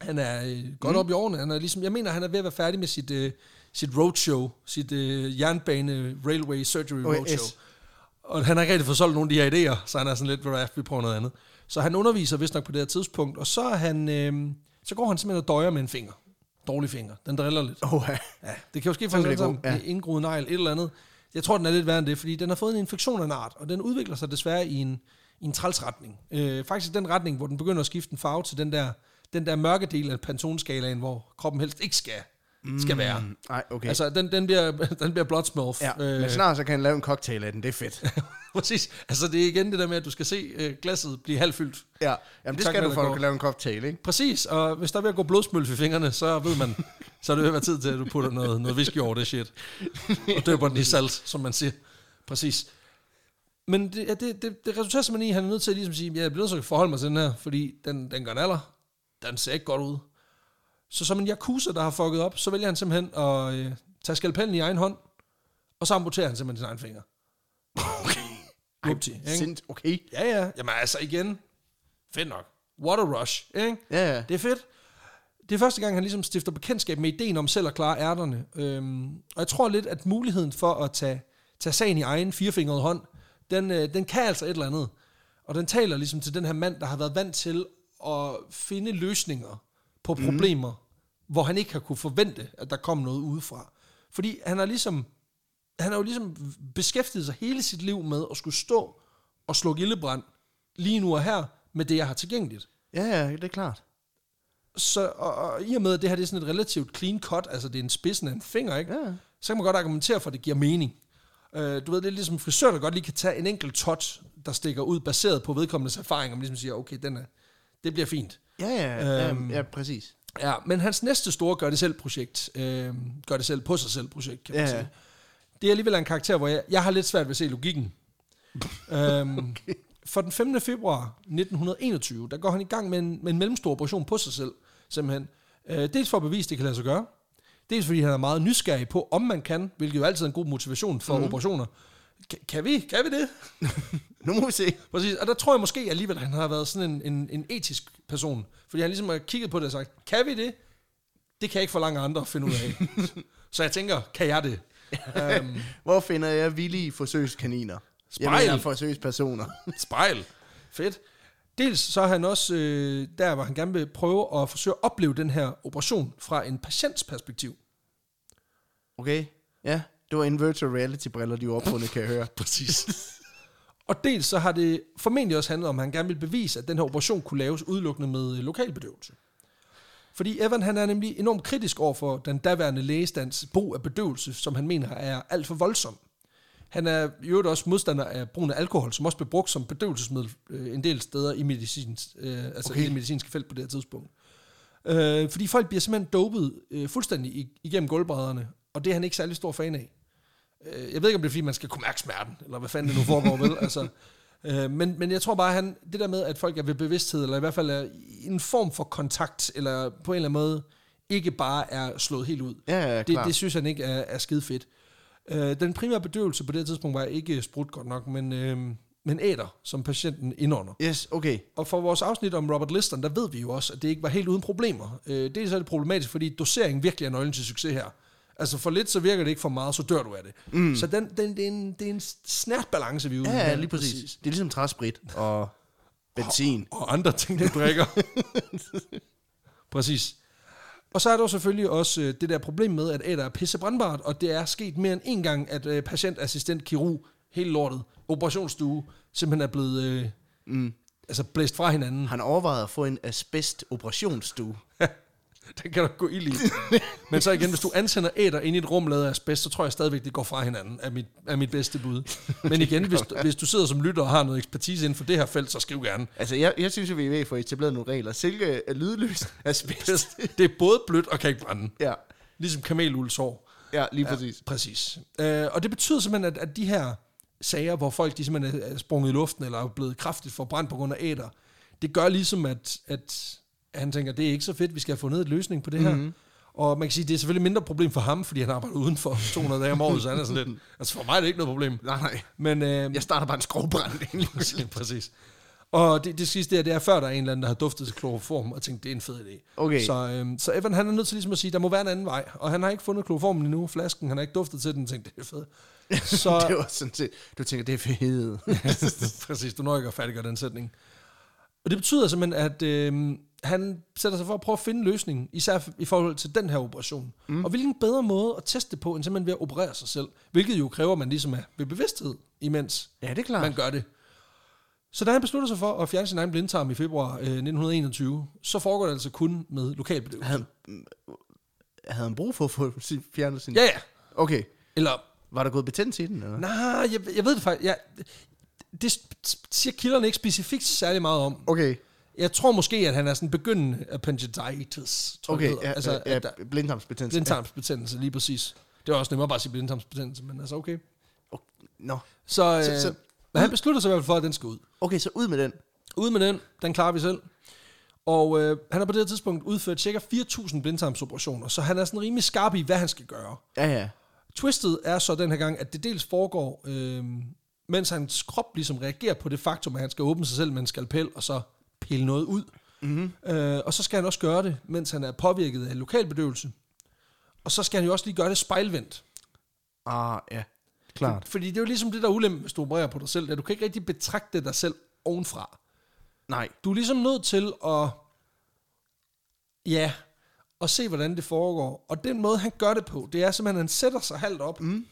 Speaker 2: Han er øh, godt mm. op i årene. Han er ligesom, jeg mener, han er ved at være færdig med sit, øh, sit roadshow, sit øh, jernbane railway surgery
Speaker 1: Okay,
Speaker 2: roadshow.
Speaker 1: S.
Speaker 2: Og han har ikke rigtig fået solgt nogen af de her idéer, så han er sådan lidt, hvad vi prøver noget andet. Så han underviser vist nok på det her tidspunkt, og så, er han, øh, så går han simpelthen og døjer med en finger. Dårlig finger. Den driller lidt.
Speaker 1: Åh, ja.
Speaker 2: Ja, det kan jo
Speaker 1: Sådan
Speaker 2: ske for
Speaker 1: kan
Speaker 2: alle
Speaker 1: det
Speaker 2: sammen.
Speaker 1: gå, ja.
Speaker 2: Ja. Indgroet negl, et eller andet. Jeg tror, den er lidt værre end det, fordi den har fået en infektion af en art, og den udvikler sig desværre i en, i en træls retning. Øh, faktisk den retning, hvor den begynder at skifte en farve til den der, den der mørke del af pantonskalaen, hvor kroppen helst ikke skal, skal være. Mm,
Speaker 1: Nej, okay. Altså,
Speaker 2: Altså, øh, den, den bliver, den bliver blodsmorph.
Speaker 1: ja. Men snart så kan han lave en cocktail af den, det er fedt.
Speaker 2: præcis. Altså, det er igen det der med, at du skal se øh, glasset blive halvfyldt.
Speaker 1: Ja. Jamen, det
Speaker 2: Tak,
Speaker 1: skal du,
Speaker 2: Mette
Speaker 1: for at du
Speaker 2: Gård.
Speaker 1: kan lave en cocktail, ikke?
Speaker 2: Præcis, og hvis der er ved at gå blodsmølf i fingrene, så ved man, så er det ved at være tid til, at du putter noget, noget whisky over det shit. Og døber den i salt, som man siger. Præcis. Men det, ja, det, det, det resulterer simpelthen i, at han er nødt til at ligesom sige, ja, jeg bliver nødt til at forholde mig til den her, fordi den, den gør en alder. Den ser ikke godt ud. Så som en yakuza, der har fucket op, så vælger han simpelthen at øh, tage skalpellen i egen hånd, og så amputerer han simpelthen sin egen finger. Okay. Upti, ikke?
Speaker 1: Sind, okay.
Speaker 2: Ja, ja. Jamen altså igen, fedt nok. What a rush, ikke?
Speaker 1: Ja, ja.
Speaker 2: Det er fedt. Det er første gang, han ligesom stifter bekendtskab med ideen om selv at klare ærterne. Øhm, og jeg tror lidt, at muligheden for at tage, tage sagen i egen firefingret hånd, den, øh, den kan altså et eller andet. Og den taler ligesom til den her mand, der har været vant til at finde løsninger på problemer, mm. hvor han ikke har kunne forvente, at der kom noget udefra. Fordi han har ligesom han har jo ligesom beskæftiget sig hele sit liv med at skulle stå og slukke ildebrand lige nu og her med det, jeg har tilgængeligt.
Speaker 1: Ja, ja, det er klart.
Speaker 2: Så og, og i og med, at det her det er sådan et relativt clean cut, altså det er en spidsen af en finger, ikke?
Speaker 1: Ja.
Speaker 2: så kan man godt argumentere for, at det giver mening. Øh, du ved, det er ligesom frisør, der godt lige kan tage en enkelt tot, der stikker ud, baseret på vedkommendes erfaring, og man ligesom siger, okay, den er, det bliver fint.
Speaker 1: Ja, ja,
Speaker 2: Øhm.
Speaker 1: øhm. ja, præcis.
Speaker 2: Ja, men hans næste store gør det selv projekt, øh, gør det selv på sig selv projekt, kan man
Speaker 1: Ja,
Speaker 2: sige.
Speaker 1: ja.
Speaker 2: Det er alligevel en karakter, hvor jeg, jeg har lidt svært ved at se logikken. øhm, okay. For den 5. februar 1921, der går han i gang med en, med en mellemstor operation på sig selv, simpelthen. Øh, dels for at bevise, det kan lade sig gøre. Dels fordi han er meget nysgerrig på, om man kan, hvilket jo altid er en god motivation for
Speaker 1: Mhm.
Speaker 2: mm. operationer. Kan, kan vi? Kan vi det?
Speaker 1: Nu må vi se.
Speaker 2: Præcis, og der tror jeg måske alligevel, at han har været sådan en, en, en etisk person. Fordi han ligesom har kigget på det og sagt, kan vi det? Det kan jeg ikke forlange andre at finde ud af. så jeg tænker, kan jeg det? Um,
Speaker 1: Hvor finder jeg villige forsøgskaniner?
Speaker 2: Spejl.
Speaker 1: Jeg mener forsøgspersoner.
Speaker 2: spejl. Fedt. Dels så er han også øh, der, hvor han gerne vil prøve at forsøge at opleve den her operation fra en patients perspektiv.
Speaker 1: Okay? Ja, det var en virtual reality-briller, de var opfundet, kan jeg høre.
Speaker 2: Præcis. og dels så har det formentlig også handlet om, at han gerne vil bevise, at den her operation kunne laves udelukkende med øh, lokalbedøvelse. Fordi Evan han er nemlig enormt kritisk over for den daværende lægestands brug af bedøvelse, som han mener er alt for voldsom. Han er i øvrigt også modstander af brugen af alkohol, som også blev brugt som bedøvelsesmiddel øh, en del steder i, medicins, øh, altså okay. i det medicinske felt på det her tidspunkt. Øh, fordi folk bliver simpelthen dopet øh, fuldstændig i- igennem gulvbrædderne, og det er han ikke særlig stor fan af. Øh, jeg ved ikke, om det er, fordi man skal kunne mærke smerten, eller hvad fanden det nu foregår, vel? Altså, øh, men, men jeg tror bare, han, det der med, at folk er ved bevidsthed, eller i hvert fald er i en form for kontakt, eller på en eller anden måde, ikke bare er slået helt ud.
Speaker 1: Ja, ja,
Speaker 2: det,
Speaker 1: klart.
Speaker 2: det synes han ikke er, er skide fedt. Øh, den primære bedøvelse på det her tidspunkt var ikke sprut godt nok, men, øh, men æder, som patienten indånder.
Speaker 1: Yes, okay.
Speaker 2: Og for vores afsnit om Robert Liston, der ved vi jo også, at det ikke var helt uden problemer. Øh, dels er det problematisk, fordi doseringen virkelig er nøglen til succes her. Altså for lidt, så virker det ikke for meget, så dør du af det. Mm. Så den, den, det, er en, det er en snært balance, vi er ude
Speaker 1: Ja,
Speaker 2: i
Speaker 1: ja,
Speaker 2: her.
Speaker 1: lige præcis. Det er ligesom træsprit og benzin.
Speaker 2: Og andre ting, du drikker. præcis. Og så er der jo selvfølgelig også øh, det der problem med, at æder er pissebrandbart, og det er sket mere end en gang, at øh, patientassistent, kirurg, hele lortet, operationsstue, simpelthen er blevet øh, mm. altså blæst fra hinanden.
Speaker 1: Han overvejede at få en asbest-operationsstue.
Speaker 2: Den kan der gå ild i. Men så igen, hvis du antænder æder ind i et rum lavet af asbest, så tror jeg stadigvæk, det går fra hinanden, er mit, er mit bedste bud. Men igen, hvis, hvis du sidder som lytter og har noget ekspertise inden for det her felt, så skriv gerne.
Speaker 1: Altså, jeg, jeg synes, at vi er ved at få etableret nogle regler. Silke er lydløst asbest.
Speaker 2: Det er både blødt og kan ikke brænde.
Speaker 1: ja,
Speaker 2: Ligesom kameluldsår.
Speaker 1: ja, lige ja. præcis.
Speaker 2: Præcis. Øh, og det betyder simpelthen, at, at de her sager, hvor folk de simpelthen er- er sprunget i luften, eller er blevet kraftigt forbrændt på grund af æder, det gør ligesom, at, at han tænker, det er ikke så fedt, vi skal have fundet et løsning på det her. Mm-hmm. Og man kan sige, det er selvfølgelig mindre problem for ham, fordi han arbejder udenfor 200 dage om året, så han er sådan lidt, altså for mig er det ikke noget problem.
Speaker 1: Nej, nej.
Speaker 2: Men, øh,
Speaker 1: Jeg starter bare en skovbrand.
Speaker 2: præcis, præcis. Og det, det sidste der, det er før, der er en eller anden, der har duftet til kloroform, og tænkt, det er en fed idé.
Speaker 1: Okay.
Speaker 2: Så, øhm, så Evan, han er nødt til ligesom at sige, der må være en anden vej. Og han har ikke fundet kloroformen endnu, flasken, han har ikke duftet til den, tænkte, det er fedt.
Speaker 1: det
Speaker 2: Så
Speaker 1: var sådan set, du tænker, det er fedt.
Speaker 2: præcis, du når ikke at færdiggøre den sætning. Og det betyder simpelthen, at øhm, han sætter sig for at prøve at finde en løsning, især i forhold til den her operation. Mm. Og hvilken bedre måde at teste det på, end simpelthen ved at operere sig selv. Hvilket jo kræver, at man ligesom er ved bevidsthed, imens
Speaker 1: ja, det er klart.
Speaker 2: man gør det. Så da han beslutter sig for at fjerne sin egen blindtarm i februar øh, 1921, så foregår det altså kun med lokalbedøvelse.
Speaker 1: havde, havde han brug for at få sin- fjernet sin...
Speaker 2: Ja, ja.
Speaker 1: Okay.
Speaker 2: Eller,
Speaker 1: Var der gået betændelse i den, eller?
Speaker 2: nej, jeg, jeg ved det faktisk. Jeg, det sp- siger kilderne ikke specifikt særlig meget om.
Speaker 1: Okay.
Speaker 2: Jeg tror måske, at han er sådan begyndende appendicitis, tror
Speaker 1: Okay,
Speaker 2: jeg det
Speaker 1: ja,
Speaker 2: hedder.
Speaker 1: altså,
Speaker 2: altså,
Speaker 1: ja,
Speaker 2: at der,
Speaker 1: blindtarmsbetændelse.
Speaker 2: blindtarmsbetændelse, lige præcis. Det er også nemmere bare at sige blindtarmsbetændelse, men altså okay.
Speaker 1: Ja. Oh, Nå.
Speaker 2: Så, øh,
Speaker 1: Så-
Speaker 2: så,
Speaker 1: så-
Speaker 2: så han beslutter sig i hvert fald for, at den skal ud.
Speaker 1: Okay, så ud med den.
Speaker 2: Ud med den, den klarer vi selv. Og øh, han har på det her tidspunkt udført ca. 4.000 blindtarmsoperationer, så han er sådan rimelig skarp i, hvad han skal gøre.
Speaker 1: Ja, ja.
Speaker 2: Twistet er så den her gang, at det dels foregår, øh, mens hans krop ligesom reagerer på det faktum, at han skal åbne sig selv med en skalpel og så pille noget ud. Mm-hmm. Øh, og så skal han også gøre det, mens han er påvirket af lokalbedøvelse. Og så skal han jo også lige gøre det spejlvendt.
Speaker 1: Ah, ja. Klart.
Speaker 2: Fordi det er jo ligesom det, der er ulempen, hvis du opererer på dig selv. At du kan ikke rigtig betragte dig selv ovenfra.
Speaker 1: Nej.
Speaker 2: du er ligesom nødt til at, ja, at se, hvordan det foregår. Og den måde, han gør det på, det er simpelthen, at han sætter sig halvt op, mm.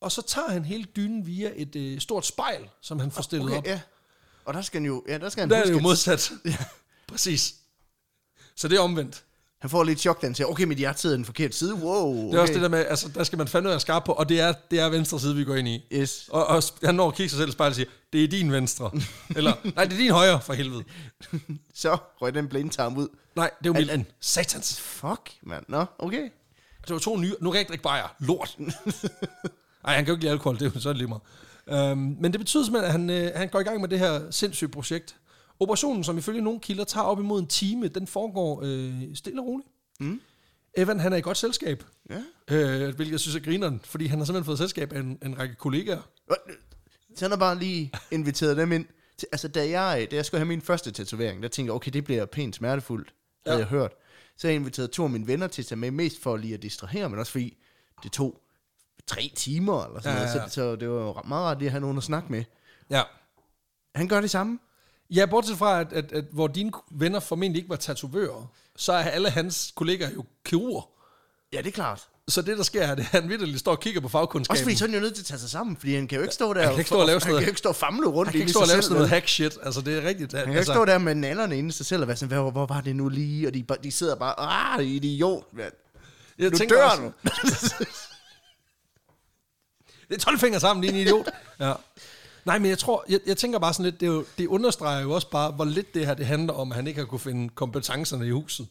Speaker 2: og så tager han hele dynen via et øh, stort spejl, som han får stillet okay, op.
Speaker 1: Okay, ja. Og der skal han jo... Ja, der skal han
Speaker 2: Der er det
Speaker 1: huske,
Speaker 2: jo
Speaker 1: at-
Speaker 2: modsat. ja. Præcis. Så det er omvendt.
Speaker 1: Han får lidt chok, da han siger, okay, mit hjerte sidder i den forkerte side. Wow. Okay.
Speaker 2: Det er også det der med, altså, der skal man fandme være skarp på, og det er, det er venstre side, vi går ind i.
Speaker 1: Yes.
Speaker 2: Og, og han når at kigge sig selv i spejlet og siger, det er din venstre. Eller, nej, det er din højre, for helvede.
Speaker 1: Så røg den blindtarm ud.
Speaker 2: Nej, det er jo min anden. Satans.
Speaker 1: Fuck, mand. Nå, okay.
Speaker 2: Det var to nye. Nu kan jeg ikke drikke bajer. Lort. Nej, han kan jo ikke lide alkohol. Det er jo sådan lige meget. Øhm, men det betyder simpelthen, at han, øh, han går i gang med det her sindssyge projekt. Operationen, som ifølge nogle kilder tager op imod en time, den foregår øh, stille og roligt. Mm. Evan, han er i godt selskab.
Speaker 1: Ja.
Speaker 2: Øh, hvilket jeg synes er grineren, fordi han har simpelthen fået selskab af en, en række kollegaer.
Speaker 1: Så han har bare lige inviteret dem ind. Til, altså, da jeg, da jeg skulle have min første tatovering, der tænkte jeg, okay, det bliver pænt smertefuldt, ja. havde
Speaker 2: Ja.
Speaker 1: jeg hørt. Så jeg inviterede to af mine venner til at tage med, mest for lige at distrahere, men også fordi det tog tre timer eller sådan
Speaker 2: Ja,
Speaker 1: ja, ja.
Speaker 2: ja,
Speaker 1: noget,
Speaker 2: ja.
Speaker 1: så, så det var jo meget rart lige at have nogen at snakke med.
Speaker 2: Ja.
Speaker 1: Han gør det samme.
Speaker 2: Ja, bortset fra, at, at, at hvor dine venner formentlig ikke var tatovører, så er alle hans kollegaer jo kirurger.
Speaker 1: Ja, det er klart.
Speaker 2: Så det, der sker, er, at han vidderligt står og kigger på fagkundskaben.
Speaker 1: Også fordi så er han jo nødt til at tage sig sammen, fordi han kan jo ikke stå der
Speaker 2: kan ikke stå og lave sådan
Speaker 1: han
Speaker 2: noget.
Speaker 1: kan jo ikke stå og famle rundt
Speaker 2: Han kan
Speaker 1: inde i
Speaker 2: ikke stå
Speaker 1: sig
Speaker 2: og lave
Speaker 1: selv,
Speaker 2: sådan
Speaker 1: vel?
Speaker 2: noget hack shit. Altså, det er rigtigt.
Speaker 1: Han kan altså, stå der med nallerne inde i sig selv og være sådan, hvor, hvor var det nu lige? Og de, bare- de sidder bare, ah, idiot, mand.
Speaker 2: jeg
Speaker 1: Nu
Speaker 2: tænker
Speaker 1: dør
Speaker 2: også,
Speaker 1: du.
Speaker 2: Det er 12 fingre sammen, din idiot. ja. Nej, men jeg tror, jeg, jeg tænker bare sådan lidt, det, er jo, det understreger jo også bare, hvor lidt det her det handler om, at han ikke har kunne finde kompetencerne i huset.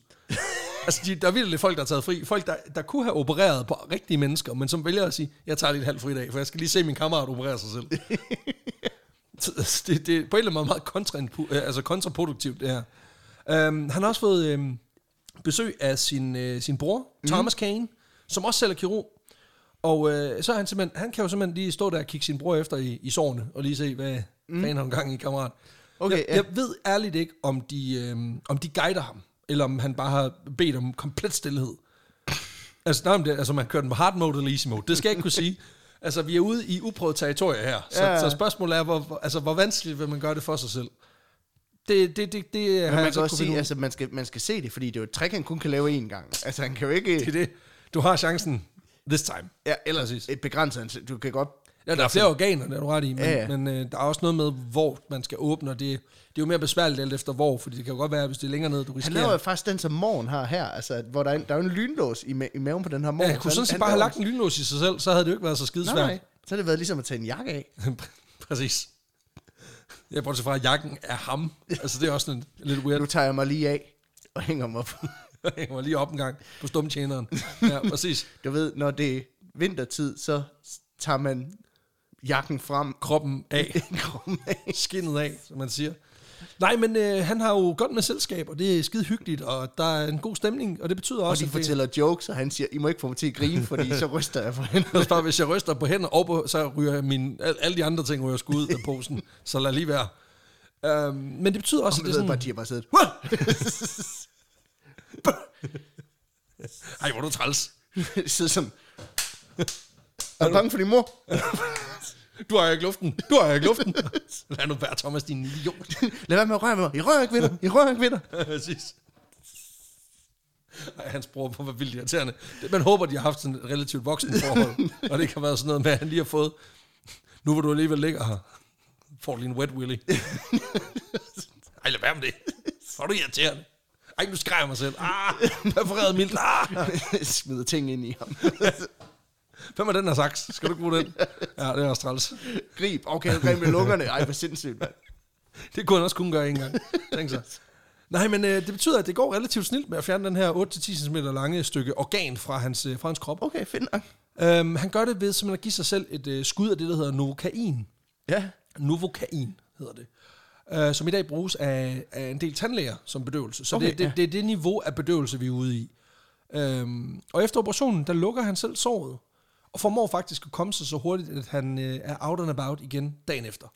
Speaker 2: altså, de, der er virkelig folk, der er taget fri. Folk, der, der kunne have opereret på rigtige mennesker, men som vælger at sige, jeg tager lige et halvt fridag, for jeg skal lige se min kammerat operere sig selv. Så, altså, det, det er på en eller anden måde meget kontrainpu- øh, altså kontraproduktivt, det her. Um, han har også fået øhm, besøg af sin, øh, sin bror, Thomas Kane, som også selv er kirurg. Og øh, så er han simpelthen, han kan jo simpelthen lige stå der og kigge sin bror efter i, i sårene, og lige se, hvad mm. fanden har hun gang i, kammerat.
Speaker 1: Okay,
Speaker 2: jeg,
Speaker 1: ja.
Speaker 2: jeg ved ærligt ikke, om de, øh, om de guider ham, eller om han bare har bedt om komplet stillhed. Altså, nej, men det, altså man kører den på hard mode eller easy mode. Det skal jeg ikke kunne sige. Altså, vi er ude i uprøvet territorie her. Så,
Speaker 1: Ja.
Speaker 2: ja. så spørgsmålet er, hvor- hvor, altså, hvor vanskeligt vil man gøre det for sig selv? Det, det, det, det har
Speaker 1: Men
Speaker 2: jeg
Speaker 1: man
Speaker 2: altså
Speaker 1: kan
Speaker 2: ikke
Speaker 1: også
Speaker 2: kunne finde
Speaker 1: sige,
Speaker 2: ud af.
Speaker 1: altså man skal, man skal se det, fordi det er jo et trick, han kun kan lave én gang. Altså han kan jo ikke...
Speaker 2: Det er det. Du har chancen this time.
Speaker 1: Ja,
Speaker 2: præcis.
Speaker 1: ellers et begrænset ansigt. Du kan godt
Speaker 2: Ja, der er flere organer, det er du ret i, men,
Speaker 1: Ja,
Speaker 2: ja,
Speaker 1: ja.
Speaker 2: ja. men øh, der er også noget med, hvor man skal åbne, og det, det er jo mere besværligt alt efter hvor, fordi det kan jo godt være, hvis det er længere ned, du
Speaker 1: Han
Speaker 2: risikerer...
Speaker 1: laver jo faktisk den, som morgen har her, altså, at- hvor der er, en- der er jo en lynlås i, ma- i maven på den her morgen.
Speaker 2: ja, jeg kunne
Speaker 1: så
Speaker 2: sådan
Speaker 1: han-
Speaker 2: set bare have
Speaker 1: han
Speaker 2: lagt en lynlås i sig selv, så havde det jo ikke været så
Speaker 1: laver-
Speaker 2: skidesvært.
Speaker 1: Nej, nej. Så har det været ligesom at tage en jakke af.
Speaker 2: Præcis. Jeg bortset fra, at jakken er ham. Altså, det er også sådan lidt weird.
Speaker 1: Nu tager jeg mig lige af og hænger mig på.
Speaker 2: Jeg var lige op en gang på stumtjeneren. Ja, præcis.
Speaker 1: Du ved, når det er vintertid, så tager man jakken frem.
Speaker 2: Kroppen af. Skinnet af, som man siger. Nej, men øh, han har jo godt med selskab, og det er skide hyggeligt, og der er en god stemning, og det betyder
Speaker 1: Og
Speaker 2: også,
Speaker 1: de
Speaker 2: at det,
Speaker 1: fortæller jokes, og han siger, I må ikke få mig til at grine, fordi så ryster jeg på hænderne.
Speaker 2: Også bare, hvis jeg ryster på hænder og på, så ryger jeg min, al, alle de andre ting ryger sgu ud af posen, så lad lige være. Um, men det betyder også,
Speaker 1: Så
Speaker 2: at
Speaker 1: det
Speaker 2: det
Speaker 1: ved
Speaker 2: er sådan...
Speaker 1: bare, de har bare siddet.
Speaker 2: Ej, hvor er du træls.
Speaker 1: sidder sådan. Er du bange for din mor?
Speaker 2: Du har ikke luften. Du har ikke luften. Lad nu være, Thomas, din idiot.
Speaker 1: Lad være med at røre ved mig. I rører ikke ved dig. I rører ikke ved dig.
Speaker 2: Præcis. Ej, hans bror var vildt irriterende. Det- Man håber, de har haft sådan et relativt voksen forhold, og det kan være sådan noget med, at han lige har fået, nu hvor du alligevel ligger her, får du lige en wet willy. Ej, lad være med det. Hvor er du irriterende. Ej, nu skræver jeg mig selv. Ah, perforeret mildt. Ah.
Speaker 1: Smider ting ind i ham.
Speaker 2: Hvem er den her saks? Skal du ikke bruge den? Ja, det er også træls.
Speaker 1: Grib. Okay, jeg greb med lungerne. Ej, hvor sindssygt, mand.
Speaker 2: Det kunne han også kun gøre en gang. Tænk så. Nej, men øh, det betyder, at det går relativt snilt med at fjerne den her 8-10 cm lange stykke organ fra hans, øh, fra hans krop.
Speaker 1: Okay, fedt nok.
Speaker 2: Øhm, han gør det ved simpelthen at give sig selv et øh, skud af det, der hedder novokain.
Speaker 1: Ja.
Speaker 2: Novokain hedder det. Øh, som i dag bruges af, af en del tandlæger som bedøvelse. Så
Speaker 1: Okay,
Speaker 2: okay, det, det,
Speaker 1: ja.
Speaker 2: det er det niveau af bedøvelse, vi er ude i. Øhm, og efter operationen, der lukker han selv såret. Og formår faktisk at komme sig så hurtigt, at han øh, er out and about igen dagen efter.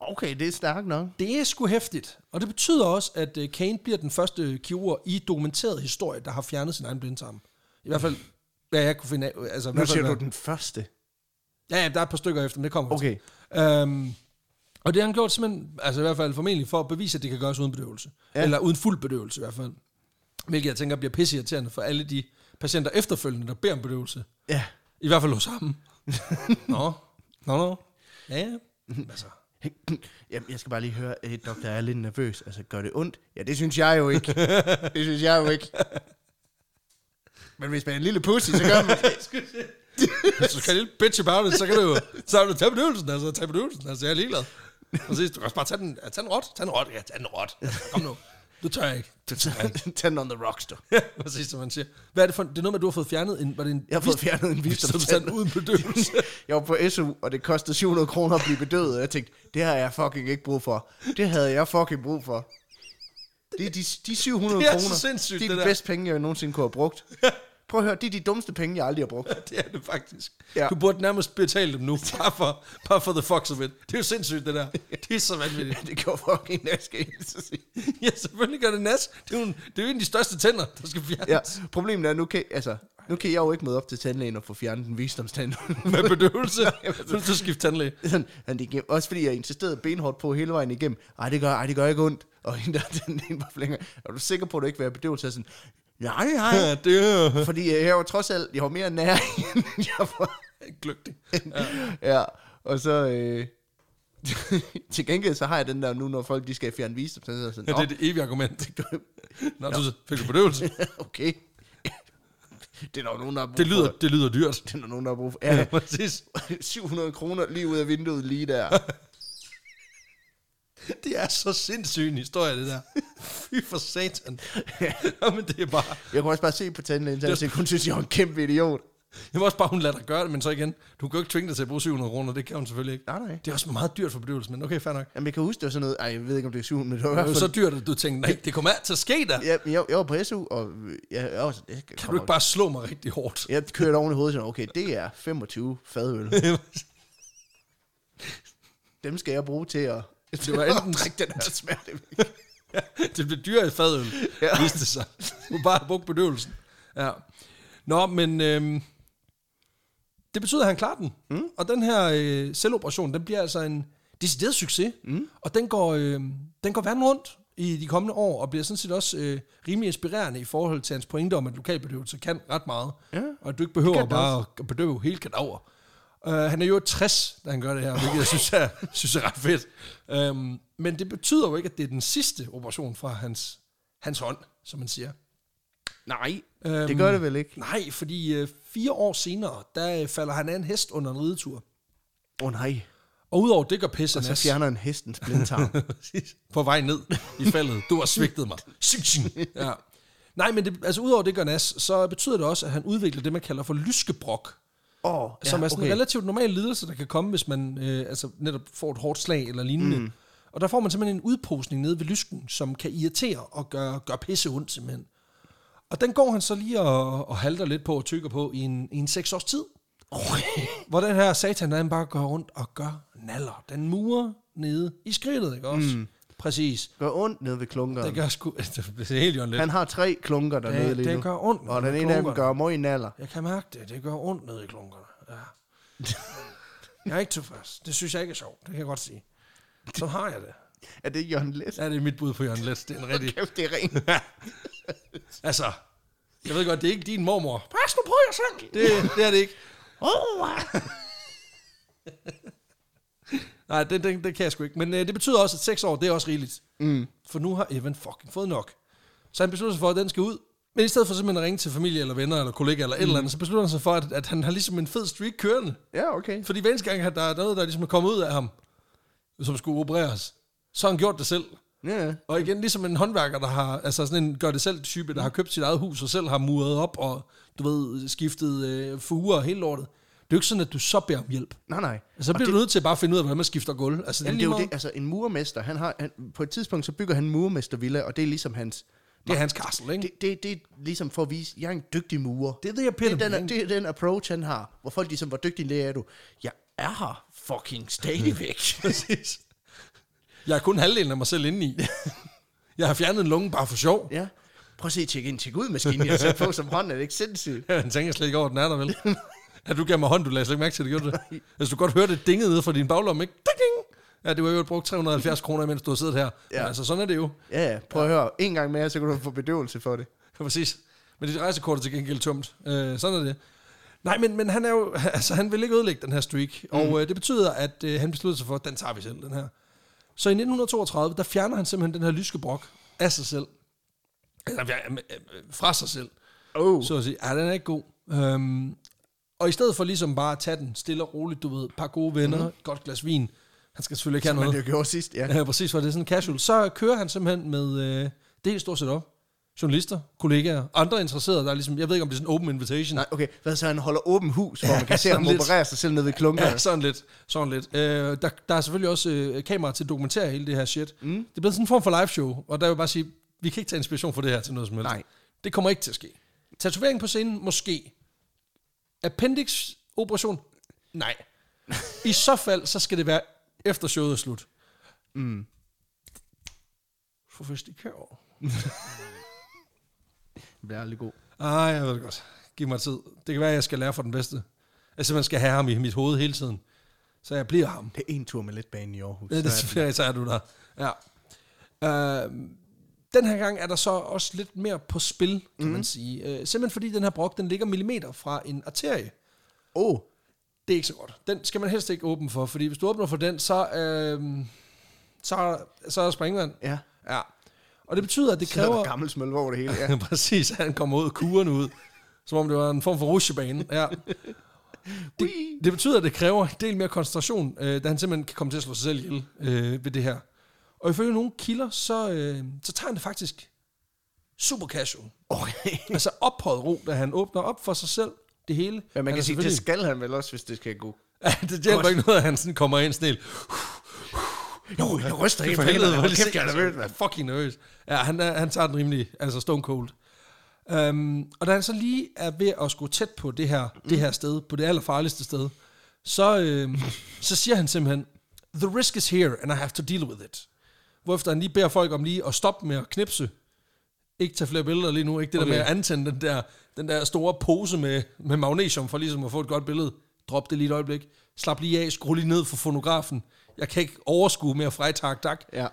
Speaker 1: Okay, det er stærkt nok.
Speaker 2: Det er sgu hæftigt. Og det betyder også, at øh, Kane bliver den første kirurg i dokumenteret historie, der har fjernet sin egen blindtarm. I hvert fald, hvad jeg kunne finde af. Altså, i
Speaker 1: Nu
Speaker 2: hvert fald,
Speaker 1: siger
Speaker 2: hvad-
Speaker 1: du den første.
Speaker 2: Ja, ja, der er et par stykker efter, men det kommer vi
Speaker 1: Okay.
Speaker 2: til. Øhm, og det har han gjort simpelthen, altså i hvert fald formentlig, for at bevise, at det kan gøres uden bedøvelse.
Speaker 1: Ja.
Speaker 2: Ja. Eller uden fuld bedøvelse i hvert fald. Hvilket jeg tænker bliver pisseirriterende for alle de patienter efterfølgende, der beder om bedøvelse.
Speaker 1: Ja.
Speaker 2: I hvert fald hos ham. nå, nå, nå. Ja, ja. altså.
Speaker 1: Jamen, jeg skal bare lige høre, øh, doktor, jeg er lidt nervøs. Altså, gør det ondt? Ja, det synes jeg jo ikke. Det synes jeg jo ikke. Men hvis man er en lille pussy, så gør man
Speaker 2: Hvis du skal lille bitch about it, så kan du jo så kan du tage bedøvelsen, altså tage bedøvelsen, altså jeg er ligeglad. Præcis, du kan også bare tage den, ja, tage en rot, tage en rot, ja, tage en rot. Kom nu, du tør jeg ikke, du tør jeg ikke.
Speaker 1: det. Ten on the rockster.
Speaker 2: Ja, præcis som man siger. Hvad er det for Det er noget med, at du har fået fjernet en... Var det en
Speaker 1: Jeg har fået fjernet en visdomstand.
Speaker 2: uden bedøvelse.
Speaker 1: Jeg var på SU, og det kostede 700 kroner at blive bedøvet, og jeg tænkte, det har jeg fucking ikke brug for. Det havde jeg fucking brug for. Det er de, de 700
Speaker 2: Det er så
Speaker 1: kroner,
Speaker 2: sindssygt,
Speaker 1: det er
Speaker 2: det
Speaker 1: de
Speaker 2: der.
Speaker 1: bedste penge, jeg nogensinde kunne have brugt. Prøv at høre, det er de dummeste penge, jeg aldrig har brugt.
Speaker 2: det er det faktisk.
Speaker 1: Ja.
Speaker 2: Ja. Du burde nærmest betale dem nu, bare for, bare for the fucks of it. Det er jo sindssygt, det der. Det er så vanvittigt.
Speaker 1: Det gjorde fucking næske, jeg skal sige.
Speaker 2: Ja, selvfølgelig gør det nas. Det er jo en, det er jo en af de største tænder, der skal fjernes.
Speaker 1: Ja, problemet er, nu kan, altså, nu kan jeg jo ikke møde op til tandlægen og få fjernet en visdomstand.
Speaker 2: Med bedøvelse. Så du skal skifte tandlæge.
Speaker 1: Sådan, han gik hjem. Også fordi jeg insisterede benhårdt på hele vejen igennem. Ej, det gør, ej, det gør ikke ondt. Og hende der, den ene var længere. Er du sikker på, at du ikke vil have bedøvelse? Jeg er Sådan, nej, nej.
Speaker 2: Ja, det er
Speaker 1: Fordi øh, jeg var trods alt, jeg var mere nær, end jeg var.
Speaker 2: glygtig.
Speaker 1: Ja, og så... Øh, til gengæld, så har jeg den der nu, når folk de skal fjerne visdom, så er jeg
Speaker 2: Ja,
Speaker 1: sådan,
Speaker 2: det er
Speaker 1: Nå,
Speaker 2: det evige argument. Nå, du fik du bedøvelse.
Speaker 1: okay. Det er der jo nogen, der har brug
Speaker 2: Det
Speaker 1: for.
Speaker 2: lyder, det lyder dyrt.
Speaker 1: Det er der nogen, der har brug for. Ja,
Speaker 2: præcis.
Speaker 1: 700 kroner lige ud af vinduet lige der.
Speaker 2: Det er så sindssyg en historie, det der. Fy for satan. Jamen, det er bare...
Speaker 1: Jeg kunne også bare se på tandlægen, så jeg kun synes, jeg var en kæmpe idiot.
Speaker 2: Jeg må også bare, hun lader dig gøre det, men så igen, du kan jo ikke tvinge dig til at bruge 700 kroner, det kan hun selvfølgelig ikke.
Speaker 1: Nej, nej.
Speaker 2: Det er også meget dyrt for bedøvelse, men okay, fair nok.
Speaker 1: Jamen, jeg kan huske, det var sådan noget, ej, jeg ved ikke, om det er 700, men det var i
Speaker 2: Det er
Speaker 1: hvert
Speaker 2: jo så
Speaker 1: fald...
Speaker 2: dyrt, at du tænkte, nej, det kommer alt til at ske der.
Speaker 1: Ja, men jeg, jeg var på SU, og øh, jeg, jeg var sådan, det
Speaker 2: Kan du ikke bare slå mig rigtig hårdt?
Speaker 1: Jeg kørte oven i hovedet sådan, okay, det er 25 fadøl. Dem skal jeg bruge til at...
Speaker 2: Det var enten-
Speaker 1: at drikke den her smerte. væk.
Speaker 2: det blev dyrere i fadøl,
Speaker 1: Ja.
Speaker 2: ja. viste det sig. Du bare har brugt bedøvelsen. Ja. Nå, men øhm, det betyder, at han klarer den. Mm. Og den her øh, selvoperation, den bliver altså en decideret succes. Mm. Og den går, øh, den går verden rundt i de kommende år, og bliver sådan set også øh, rimelig inspirerende i forhold til hans pointe om, at lokalbedøvelse kan ret meget. Ja. Og at du ikke behøver
Speaker 1: det
Speaker 2: bare at bedøve hele kadaver. Uh, han er jo 60, da han gør det her, hvilket jeg synes er, synes er ret fedt. Um, men det betyder jo ikke, at det er den sidste operation fra hans, hans hånd, som man siger.
Speaker 1: Nej,
Speaker 2: Øhm,
Speaker 1: det gør det vel ikke.
Speaker 2: Nej, fordi øh, fire år senere, der øh, falder han af en hest under en ridetur.
Speaker 1: Åh oh, nej,
Speaker 2: Og udover det gør pisse
Speaker 1: så fjerner en hestens blindtarm.
Speaker 2: på vej ned i faldet. Du har svigtet mig. Sing, sing. Ja. Nej, men det, altså udover det gør Nas, så betyder det også, at han udvikler det, man kalder for lyskebrok.
Speaker 1: Åh,
Speaker 2: Ja, som er sådan okay.
Speaker 1: okay.
Speaker 2: en relativt normal lidelse, der kan komme, hvis man øh, altså netop får et hårdt slag eller lignende. Mm. Og der får man simpelthen en udposning nede ved lysken, som kan irritere og gøre, gøre pisse ondt simpelthen. Og den går han så lige og, og halter lidt på og tykker på i en, i en seks års tid. Hvor den her satan, han bare går rundt og gør naller. Den murer nede i skridtet, ikke også? Mm. Præcis.
Speaker 1: Gør ondt nede ved
Speaker 2: Det
Speaker 1: klunkeren.
Speaker 2: gør sgu... Det er helt jorden lidt.
Speaker 1: Han har tre klunker dernede
Speaker 2: Det-
Speaker 1: lige
Speaker 2: det
Speaker 1: nu.
Speaker 2: gør ondt, når
Speaker 1: Og
Speaker 2: man
Speaker 1: den ene af dem
Speaker 2: klunker.
Speaker 1: gør møg naller.
Speaker 2: Jeg kan mærke det. Det gør ondt ned i klunkerne. Ja. Jeg er ikke tilfreds. Det synes jeg ikke er sjovt. Det kan jeg godt sige. Så har jeg det.
Speaker 1: Er det Jørgen Læs?
Speaker 2: Ja, det er mit bud på Jørgen Let. Det er en rigtig...
Speaker 1: Kæft, det er rent.
Speaker 2: Altså, jeg ved godt, det er ikke din mormor. Pas nu på jer selv. Det, det er det ikke. Nej, det, det, det kan jeg sgu ikke. Men øh, det betyder også, at 6 år, det er også rigeligt. Mm. For nu har Evan fucking fået nok. Så han beslutter sig for, at den skal ud. Men i stedet for simpelthen at ringe til familie eller venner eller kollegaer eller et eller andet, så beslutter han sig for, at, at han har ligesom en fed streak kørende.
Speaker 1: ja, okay.
Speaker 2: Fordi hver eneste gang, at der er noget, der ligesom er kommet ud af ham, som skulle opereres, så har han gjort det selv.
Speaker 1: Ja.
Speaker 2: Og igen, ligesom en håndværker, der har, altså sådan en gør-det-selv-type, der har købt sit eget hus og selv har muret op og, du ved, skiftet øh, fuger og hele lortet. Det er jo ikke sådan, at du så beder om hjælp.
Speaker 1: Nej, nej.
Speaker 2: Altså, så bliver det, du nødt til bare at finde ud af, hvordan man skifter gulv. Altså,
Speaker 1: Jamen, det
Speaker 2: lige
Speaker 1: er jo
Speaker 2: meget-
Speaker 1: det, altså en murmester, han har, han, på et tidspunkt så bygger han en murmestervilla, og det er ligesom hans,
Speaker 2: det er hans castle, ikke? Det,
Speaker 1: det, det, det er ligesom for at vise, jeg er en dygtig murer.
Speaker 2: det er det, jeg piller
Speaker 1: det, er
Speaker 2: med,
Speaker 1: den, det er den approach, han har, hvor folk ligesom, hvor dygtig lærer er du? Jeg er her fucking stadigvæk.
Speaker 2: Præcis. Jeg er kun halvdelen af mig selv indeni. Jeg har fjernet en lunge bare for sjov.
Speaker 1: ja. Prøv at se, tjek ind, tjek ud maskinen, jeg har sat på som hånd, er det ikke sindssygt?
Speaker 2: Han tænker slet ikke over, at den er der, vel? At du gav mig hånd, du lagde slet ikke mærke til, at det gjorde det. Altså, du kan godt høre det dingede nede fra din baglomme, ikke? Ding! Ja, det var jo brugt 370 kroner, mens du har siddet her. Ja.
Speaker 1: Ja.
Speaker 2: Men altså, sådan er det jo.
Speaker 1: Ja, ja, prøv at høre, en gang mere, så kan du få bedøvelse for det.
Speaker 2: Ja, præcis. Men dit rejsekort er til gengæld tømt. Øh, sådan er det. Nej, men, men han er jo, altså, han vil ikke ødelægge den her streak, mm. og øh, det betyder, at øh, han beslutter sig for, at den tager vi selv, den her. Så i 1932, der fjerner han simpelthen den her lyske brok af sig selv. Altså, han fjerner- øh, øh, fra sig selv.
Speaker 1: Oh.
Speaker 2: Så at sige, ja, den er ikke god. Øhm, og i stedet for ligesom bare at tage den stille og roligt, du ved, et par gode venner, mm. et godt glas vin. Han skal selvfølgelig ikke have
Speaker 1: Men
Speaker 2: noget.
Speaker 1: det gjorde sidst, ja.
Speaker 2: Ja, præcis, for det er sådan casual. Så kører han simpelthen med, øh, det er stort set op, journalister, kollegaer, andre interesserede, der er ligesom, jeg ved ikke, om det er sådan en open invitation.
Speaker 1: Nej, okay, hvad så han holder åben hus, hvor man kan se
Speaker 2: sådan
Speaker 1: ham
Speaker 2: lidt.
Speaker 1: operere sig selv nede ved klunker.
Speaker 2: Ja, sådan lidt. Sådan lidt. Øh, der, der er selvfølgelig også øh, kameraer til at dokumentere hele det her shit. Mm. Det er blevet sådan en form for live show, og der vil jeg bare sige, vi kan ikke tage inspiration for det her til noget som helst.
Speaker 1: Nej.
Speaker 2: Det kommer ikke til at ske. Tatovering på scenen? Måske. Appendix-operation? Nej. I så fald, så skal det være efter showet er slut. Mm. Sofistikeret.
Speaker 1: Det bliver aldrig god.
Speaker 2: Ah, jeg ved det godt. Giv mig tid. Det kan være, at jeg skal lære for den bedste. Jeg simpelthen skal have ham i mit hoved hele tiden. Så jeg bliver ham.
Speaker 1: Det er en tur med letbanen i Aarhus.
Speaker 2: Ja, det desværre, så er du der. Ja. Øh, den her gang er der så også lidt mere på spil, kan
Speaker 1: Mhm.
Speaker 2: mm. man sige. Øh, simpelthen fordi den her brok, den ligger millimeter fra en arterie.
Speaker 1: Åh, oh,
Speaker 2: Det er ikke så godt. Den skal man helst ikke åbne for, fordi hvis du åbner for den, så, øh, så, er der- så er der springvand.
Speaker 1: ja.
Speaker 2: Ja. Og det betyder, at det
Speaker 1: Så er der
Speaker 2: kræver...
Speaker 1: gammel smølve over det hele, ja.
Speaker 2: Ja, præcis. Han kommer ud, kuren ud. Som om det var en form for rutsjebane. Ja. Det, det betyder, at det kræver en del mere koncentration, øh, da han simpelthen kan komme til at slå sig selv ihjel øh, ved det her. Og ifølge nogle kilder, så, øh, så tager han det faktisk super casual.
Speaker 1: Okay.
Speaker 2: Altså ophøjet ro, da han åbner op for sig selv, det hele.
Speaker 1: Ja, man
Speaker 2: Han
Speaker 1: kan
Speaker 2: er
Speaker 1: sige, det
Speaker 2: selvfølgelig-
Speaker 1: skal han vel også, hvis det skal gå.
Speaker 2: Ja, det hjælper ikke noget, at han sådan kommer ind snil.
Speaker 1: Jo, jeg ryster
Speaker 2: Det er
Speaker 1: helt
Speaker 2: for
Speaker 1: på
Speaker 2: helvede, altså.
Speaker 1: hænderne.
Speaker 2: hvor det
Speaker 1: Kæft, jeg er nervøs,
Speaker 2: er fucking nervøs. Ja, han, er, han tager den rimelig, altså stone cold. Um, og da han så lige er ved at skulle tæt på det her, det her sted, på det allerfarligste sted, så, øhm, så siger han simpelthen, The risk is here, and I have to deal with it. Hvorefter han lige beder folk om lige at stoppe med at knipse. Ikke tage flere billeder lige nu. Ikke det okay. der med at antænde den der, den der store pose med, med magnesium, for ligesom at få et godt billede. Drop det lige et øjeblik. Slap lige af, skru lige ned for fotografen. Jeg kan ikke overskue mere frejtak, tak.
Speaker 1: Ja,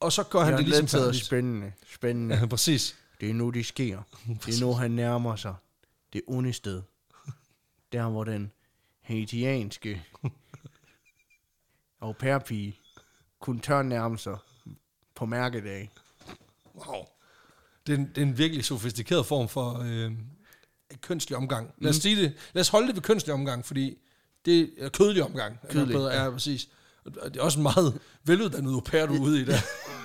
Speaker 2: Og så gør
Speaker 1: han
Speaker 2: han
Speaker 1: er
Speaker 2: det ligesom
Speaker 1: lidt og
Speaker 2: færdigt.
Speaker 1: spændende. Spændende.
Speaker 2: Ja, præcis.
Speaker 1: Det er nu, det sker. Det er nu, han nærmer sig. Det onde sted. Der, hvor den haitianske au pair-pige kunne tørnærme sig på mærkedag.
Speaker 2: Wow. Det er en, det er en virkelig sofistikeret form for øh, kønslig omgang. Lad os, sige det. Lad os holde det ved kønslig omgang, fordi det er kødlig omgang. er nok
Speaker 1: Kødelig,
Speaker 2: bedre, ja. præcis. Og det er også en meget veluddannet au pair, du er ude i der,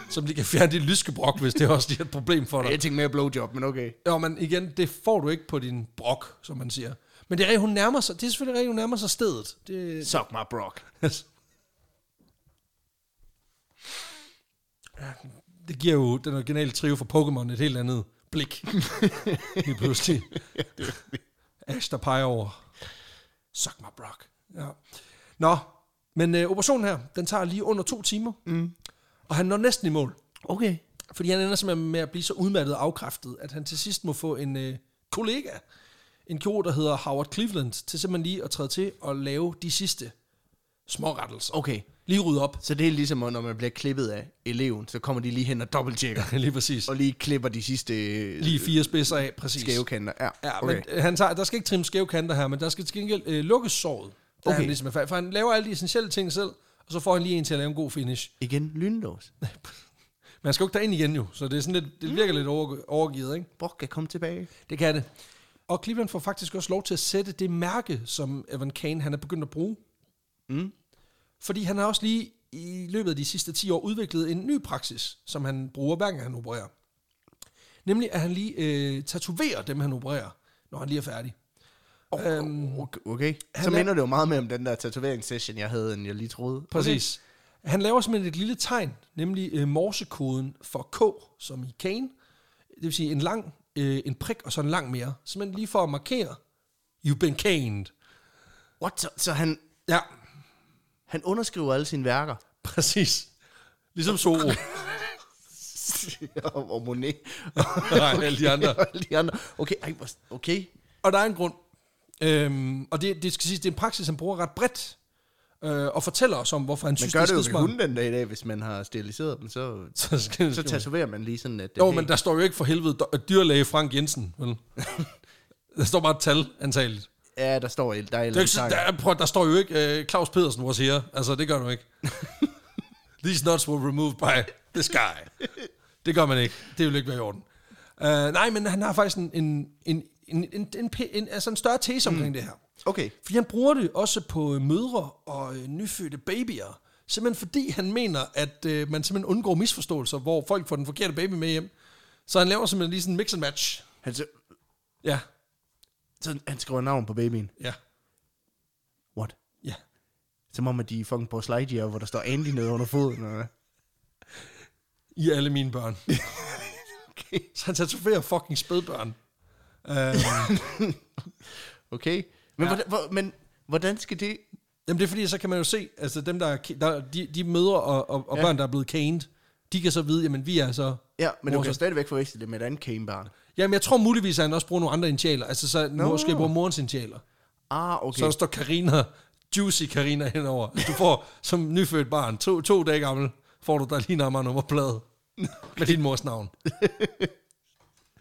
Speaker 2: som de kan fjerne dit lyske brok, hvis det også er et problem for dig.
Speaker 1: Jeg tænkte mere blowjob, men okay.
Speaker 2: Jo, men igen, det får du ikke på din brok, som man siger. Men det er, rigtigt, hun nærmer sig, det er selvfølgelig rigtigt, hun nærmer sig stedet. Det,
Speaker 1: Suck my brock.
Speaker 2: Altså. Ja, Det giver jo den originale trio for Pokémon et helt andet blik. Lige pludselig. Ash, der peger over. Suck my brock. Ja. Nå, men øh, operationen her, den tager lige under to timer. Mm. Og han når næsten i mål.
Speaker 1: Okay.
Speaker 2: Fordi han ender simpelthen med at blive så udmattet og afkræftet, at han til sidst må få en øh, kollega, en kirurg, der hedder Howard Cleveland, til simpelthen lige at træde til og lave de sidste smårettelser.
Speaker 1: Okay.
Speaker 2: Lige rydde op.
Speaker 1: Så det er ligesom, når man bliver klippet af eleven, så kommer de lige hen og dobbelttjekker,
Speaker 2: lige præcis.
Speaker 1: og lige klipper de sidste øh,
Speaker 2: Lige fire spidser af, præcis.
Speaker 1: skæve kanter. Ja,
Speaker 2: Ja,
Speaker 1: okay.
Speaker 2: men øh, han tager, der skal ikke trimme skæve kanter her, men der skal til gengæld øh, lukkes såret. Der
Speaker 1: Okay.
Speaker 2: okay. han ligesom er færdig, for han laver alle de essentielle ting selv, og så får han lige en til at lave en god finish.
Speaker 1: Igen, lynlås.
Speaker 2: Men han skal jo ikke derind igen jo, så det, er sådan lidt, det virker lidt over, overgivet, ikke?
Speaker 1: Brock kan komme tilbage.
Speaker 2: Det kan det. Og Cleveland får faktisk også lov til at sætte det mærke, som Evan Kane han er begyndt at bruge.
Speaker 1: Mm.
Speaker 2: Fordi han har også lige i løbet af de sidste 10 år udviklet en ny praksis, som han bruger hver gang han opererer. Nemlig at han lige øh, tatoverer dem, han opererer, når han lige er færdig.
Speaker 1: Øhm, okay. Så
Speaker 2: Mm. han er-
Speaker 1: minder det jo meget mere om den der tatoveringssession, jeg havde, end jeg lige troede.
Speaker 2: Præcis. Han laver simpelthen et lille tegn, nemlig øh, morsekoden for K, som i Kane. Det vil sige en lang, øh, en prik og så en lang mere. Simpelthen lige for at markere, you've been caned.
Speaker 1: What? Så, så han,
Speaker 2: Ja,
Speaker 1: han underskriver alle sine værker.
Speaker 2: præcis. Ligesom Soro
Speaker 1: og, og Monet.
Speaker 2: og alle de andre.
Speaker 1: og alle de andre. Okay, ej, hvor- okay.
Speaker 2: Og der er en grund. Øhm, og det, det skal siges, det er en praksis, han bruger ret bredt. Øh, og fortæller os om, hvorfor han
Speaker 1: Man
Speaker 2: synes,
Speaker 1: gør
Speaker 2: det
Speaker 1: det
Speaker 2: er
Speaker 1: jo ved
Speaker 2: skidesmart.
Speaker 1: hunden den dag i dag, hvis man har steriliseret dem, så,
Speaker 2: Så, skal,
Speaker 1: så tatoverer man lige sådan, at...
Speaker 2: Jo,
Speaker 1: hey,
Speaker 2: men der står jo ikke for helvede do- dyrlæge Frank Jensen, vel? der står bare et tal, antageligt.
Speaker 1: Ja, der står... Der er,
Speaker 2: Det er jo ikke, sådan-
Speaker 1: der,
Speaker 2: der, prøv, at- der står jo ikke uh, Claus Pedersen was here. Altså, det gør du ikke. These nuts were removed by this guy. Det gør man ikke. Det vil ikke være i orden. Uh, nej, men han har faktisk en, en, en, en, en, en, p- en, altså en større tese omkring mm. det her.
Speaker 1: Okay.
Speaker 2: Fordi han bruger det også på øh, mødre og øh, nyfødte babyer. Simpelthen fordi han mener, at øh, man simpelthen undgår misforståelser, hvor folk får den forkerte baby med hjem. Så han laver simpelthen lige sådan en mix and match.
Speaker 1: Han, så,
Speaker 2: Ja,
Speaker 1: så, han skriver navn på babyen.
Speaker 2: ja,
Speaker 1: What?
Speaker 2: ja.
Speaker 1: Som om, at de er fucking på slide hvor der står Andy nede under foden. Og,
Speaker 2: I alle mine børn. okay. Så han tatoverer fucking spædbørn. Uh,
Speaker 1: okay. Men, ja. hvordan, hvor, men hvordan skal det...
Speaker 2: jamen det er fordi, så kan man jo se, altså dem der, er, ca- der de, de mødre og, og, og ja. børn, der er blevet caned, de kan så vide, jamen vi er så...
Speaker 1: Ja, men du
Speaker 2: Mor-
Speaker 1: kan stadigvæk forveksle det med et andet kamebarn.
Speaker 2: Jamen jeg tror muligvis, at han også bruger nogle andre initialer. Altså så no. måske bruger morens initialer.
Speaker 1: Ah, okay.
Speaker 2: Så der står Karina, juicy Karina henover. Du får som nyfødt barn, to, to dage gammel, får du der lige en Amager nummerplade med din mors navn.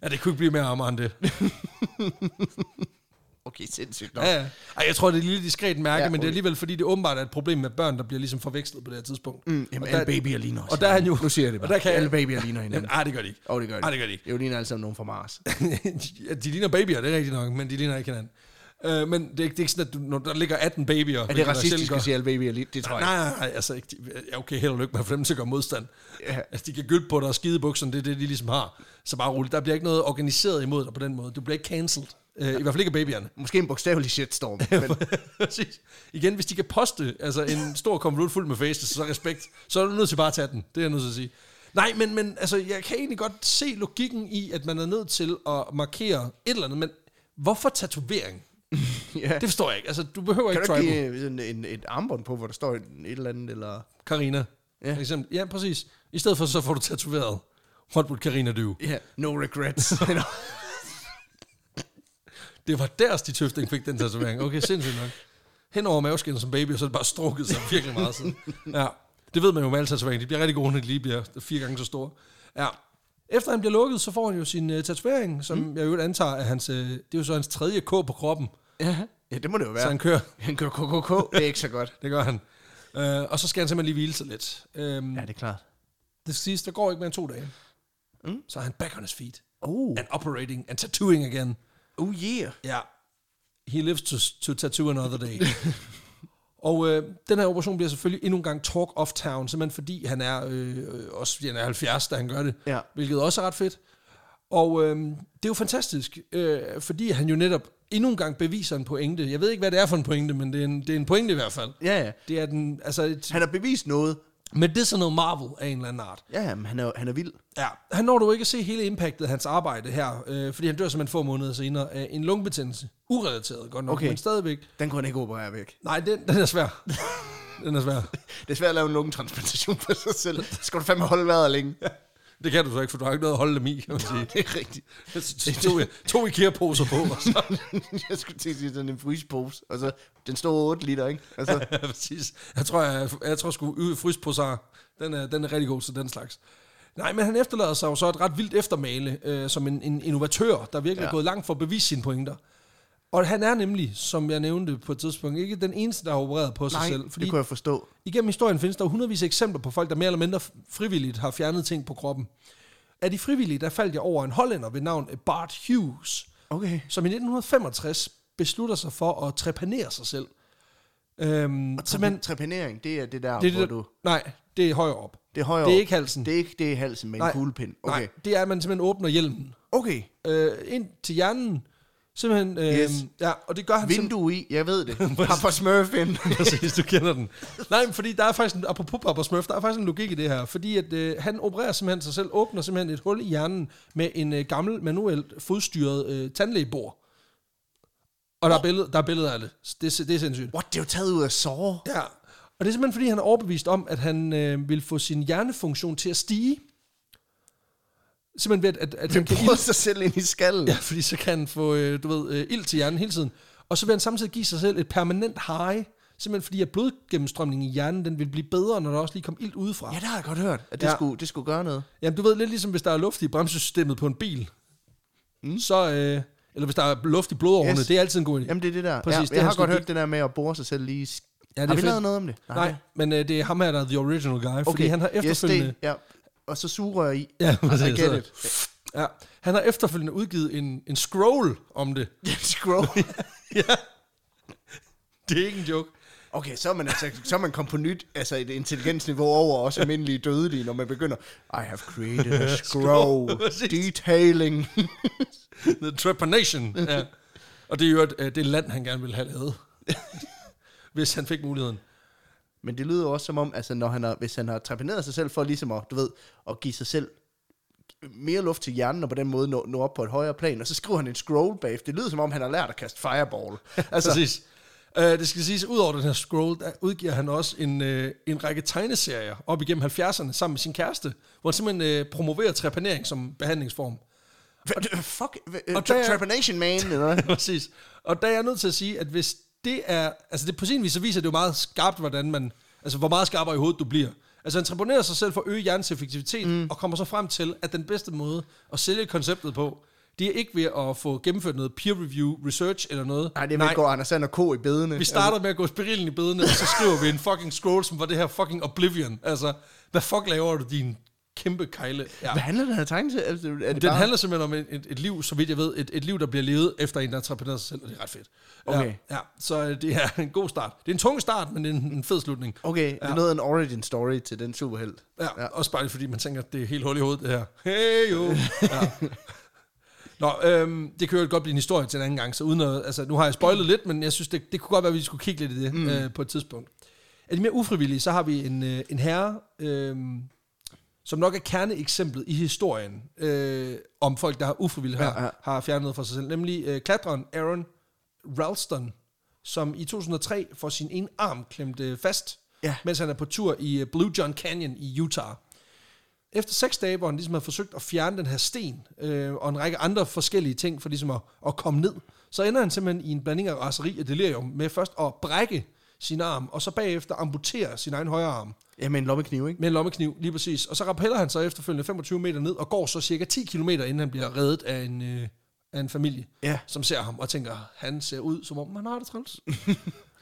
Speaker 2: Ja, det kunne ikke blive mere Amager end det.
Speaker 1: Okay, sindssygt nok.
Speaker 2: Ja, ja. Ej, jeg tror, det er et lille diskret mærke,
Speaker 1: Ja,
Speaker 2: ja, men det
Speaker 1: okay.
Speaker 2: er alligevel, fordi det åbenbart er et problem med børn, der bliver ligesom forvekslet på det her tidspunkt.
Speaker 1: Mm, jamen,
Speaker 2: Og
Speaker 1: alle babyer ligner også
Speaker 2: Og der er han jo...
Speaker 1: hinanden. Nu siger jeg det
Speaker 2: og
Speaker 1: bare.
Speaker 2: Der kan,
Speaker 1: Alle babyer ligner hinanden.
Speaker 2: Jamen, ah, det gør de ikke.
Speaker 1: Åh, oh, det gør det.
Speaker 2: Ah, det gør de ikke.
Speaker 1: Jo, ligner alle sammen nogen fra Mars.
Speaker 2: Ja, de ligner babyer, det er rigtigt nok, men de ligner ikke hinanden. Uh, men det er, ikke, det er ikke sådan, at du, når der ligger 18 babyer...
Speaker 1: Er det racistisk at sige, at alle babyer ligner? Det tror jeg
Speaker 2: Nej, nej, nej, altså ikke, de- ja, okay, held og lykke med for dem til at gøre modstand.
Speaker 1: Ja.
Speaker 2: Altså, de kan gylde på dig og skide i bukserne, det er det, de ligesom har. Så bare roligt, der bliver ikke noget organiseret imod dig på den måde. Du bliver ikke cancelled. Uh, I hvert fald ikke af babyerne.
Speaker 1: Måske en bogstavelig shitstorm. Men,
Speaker 2: Præcis. Igen, hvis de kan poste altså en stor konvolut fuld med faces, så respekt, så er du nødt til bare at tage den. Det er jeg nødt til at sige. Nej, men, men altså, jeg kan egentlig godt se logikken i, at man er nødt til at markere et eller andet, men hvorfor tatovering?
Speaker 1: ja.
Speaker 2: Det forstår jeg ikke. Altså, du behøver
Speaker 1: Kan
Speaker 2: ikke
Speaker 1: du ikke
Speaker 2: tribal,
Speaker 1: give øh, sådan en, et armbånd på, hvor der står et, et eller andet, eller...
Speaker 2: Karina.
Speaker 1: Ja.
Speaker 2: Ja. For eksempel. ja, præcis. I stedet for, så får du tatoveret. What would Karina do?
Speaker 1: Ja, yeah. no regrets.
Speaker 2: Det var deres, de tøfting fik den tatovering. Okay, sindssygt nok. Hen over maveskinnet som baby, og så er det bare strukket sig virkelig meget siden. Ja, det ved man jo med alle tatoveringer. De bliver rigtig gode, når de lige bliver fire gange så store. Ja. Efter han øh, bliver lukket, øh, så får han jo sin uh, tatovering, som mm. jeg jo antager er hans, uh, det er jo så hans tredje K på kroppen.
Speaker 1: ja. Ja, det må det jo være.
Speaker 2: så han kører.
Speaker 1: han kører KKK, det er ikke så godt.
Speaker 2: Det gør han. Øh, og så skal han simpelthen lige hvile sig lidt. Øhm,
Speaker 1: Ja,
Speaker 2: ja.
Speaker 1: det er klart.
Speaker 2: Det skal siges, der går ikke mere end to dage. Mm. Så er han back on his feet.
Speaker 1: Oh,
Speaker 2: And operating and tattooing again.
Speaker 1: oh yeah.
Speaker 2: Ja. He lives to, to tattoo another day. og øh, den her operation bliver selvfølgelig endnu en gang talk of town, simpelthen fordi han er, øh, øh, også fordi han er 70, da han gør det,
Speaker 1: Ja.
Speaker 2: hvilket også er ret fedt. Og øh, det er jo fantastisk, øh, fordi han jo netop endnu en gang beviser en pointe. Jeg ved ikke, hvad det er for en pointe, men det er en, det er en pointe i hvert fald.
Speaker 1: Ja, ja.
Speaker 2: Det er den, altså et
Speaker 1: Han har bevist noget.
Speaker 2: medicinal marvel af en eller anden art.
Speaker 1: Ja, men han er, han er vild.
Speaker 2: Ja, han når du ikke at se hele impactet af hans arbejde her, øh, fordi han dør simpelthen få måneder senere af en lungebetændelse. Urelateret godt nok,
Speaker 1: Okay.
Speaker 2: men stadigvæk.
Speaker 1: Den kunne han ikke operere væk.
Speaker 2: Nej, den, den er svær. den er svær.
Speaker 1: Det er svært at lave en lungetransplantation for sig selv. Så skal du fandme holde vejret længe.
Speaker 2: Det kan du så ikke, for du har ikke noget at holde dem i, kan man sige.
Speaker 1: det er rigtigt.
Speaker 2: Så tog jeg to IKEA-poser på, og så,
Speaker 1: jeg skulle til at sige sådan en frysepose. Og så, den står 8 liter, ikke? Altså,
Speaker 2: ja, præcis. Jeg tror, jeg, jeg tror sgu, ude frysposer, den er, den er rigtig god til den slags. Nej, men han efterlader sig jo så et ret vildt eftermale, øh, som en, en innovatør, der virkelig ja. er
Speaker 1: Ja.
Speaker 2: gået langt for at bevise sine pointer. Og han er nemlig, som jeg nævnte på et tidspunkt, ikke den eneste, der har opereret på sig
Speaker 1: nej,
Speaker 2: selv.
Speaker 1: det kunne jeg forstå.
Speaker 2: Igennem historien findes der hundredvis af eksempler på folk, der mere eller mindre frivilligt har fjernet ting på kroppen. Af de frivillige, der faldt jeg over en hollænder ved navn Bart Hughes,
Speaker 1: Okay.
Speaker 2: som i 1965 beslutter sig for at trepanere sig selv. Øhm,
Speaker 1: Og
Speaker 2: simpelthen-
Speaker 1: trepan- trepanering, det er det der,
Speaker 2: det,
Speaker 1: det,
Speaker 2: er
Speaker 1: hvor
Speaker 2: det,
Speaker 1: du...
Speaker 2: du... Nej, det er højere op.
Speaker 1: Det er højere
Speaker 2: Det er
Speaker 1: op.
Speaker 2: ikke halsen.
Speaker 1: Det er ikke det er halsen med en
Speaker 2: Nej.
Speaker 1: kuglepind. Okay.
Speaker 2: Nej, det er, at man simpelthen åbner hjelmen
Speaker 1: Okay.
Speaker 2: øh, ind til hjernen. Simpelthen, øh,
Speaker 1: Yes.
Speaker 2: ja, og det gør han simpelthen-
Speaker 1: Vindue i, jeg ved det. Papa Smurf ind.
Speaker 2: Præcis, du kender den. Nej, men fordi der er faktisk, en, apropos Papa Smurf, der er faktisk en logik i det her. Fordi at øh, han opererer simpelthen sig selv, åbner simpelthen et hul i hjernen med en øh, gammel, manuelt fodstyret øh, tandlægebord. Og der er, billed, der er billeder af det. det. er- Det er sindssygt.
Speaker 1: What, det er jo taget ud af sår.
Speaker 2: Ja. Og det er simpelthen, fordi han er overbevist om, at han øh, vil få sin hjernefunktion til at stige. Simpelthen ved, at, at, at han kan
Speaker 1: Prøv sig selv ind i skallen.
Speaker 2: Ja, fordi så kan han få, øh, du ved, øh, ild til hjernen hele tiden. Og så vil han samtidig give sig selv et permanent high, simpelthen fordi at blodgennemstrømningen i hjernen, den vil blive bedre, når der også lige kommer ild udefra.
Speaker 1: Ja,
Speaker 2: Ja.
Speaker 1: det har jeg godt hørt, at det,
Speaker 2: Ja.
Speaker 1: ja. skulle, det skulle gøre noget.
Speaker 2: Jamen, du ved, lidt ligesom hvis der er luft i bremsesystemet på en bil, mm. så, øh, eller hvis der er luft i blodårene, yes.
Speaker 1: Yes.
Speaker 2: det er altid en god idé.
Speaker 1: Jamen, det er det der.
Speaker 2: Præcis,
Speaker 1: ja,
Speaker 2: det er
Speaker 1: jeg har
Speaker 2: hans
Speaker 1: godt
Speaker 2: logik.
Speaker 1: hørt det der med at bore sig selv lige i sk-
Speaker 2: Ja, det er
Speaker 1: Har vi
Speaker 2: fedt.
Speaker 1: lavet noget om det?
Speaker 2: Nej, Nej, men øh, det er ham her, der er the original guy, okay. fordi han har efterfølgende...
Speaker 1: Yes, det, ja. Og så sugerør i.
Speaker 2: Ja, præcis.
Speaker 1: I get it.
Speaker 2: Ja, han har efterfølgende udgivet en, en scroll om det.
Speaker 1: Scroll.
Speaker 2: ja. Det er ikke en joke.
Speaker 1: Okay, så er, man altså, så er man kom på nyt, altså et intelligensniveau over os almindelige dødelige, når man begynder, I have created a scroll,
Speaker 2: Præcis.
Speaker 1: detailing.
Speaker 2: The Trepanation. Ja. Og det er jo et, det land, han gerne ville have lavet. hvis han fik muligheden.
Speaker 1: Men det lyder jo også som om, altså når han har, hvis han har trepaneret sig selv for ligesom at, du ved, at give sig selv mere luft til hjernen, og på den måde nå, nå op på et højere plan, og så skriver han en scroll bag. Det lyder som om, han har lært at kaste fireball. Altså,
Speaker 2: Præcis. Uh, det skal siges, ud over den her scroll, der udgiver han også en, uh, en række tegneserier op igennem 70'erne sammen med sin kæreste, hvor han simpelthen uh, promoverer trepanering som behandlingsform.
Speaker 1: Hva- fuck, hva-
Speaker 2: Og der er-
Speaker 1: trepanation man, eller hvad?
Speaker 2: Præcis. Og der er jeg nødt til at sige, at hvis det er... Altså det på sin vis, så viser det jo meget skarpt, hvordan man... Altså hvor meget skarpere i hovedet du bliver. Altså han tribunerer sig selv for at øge hjernens effektivitet, mm. og kommer så frem til, at den bedste måde at sælge konceptet på, det er ikke ved at få gennemført noget peer review research eller noget.
Speaker 1: Nej, det vil gå Anders Sand og K i bedene.
Speaker 2: Vi starter med at gå spirillen i bedene, og så skriver vi en fucking scroll, som var det her fucking Oblivion. Altså, hvad fuck laver du, din kæmpe kejle? Ja.
Speaker 1: Hvad handler den her tegnelse? Er det bare...
Speaker 2: Den handler simpelthen om et, et, et liv, så vidt jeg ved, et, et liv, der bliver levet efter en, der entreprenør sig selv, og det er ret fedt.
Speaker 1: Okay.
Speaker 2: Ja, ja, så øh, det er en god start. Det er en tung start, men det er en, en fed slutning.
Speaker 1: Okay, det er noget af en origin story til den superhelt.
Speaker 2: Ja, ja. Også bare lige fordi man tænker, at det er helt hul i hovedet, det her. Hey jo! Ja. Nå, øhm, det kan jo godt blive en historie til en anden gang, så uden at, altså, nu har jeg spoilet lidt, men jeg synes, det, det kunne godt være, at vi skulle kigge lidt i det mm. øh, på et tidspunkt. Af de mere ufrivillige, så har vi en, øh, en herre, øh, som nok er kerneeksemplet i historien øh, om folk, der har ufrivilligt har,
Speaker 1: Ja, ja.
Speaker 2: har fjernet noget fra sig selv, nemlig øh, klatreren Aaron Ralston, som i 2003 får sin ene arm klemt øh, fast,
Speaker 1: Ja.
Speaker 2: mens han er på tur i øh, Blue John Canyon i Utah. Efter seks dage, hvor han ligesom har forsøgt at fjerne den her sten, øh, og en række andre forskellige ting for ligesom at, at komme ned, så ender han simpelthen i en blanding af raseri og delirium med først at brække sin arm, og så bagefter amputere sin egen højre arm
Speaker 1: Ja, med en lommekniv, ikke?
Speaker 2: med en lommekniv, lige præcis. Og så rappeller han sig efterfølgende 25 meter ned, og går så cirka 10 km, inden han bliver reddet af en, øh, af en familie,
Speaker 1: Ja.
Speaker 2: som ser ham og tænker, han ser ud, som om han har det træls.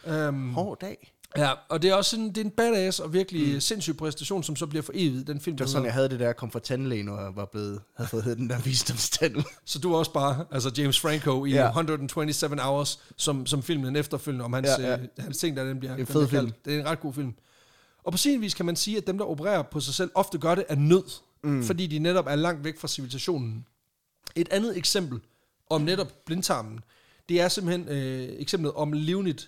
Speaker 2: øhm,
Speaker 1: Hård dag.
Speaker 2: ja, og det er også sådan, det er en badass og virkelig mm. sindssyg præstation, som så bliver forevet i den film.
Speaker 1: Det var
Speaker 2: der
Speaker 1: sådan,
Speaker 2: hedder-
Speaker 1: jeg havde det der, jeg kom fra tandlægen, og jeg var blevet, havde fået den der visdomstand.
Speaker 2: Så du er også bare, altså James Franco i
Speaker 1: Ja.
Speaker 2: 127 Hours, som, som filmen efterfølgende om hans, ja,
Speaker 1: Ja,
Speaker 2: ja.
Speaker 1: ja.
Speaker 2: Øh, hans ting, der den bliver
Speaker 1: En
Speaker 2: den
Speaker 1: fed
Speaker 2: bliver kaldt.
Speaker 1: film.
Speaker 2: Det er en ret god film. Og på sin vis kan man sige, at dem, der opererer på sig selv, ofte gør det af nød, mm. fordi de netop er langt væk fra civilisationen. Et andet eksempel om netop blindtarmen, det er simpelthen øh, eksemplet om Leonid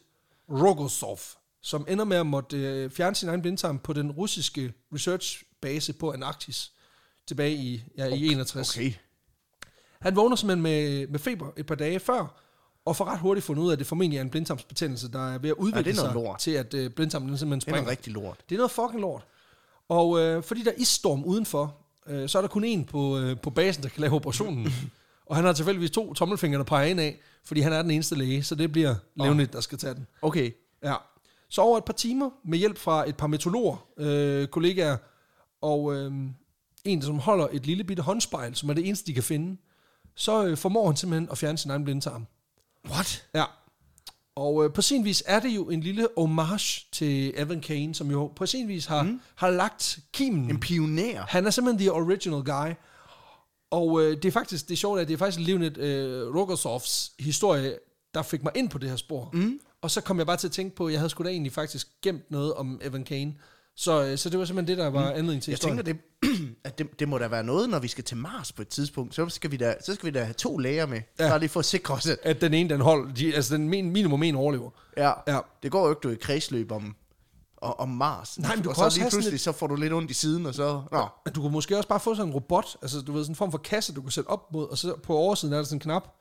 Speaker 2: Rogozov, som ender med at måtte øh, fjerne sin egen blindtarm på den russiske researchbase på Antarktis tilbage i, ja, i 61.
Speaker 1: Okay.
Speaker 2: Han vågner simpelthen med, med feber et par dage før, og får ret hurtigt fundet ud af, at det formentlig er en blindtarmsbetændelse, der er ved at udvikle
Speaker 1: det er
Speaker 2: sig
Speaker 1: noget lort.
Speaker 2: til, at øh, blindtarmen den simpelthen
Speaker 1: Det er
Speaker 2: springer.
Speaker 1: noget rigtig lort.
Speaker 2: Det er noget fucking lort. Og øh, fordi der er isstorm udenfor, øh, så er der kun en på, øh, på basen, der kan lave operationen. og han har tilfældigvis to tommelfingre, der peger ind af, fordi han er den eneste læge, så det bliver Leonid, der skal tage den.
Speaker 1: Okay.
Speaker 2: Ja. Så over et par timer, med hjælp fra et par meteorologer, øh, kollegaer, og øh, en, som holder et lille bitte håndspejl, som er det eneste, de kan finde, så øh, formår han simpelthen at fjerne sin egen blindtarm.
Speaker 1: What?
Speaker 2: Ja. Og øh, på sin vis er det jo en lille homage til Evan Kane, som jo på sin vis har, mm. har lagt kimen.
Speaker 1: En pioner.
Speaker 2: Han er simpelthen the original guy. Og øh, det er faktisk, det er sjovt, at det er faktisk Leonid øh, Rogozovs historie, der fik mig ind på det her spor. Mm. Og så kom jeg bare til at tænke på, at jeg havde sgu da egentlig faktisk gemt noget om Evan Kane. Så, øh, så det var simpelthen det, der var mm. anledning til
Speaker 1: Jeg
Speaker 2: historien.
Speaker 1: tænker, det, at det, det, må da være noget, når vi skal til Mars på et tidspunkt. Så skal vi da, så skal vi da have to læger med. Ja. Bare lige for at sikre os. at-
Speaker 2: At den ene, den hold, de, altså den min, minimum en overlever.
Speaker 1: Ja.
Speaker 2: Ja.
Speaker 1: ja. Det går jo ikke, du er i kredsløb om, og, om Mars.
Speaker 2: Nej, men du
Speaker 1: og
Speaker 2: kan
Speaker 1: så
Speaker 2: også
Speaker 1: lige
Speaker 2: have sådan
Speaker 1: pludselig, så får du lidt ondt i siden, og så... Nå.
Speaker 2: Men Du kunne måske også bare få sådan en robot, altså du ved, sådan en form for kasse, du kunne sætte op mod, og så på oversiden er der sådan en knap,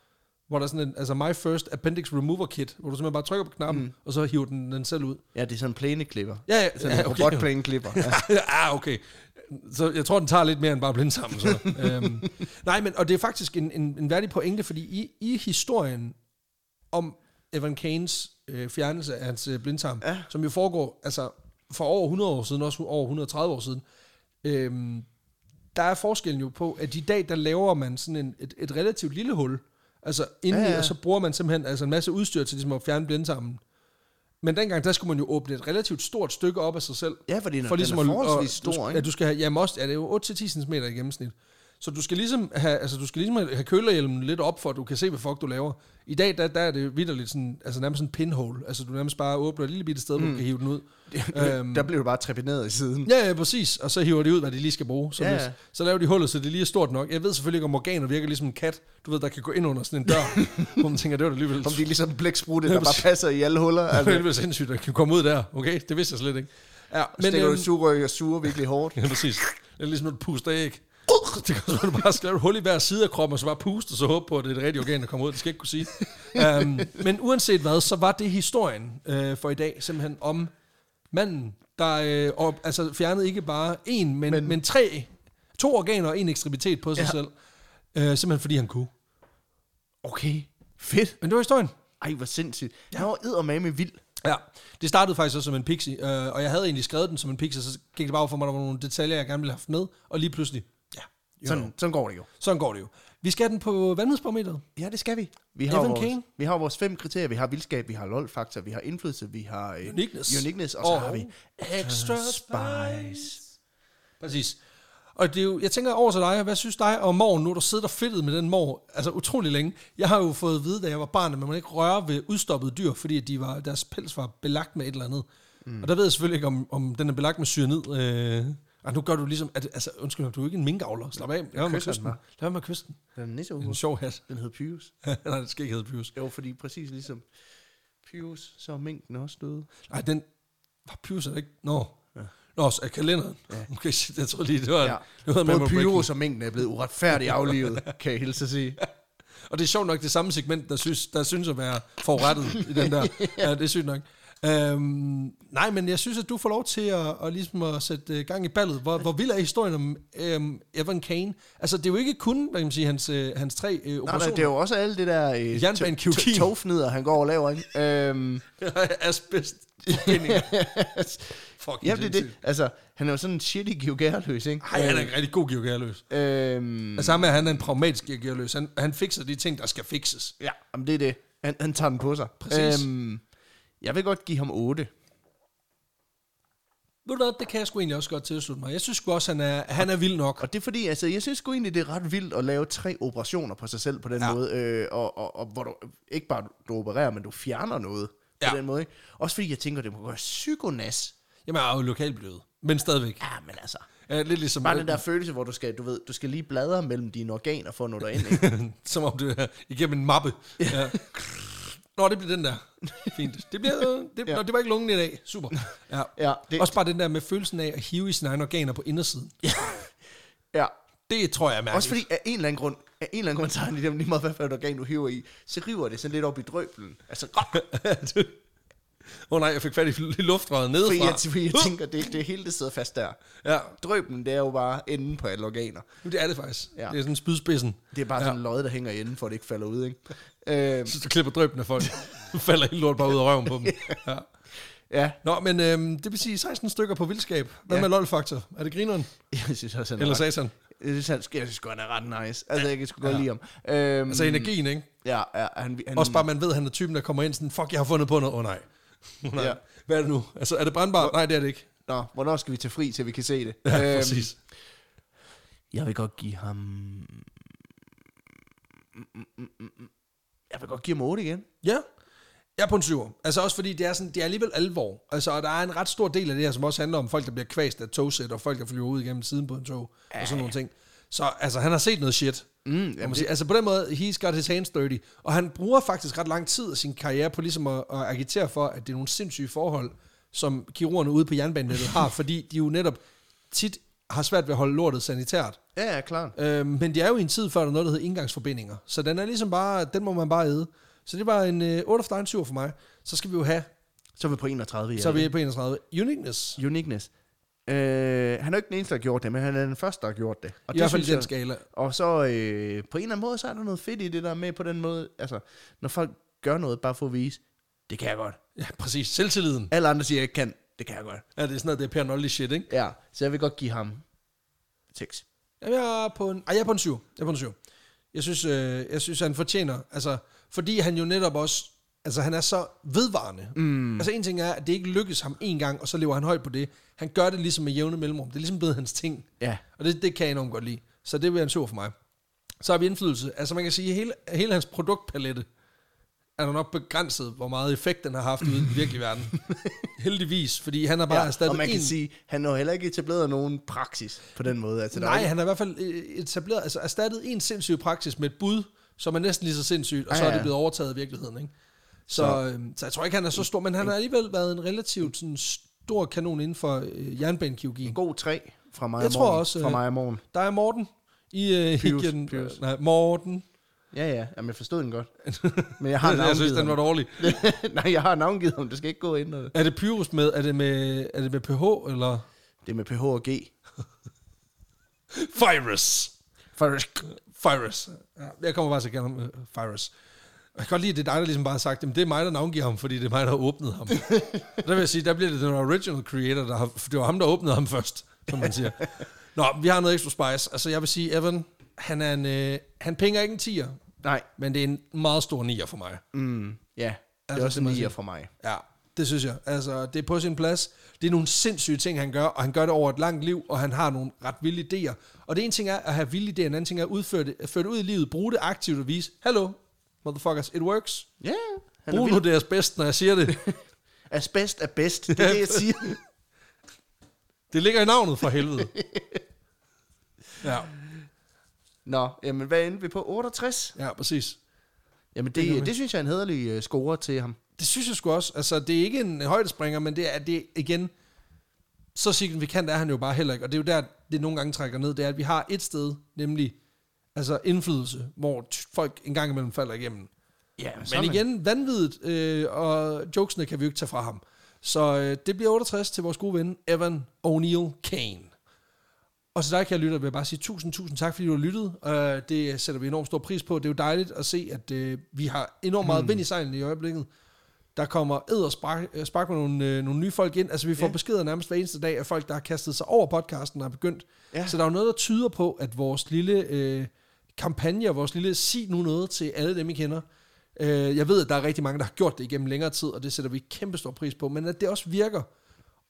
Speaker 2: hvor der er sådan en, altså My First Appendix Remover Kit, hvor du simpelthen bare trykker på knappen, mm. og så hiver den, den selv ud.
Speaker 1: Ja, det er sådan en plæneklipper.
Speaker 2: Ja, ja,
Speaker 1: Sådan en
Speaker 2: ja, okay.
Speaker 1: robotplæneklipper. Ja.
Speaker 2: ah, okay. Så jeg tror, den tager lidt mere end bare blind sammen. Så. øhm, nej, men og det er faktisk en, en, en værdig pointe, fordi i, i historien om Evan Kanes øh, fjernelse af hans øh, blindtarm, ja. som jo foregår altså, for over 100 år siden, også over 130 år siden, øhm, der er forskellen jo på, at i dag, der laver man sådan en, et, et relativt lille hul, altså indeni, ja,
Speaker 1: Ja,
Speaker 2: ja.
Speaker 1: ja.
Speaker 2: og så bruger man simpelthen altså en masse udstyr til ligesom at fjerne blindtarmen. Men dengang, der skulle man jo åbne et relativt stort stykke op af sig selv,
Speaker 1: Ja, fordi den,
Speaker 2: for ligesom
Speaker 1: den er
Speaker 2: at-
Speaker 1: forholdsvis
Speaker 2: og-
Speaker 1: stor,
Speaker 2: du, Ja,
Speaker 1: ikke?
Speaker 2: du skal have, jamen også, ja, det er jo 8-10 cm i gennemsnit. Så du skal ligesom have, altså, du skal ligesom have kølerhjelmen lidt op, for at du kan se, hvad fuck du laver. I dag, der, der er det vidderligt sådan, altså nærmest sådan en pinhole. Altså du nærmest bare åbner et lille bitte sted, mm. hvor du kan hive den ud. øhm,
Speaker 1: Der blev du bare trepineret i siden.
Speaker 2: Ja, ja, præcis. Og så hiver de ud, hvad de lige skal bruge. Så,
Speaker 1: Ja,
Speaker 2: ja,
Speaker 1: ja.
Speaker 2: ja. så laver de hullet, så det lige er stort nok. Jeg ved selvfølgelig ikke, om organer virker ligesom en kat, du ved, der kan gå ind under sådan en dør, hvor man tænker, det var da alligevel
Speaker 1: Om de er ligesom blæksprutte,
Speaker 2: Ja,
Speaker 1: der bare
Speaker 2: præcis.
Speaker 1: passer i alle huller.
Speaker 2: det var
Speaker 1: Altså,
Speaker 2: alligevel sindssygt, at jeg kan komme ud der. Okay, det vidste jeg slet ikke. Ja,
Speaker 1: men, stikker
Speaker 2: øhm,
Speaker 1: du et sugerøg og suger virkelig hårdt.
Speaker 2: Ja, præcis. Det er ligesom, når du puster æg. Det kan så du bare skrive et hul i hver side af kroppen, og så bare puste, og så håbe på, at det er et rigtigt organ, der kommer ud. Det skal jeg ikke kunne sige. Um, men uanset hvad, så var det historien øh, for i dag simpelthen om manden, der øh, op, altså fjernede ikke bare én, men, men, men tre, to organer og en ekstremitet på sig ja. selv. Øh, simpelthen fordi han kunne.
Speaker 1: Okay, fedt.
Speaker 2: Men det var historien.
Speaker 1: Ej, hvor sindssygt. Jeg var eddermame vild.
Speaker 2: Ja, det startede faktisk også som en pixie, øh, og jeg havde egentlig skrevet den som en pixie, så gik det bare op for mig, der var nogle detaljer, jeg gerne ville have haft med, og lige pludselig, ja,
Speaker 1: Sådan, sådan går det jo.
Speaker 2: sådan går det jo. Vi skal have den på vandmiddelsbarometeret.
Speaker 1: Ja, det skal vi. Vi har,
Speaker 2: Evan
Speaker 1: vores,
Speaker 2: Kane.
Speaker 1: vi har vores fem kriterier. Vi har vildskab, vi har lol-faktor, vi har indflydelse, vi har øh,
Speaker 2: Uniqueness.
Speaker 1: uniqueness, og så
Speaker 2: Og
Speaker 1: har vi
Speaker 2: extra
Speaker 1: extra spice.
Speaker 2: Præcis. Og det er jo, jeg tænker over til dig, hvad synes dig om morgen, nu har du siddet og fedtet med den mor, altså utrolig længe. Jeg har jo fået at vide, da jeg var barn, at man må ikke røre ved udstoppede dyr, fordi at de var, deres pels var belagt med et eller andet. Mm. Og der ved jeg selvfølgelig ikke, om, om den er belagt med syrenid. Øh, og nu gør du ligesom, at, altså undskyld mig, du er ikke en minkavler. Slap af, lad være med at
Speaker 1: kysser
Speaker 2: kysse
Speaker 1: den
Speaker 2: den. Lad
Speaker 1: bare.
Speaker 2: være med at kysse den.
Speaker 1: Den er en
Speaker 2: Det er en
Speaker 1: nisseuge.
Speaker 2: sjov hat.
Speaker 1: Den hed Pyrus.
Speaker 2: Nej, det skal ikke hedde Pyrus.
Speaker 1: Jo, fordi præcis ligesom Pyrus, så er mængden også døde.
Speaker 2: Nej, den var Pyrus, er det ikke? Nå. Ja. Nå, så er kalenderen. Ja. Okay, shit, jeg tror lige, det var, ja.
Speaker 1: Ja.
Speaker 2: det var
Speaker 1: Både
Speaker 2: memorable
Speaker 1: Pyrus og mængden er blevet uretfærdigt aflivet, kan jeg hilse at sige.
Speaker 2: Og det er sjovt nok det samme segment, der synes, der synes at være forurettet i den der. Ja, det er sygt nok. Øhm, nej, men jeg synes, at du får lov til at, at, ligesom at sætte øh, gang i ballet. Hvor, hvor vild er historien om øhm, Evan Kane? Altså, det er jo ikke kun, hvad kan man sige, hans, øh, hans tre øh,
Speaker 1: Nej,
Speaker 2: operationer.
Speaker 1: nej, det er jo også alt det der øh,
Speaker 2: Jernbane
Speaker 1: to- to-
Speaker 2: Kyukin.
Speaker 1: togfnider, han går og laver, ikke? Øhm,
Speaker 2: Asbest. Fuck,
Speaker 1: ja, det er det. Altså, han er jo sådan en shitty geogærløs, ikke?
Speaker 2: Ej, han er en rigtig god geogærløs.
Speaker 1: Øhm,
Speaker 2: Altså ham er, han er en pragmatisk geogærløs. Han, han fikser de ting, der skal fikses.
Speaker 1: ja, jamen, det er det. Han, han tager den på sig.
Speaker 2: Præcis.
Speaker 1: Øhm, jeg vil godt give ham 8.
Speaker 2: Ved du hvad, det kan jeg sgu egentlig også godt tilslutte mig. Jeg synes sgu også, han er, han er vild nok.
Speaker 1: Og det er fordi, altså, jeg synes sgu egentlig, det er ret vildt at lave tre operationer på sig selv på den ja.
Speaker 2: Ja.
Speaker 1: måde. Øh, og, og, og hvor du ikke bare du opererer, men du fjerner noget ja. på
Speaker 2: Ja.
Speaker 1: den måde. Ikke? Også fordi jeg tænker, det må være psykonas.
Speaker 2: Jamen, jeg er jo lokalblød. Men stadigvæk.
Speaker 1: Ja, men altså.
Speaker 2: Ja, lidt ligesom,
Speaker 1: Bare den der følelse, hvor du skal, du ved, du skal lige bladre mellem dine organer for at nå derind. Ikke?
Speaker 2: øh, som om du er igennem en mappe. Ja. Nå, det bliver den der. Fint. Det, bliver, øh, det, ja. nå, det var ikke lungen i dag. Super. Ja.
Speaker 1: Ja, det-
Speaker 2: det. Også bare den der med følelsen af at hive i sine egne organer på indersiden.
Speaker 1: ja.
Speaker 2: Det tror jeg er mærkeligt.
Speaker 1: Også fordi af en eller anden grund, af en eller anden grund, så har de dem lige meget, hvad for et organ du hiver i, så river det sådan lidt op i drøbelen. Altså,
Speaker 2: Åh oh, nej, jeg fik fat i luftrøret
Speaker 1: fordi
Speaker 2: nedefra. Uh,
Speaker 1: jeg, fordi jeg tænker, det, det hele det sidder fast der.
Speaker 2: Ja,
Speaker 1: Drøbelen, det er jo bare enden på alle organer.
Speaker 2: nu det er det faktisk.
Speaker 1: Ja.
Speaker 2: Ja. Det er sådan spydspidsen.
Speaker 1: Det er bare sådan en lod, der hænger inden, for at det ikke falder ud, ikke? Øh,
Speaker 2: Så du klipper drøbende folk. Så falder hele lort bare ud af røven på dem. Ja.
Speaker 1: ja,
Speaker 2: Nå, men øhm, det vil sige 16 stykker på vildskab. Hvad
Speaker 1: Ja.
Speaker 2: ja. med lolfaktor? Er det grineren?
Speaker 1: jeg synes også, han er
Speaker 2: Eller
Speaker 1: ret,
Speaker 2: satan?
Speaker 1: jeg synes, han, jeg synes, godt, han er ret nice. Altså, jeg kan sgu godt lide ham. Øhm,
Speaker 2: Altså energien, ikke?
Speaker 1: ja, ja, han, han,
Speaker 2: Også bare, man ved, at han er typen, der kommer ind sådan, fuck, jeg har fundet på noget. Åh oh, nej. Oh, nej.
Speaker 1: Ja.
Speaker 2: Ja. Hvad er det nu? Altså, er det brandbart? Nej, det er det ikke.
Speaker 1: Nå, hvornår skal vi tage fri, til vi kan se det?
Speaker 2: Ja, øhm. præcis.
Speaker 1: Jeg vil godt give ham... Jeg vil godt give ham 8 igen.
Speaker 2: Ja. Jeg er på en syver. Altså også fordi, det er, sådan, det er alligevel alvor. Altså, og der er en ret stor del af det her, som også handler om folk, der bliver kvæst af togsæt, og folk, der flyver ud igennem siden på en tog, og sådan nogle ting. Så altså, han har set noget shit. Mm, jamen, det... Altså på den måde, he's got his hands dirty. Og han bruger faktisk ret lang tid af sin karriere på ligesom at, at agitere for, at det er nogle sindssyge forhold, som kirurgerne ude på jernbanenettet har, fordi de jo netop tit har svært ved at holde lortet sanitært.
Speaker 1: Ja, ja, klart.
Speaker 2: Øh, men det er jo i en tid før, der er noget, der hedder indgangsforbindinger. Så den er ligesom bare, den må man bare æde. Så det var en øh, 8 en 7 for mig. Så skal vi jo have,
Speaker 1: Så er vi på 31 igen.
Speaker 2: så er vi på 31. Uniqueness.
Speaker 1: Uniqueness. Øh, han er jo ikke den eneste, der har gjort det, men han er den første, der har gjort det. Og
Speaker 2: I hvert fald i
Speaker 1: synes
Speaker 2: den skala.
Speaker 1: Og så øh, på en eller anden måde, så er der noget fedt i det der med på den måde, altså, når folk gør noget bare for at vise, det kan jeg godt.
Speaker 2: Ja, præcis. Selvtilliden.
Speaker 1: Alle andre siger, jeg ikke kan, det kan jeg godt.
Speaker 2: Ja, det er sådan noget, det er Per Nolly shit, ikke?
Speaker 1: Ja, så jeg vil godt give ham 6.
Speaker 2: Jamen, jeg er på en, ej, jeg er på en 7. Jeg er på en 7. Jeg synes, øh, jeg synes, han fortjener, altså, fordi han jo netop også, altså han er så vedvarende. Mm. Altså en ting er, at det ikke lykkes ham en gang, og så lever han højt på det. Han gør det ligesom med jævne mellemrum. Det er ligesom blevet hans ting.
Speaker 1: Ja.
Speaker 2: Og det, det kan jeg enormt godt lide. Så det vil være en sur for mig. Så har vi indflydelse. Altså man kan sige, at hele, hele hans produktpalette er der nok begrænset, hvor meget effekt den har haft ude i den virkelige verden. Heldigvis, fordi han har bare ja,
Speaker 1: ja,
Speaker 2: erstattet
Speaker 1: og man kan
Speaker 2: én-
Speaker 1: sige, han har heller ikke etableret nogen praksis på den måde. Altså, der er
Speaker 2: Nej,
Speaker 1: ikke-
Speaker 2: han har i hvert fald øh, etableret, altså erstattet en sindssyg praksis med et bud, som er næsten lige så sindssygt, og
Speaker 1: Ja,
Speaker 2: så er
Speaker 1: ja.
Speaker 2: det blevet overtaget af virkeligheden, ikke? Så,
Speaker 1: Så-
Speaker 2: så. Øhm, så jeg tror ikke, han er så stor, men han har alligevel været en relativt sådan, stor kanon inden for øh, jernbanekirurgien.
Speaker 1: god 3 fra mig
Speaker 2: Jeg
Speaker 1: i
Speaker 2: tror
Speaker 1: morgen.
Speaker 2: også,
Speaker 1: Fra
Speaker 2: øh,
Speaker 1: mig i morgen.
Speaker 2: Der er Morten i øh,
Speaker 1: Pyrus,
Speaker 2: igen,
Speaker 1: Pyrus.
Speaker 2: Nej, Morten.
Speaker 1: Ja, ja, Jamen, jeg forstod den godt. Men jeg har
Speaker 2: Jeg synes,
Speaker 1: navngivet
Speaker 2: den var
Speaker 1: ham.
Speaker 2: dårlig.
Speaker 1: Nej, jeg har navngivet ham. Det skal ikke gå ind. og-
Speaker 2: Er det Pyrus med, er det med, er det med PH, eller?
Speaker 1: Det er med PH og G.
Speaker 2: Virus.
Speaker 1: For
Speaker 2: Virus. Ja, jeg kommer bare til at kalde ham uh, Virus. Jeg kan godt lide, at det er dig, der ligesom bare har sagt, at det er mig, der navngiver ham, fordi det er mig, der har åbnet ham. Og der vil jeg sige, der bliver det den original creator, der har, for det var ham, der åbnede ham først, som man siger. Nå, vi har noget extra spice. Altså, jeg vil sige, Evan, han, er en, øh, han penger ikke en 10'er,
Speaker 1: Nej,
Speaker 2: men det er en meget stor 9'er for mig.
Speaker 1: mm, ja. Det er
Speaker 2: Altså,
Speaker 1: også
Speaker 2: det må
Speaker 1: en
Speaker 2: jeg
Speaker 1: 9
Speaker 2: sige.
Speaker 1: fra mig.
Speaker 2: Ja, det synes jeg. Altså, det er på sin plads. Det er nogle sindssyge ting, han gør, og han gør det over et langt liv, og han har nogle ret vilde idéer. Og det ene ting er at have vilde idéer, en anden ting er at udføre det, at føre det ud i livet, bruge det aktivt og vise, hello, motherfuckers, it works.
Speaker 1: Ja, han er
Speaker 2: Brug nu
Speaker 1: vild.
Speaker 2: deres bedst, når jeg siger det.
Speaker 1: Asbest er bedst. Det er det, jeg siger.
Speaker 2: Det ligger i navnet for helvede. Ja,
Speaker 1: Nå, jamen hvad endte vi på? 68?
Speaker 2: ja, præcis.
Speaker 1: Jamen
Speaker 2: Det gør
Speaker 1: det,
Speaker 2: vi.
Speaker 1: det synes jeg er en hederlig uh, score til ham.
Speaker 2: Det synes jeg sgu også. Altså, det er ikke en højdespringer, men det er det er igen, så signifikant er han jo bare heller ikke. Og det er jo der, det nogle gange trækker ned, det er, at vi har et sted, nemlig altså indflydelse, hvor t- folk en gang imellem falder igennem.
Speaker 1: Ja,
Speaker 2: Men igen, vanvittigt, øh, og jokesene kan vi jo ikke tage fra ham. Så øh, det bliver 68 til vores gode ven, Evan O'Neill Kane. Og så dig, kære lytter, vil jeg bare sige tusind, tusind tak, fordi du har lyttet. Øh, det sætter vi enormt stor pris på. Det er jo dejligt at se, at øh, vi har enormt meget vind i sejlene i øjeblikket. Der kommer æd og spark, øh, spark med nogle, øh, nogle nye folk ind. Altså, vi får
Speaker 1: Ja.
Speaker 2: yeah. beskeder nærmest hver eneste dag af folk, der har kastet sig over podcasten og har begyndt.
Speaker 1: Ja.
Speaker 2: Så der er jo noget, der tyder på, at vores lille øh, kampagne og vores lille sig nu noget til alle dem, I kender. Øh, jeg ved, at der er rigtig mange, der har gjort det igennem længere tid, og det sætter vi kæmpe stor pris på. Men at det også virker.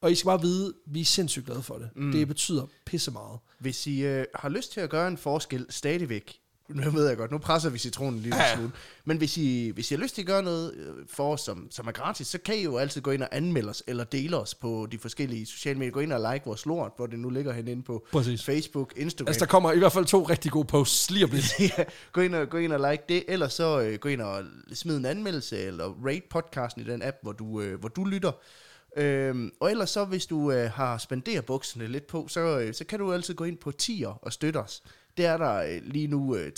Speaker 2: Og I skal bare vide, vi er sindssygt glade for det. Mm. Det betyder pisse meget.
Speaker 1: Hvis I øh, har lyst til at gøre en forskel stadigvæk, nu ved jeg godt, nu presser vi citronen lige ja.
Speaker 2: Ja.
Speaker 1: smule, men hvis I, hvis I har lyst til at gøre noget øh, for os, som, som er gratis, så kan I jo altid gå ind og anmelde os, eller dele os på de forskellige sociale medier. Gå ind og like vores lort, hvor det nu ligger henne inde på
Speaker 2: Præcis.
Speaker 1: Facebook, Instagram.
Speaker 2: Altså, der kommer i hvert fald to rigtig gode posts lige om lidt.
Speaker 1: ja, gå, ind og, gå ind og like det, eller så øh, gå ind og smid en anmeldelse, eller rate podcasten i den app, hvor du, øh, hvor du lytter. Øhm, og ellers så, hvis du øh, har spanderet bukserne lidt på, så, øh, så kan du altid gå ind på tier og støtte os. Det er der øh, lige nu øh,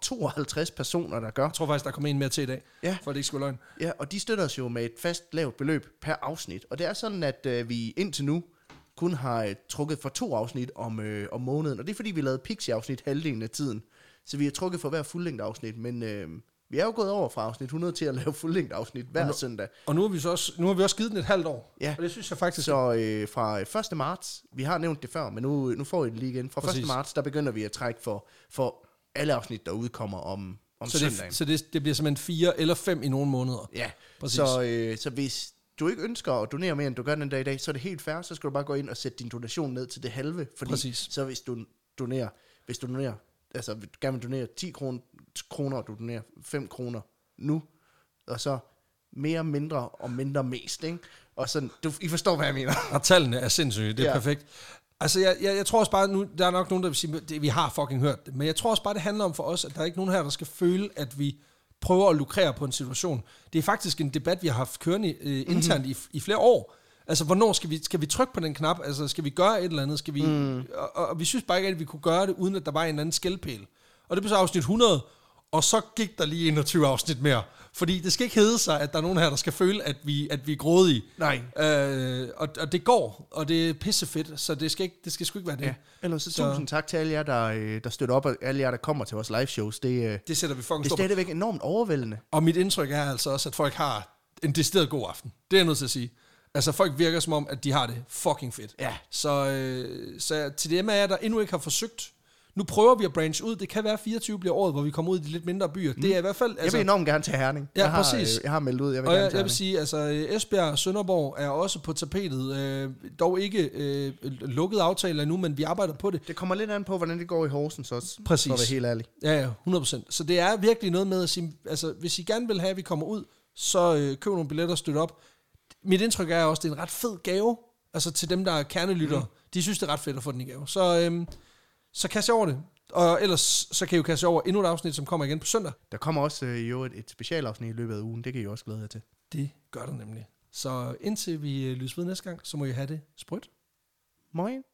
Speaker 1: 352 personer, der gør.
Speaker 2: Jeg tror faktisk, der kommer en mere til i dag,
Speaker 1: Ja.
Speaker 2: for at det ikke skulle løgn.
Speaker 1: Ja, og de støtter os jo med et fast lavt beløb per afsnit. Og det er sådan, at øh, vi indtil nu kun har øh, trukket for to afsnit om, øh, om måneden. Og det er fordi, vi lavede Pixie-afsnit halvdelen af tiden. Så vi har trukket for hver fuldlængde afsnit. Men øh, vi er jo gået over fra afsnit 100 til at lave fuldlængde afsnit hver nu, søndag.
Speaker 2: Og nu har vi, så også, nu har vi også givet den et halvt år.
Speaker 1: Ja.
Speaker 2: Og det synes jeg faktisk... Så.
Speaker 1: Så øh, fra 1. marts, vi har nævnt det før, men nu, nu får I det lige igen. Fra
Speaker 2: Præcis.
Speaker 1: 1. marts, der begynder vi at trække for, for alle afsnit, der udkommer om, om
Speaker 2: Så,
Speaker 1: søndagen.
Speaker 2: det, så det, det bliver simpelthen fire eller fem i nogle måneder.
Speaker 1: Ja,
Speaker 2: Præcis.
Speaker 1: så, øh, så hvis du ikke ønsker at donere mere, end du gør den dag i dag, så er det helt fair, så skal du bare gå ind og sætte din donation ned til det halve, fordi
Speaker 2: Præcis.
Speaker 1: så hvis du donerer, hvis du donerer, altså hvis du gerne vil donere 10 kroner, kroner og du donerer 5 kroner nu, og så mere, mindre og mindre mest, ikke? Og sådan, du, I forstår, hvad jeg mener.
Speaker 2: Og tallene er sindssyge, det er
Speaker 1: Ja.
Speaker 2: ja. perfekt. Altså, jeg, jeg, jeg tror også bare, nu, der er nok nogen, der vil sige, at vi har fucking hørt det. Men jeg tror også bare, det handler om for os, at der er ikke nogen her, der skal føle, at vi prøver at lukrere på en situation. Det er faktisk en debat, vi har haft kørende øh,
Speaker 1: Mhm.
Speaker 2: internt mm. i, i flere år. Altså, hvornår skal vi, skal vi trykke på den knap? Altså, skal vi gøre et eller andet? Skal vi, mm. og, og, og vi synes bare ikke, at vi kunne gøre det, uden at der var en eller anden skældpæl. Og det blev så afsnit 100, og så gik der lige 21 afsnit mere. Fordi det skal ikke hedde sig, at der er nogen her, der skal føle, at vi, at vi er grådige.
Speaker 1: Nej.
Speaker 2: Øh, og, og det går, og det er pissefedt, så det skal, ikke, det skal sgu ikke være det.
Speaker 1: Ja.
Speaker 2: Ja.
Speaker 1: Ellers så,
Speaker 2: Så-
Speaker 1: tusind tak til alle jer, der, øh, der støtter op, og alle jer, der kommer til vores live shows. Det, øh, det
Speaker 2: Det sætter vi fucking
Speaker 1: er
Speaker 2: stor på.
Speaker 1: stadigvæk enormt overvældende.
Speaker 2: Og mit indtryk er altså også, at folk har en decideret god aften. Det er jeg nødt til at sige. Altså folk virker som om, at de har det fucking fedt.
Speaker 1: Ja.
Speaker 2: Så, øh, så til dem af jer, der endnu ikke har forsøgt, nu prøver vi at branche ud. Det kan være 24 bliver året, hvor vi kommer ud i de lidt mindre byer. Mm. Det er i hvert fald...
Speaker 1: Jeg vil enormt gerne til Herning.
Speaker 2: Ja,
Speaker 1: jeg har,
Speaker 2: præcis.
Speaker 1: øh, Jeg har meldt ud, jeg vil
Speaker 2: Og
Speaker 1: gerne
Speaker 2: jeg,
Speaker 1: til
Speaker 2: jeg vil
Speaker 1: Herning.
Speaker 2: sige, altså øh, Esbjerg og Sønderborg er også på tapetet. Øh, dog ikke øh, lukket aftaler endnu, men vi arbejder på det.
Speaker 1: Det kommer lidt an på, hvordan det går i Horsens også.
Speaker 2: Præcis.
Speaker 1: For at være helt ærlig.
Speaker 2: Ja, ja, 100%. Så det er virkelig noget med at sige, altså hvis I gerne vil have, at vi kommer ud, så øh, køb nogle billetter og støt op. Mit indtryk er også, at det er en ret fed gave, altså til dem, der er kernelyttere. Mm. De synes, det er ret fedt at få den i gave. Så, øhm, så kasse jer over det. Og ellers så kan I jo kasse jer over endnu et afsnit, som kommer igen på søndag.
Speaker 1: Der kommer også øh, jo et, et specialafsnit i løbet af ugen. Det kan I også glæde jer til.
Speaker 2: Det gør der nemlig. Så indtil vi øh, lyttes ved næste gang, så må I have det sprødt.
Speaker 1: Moin.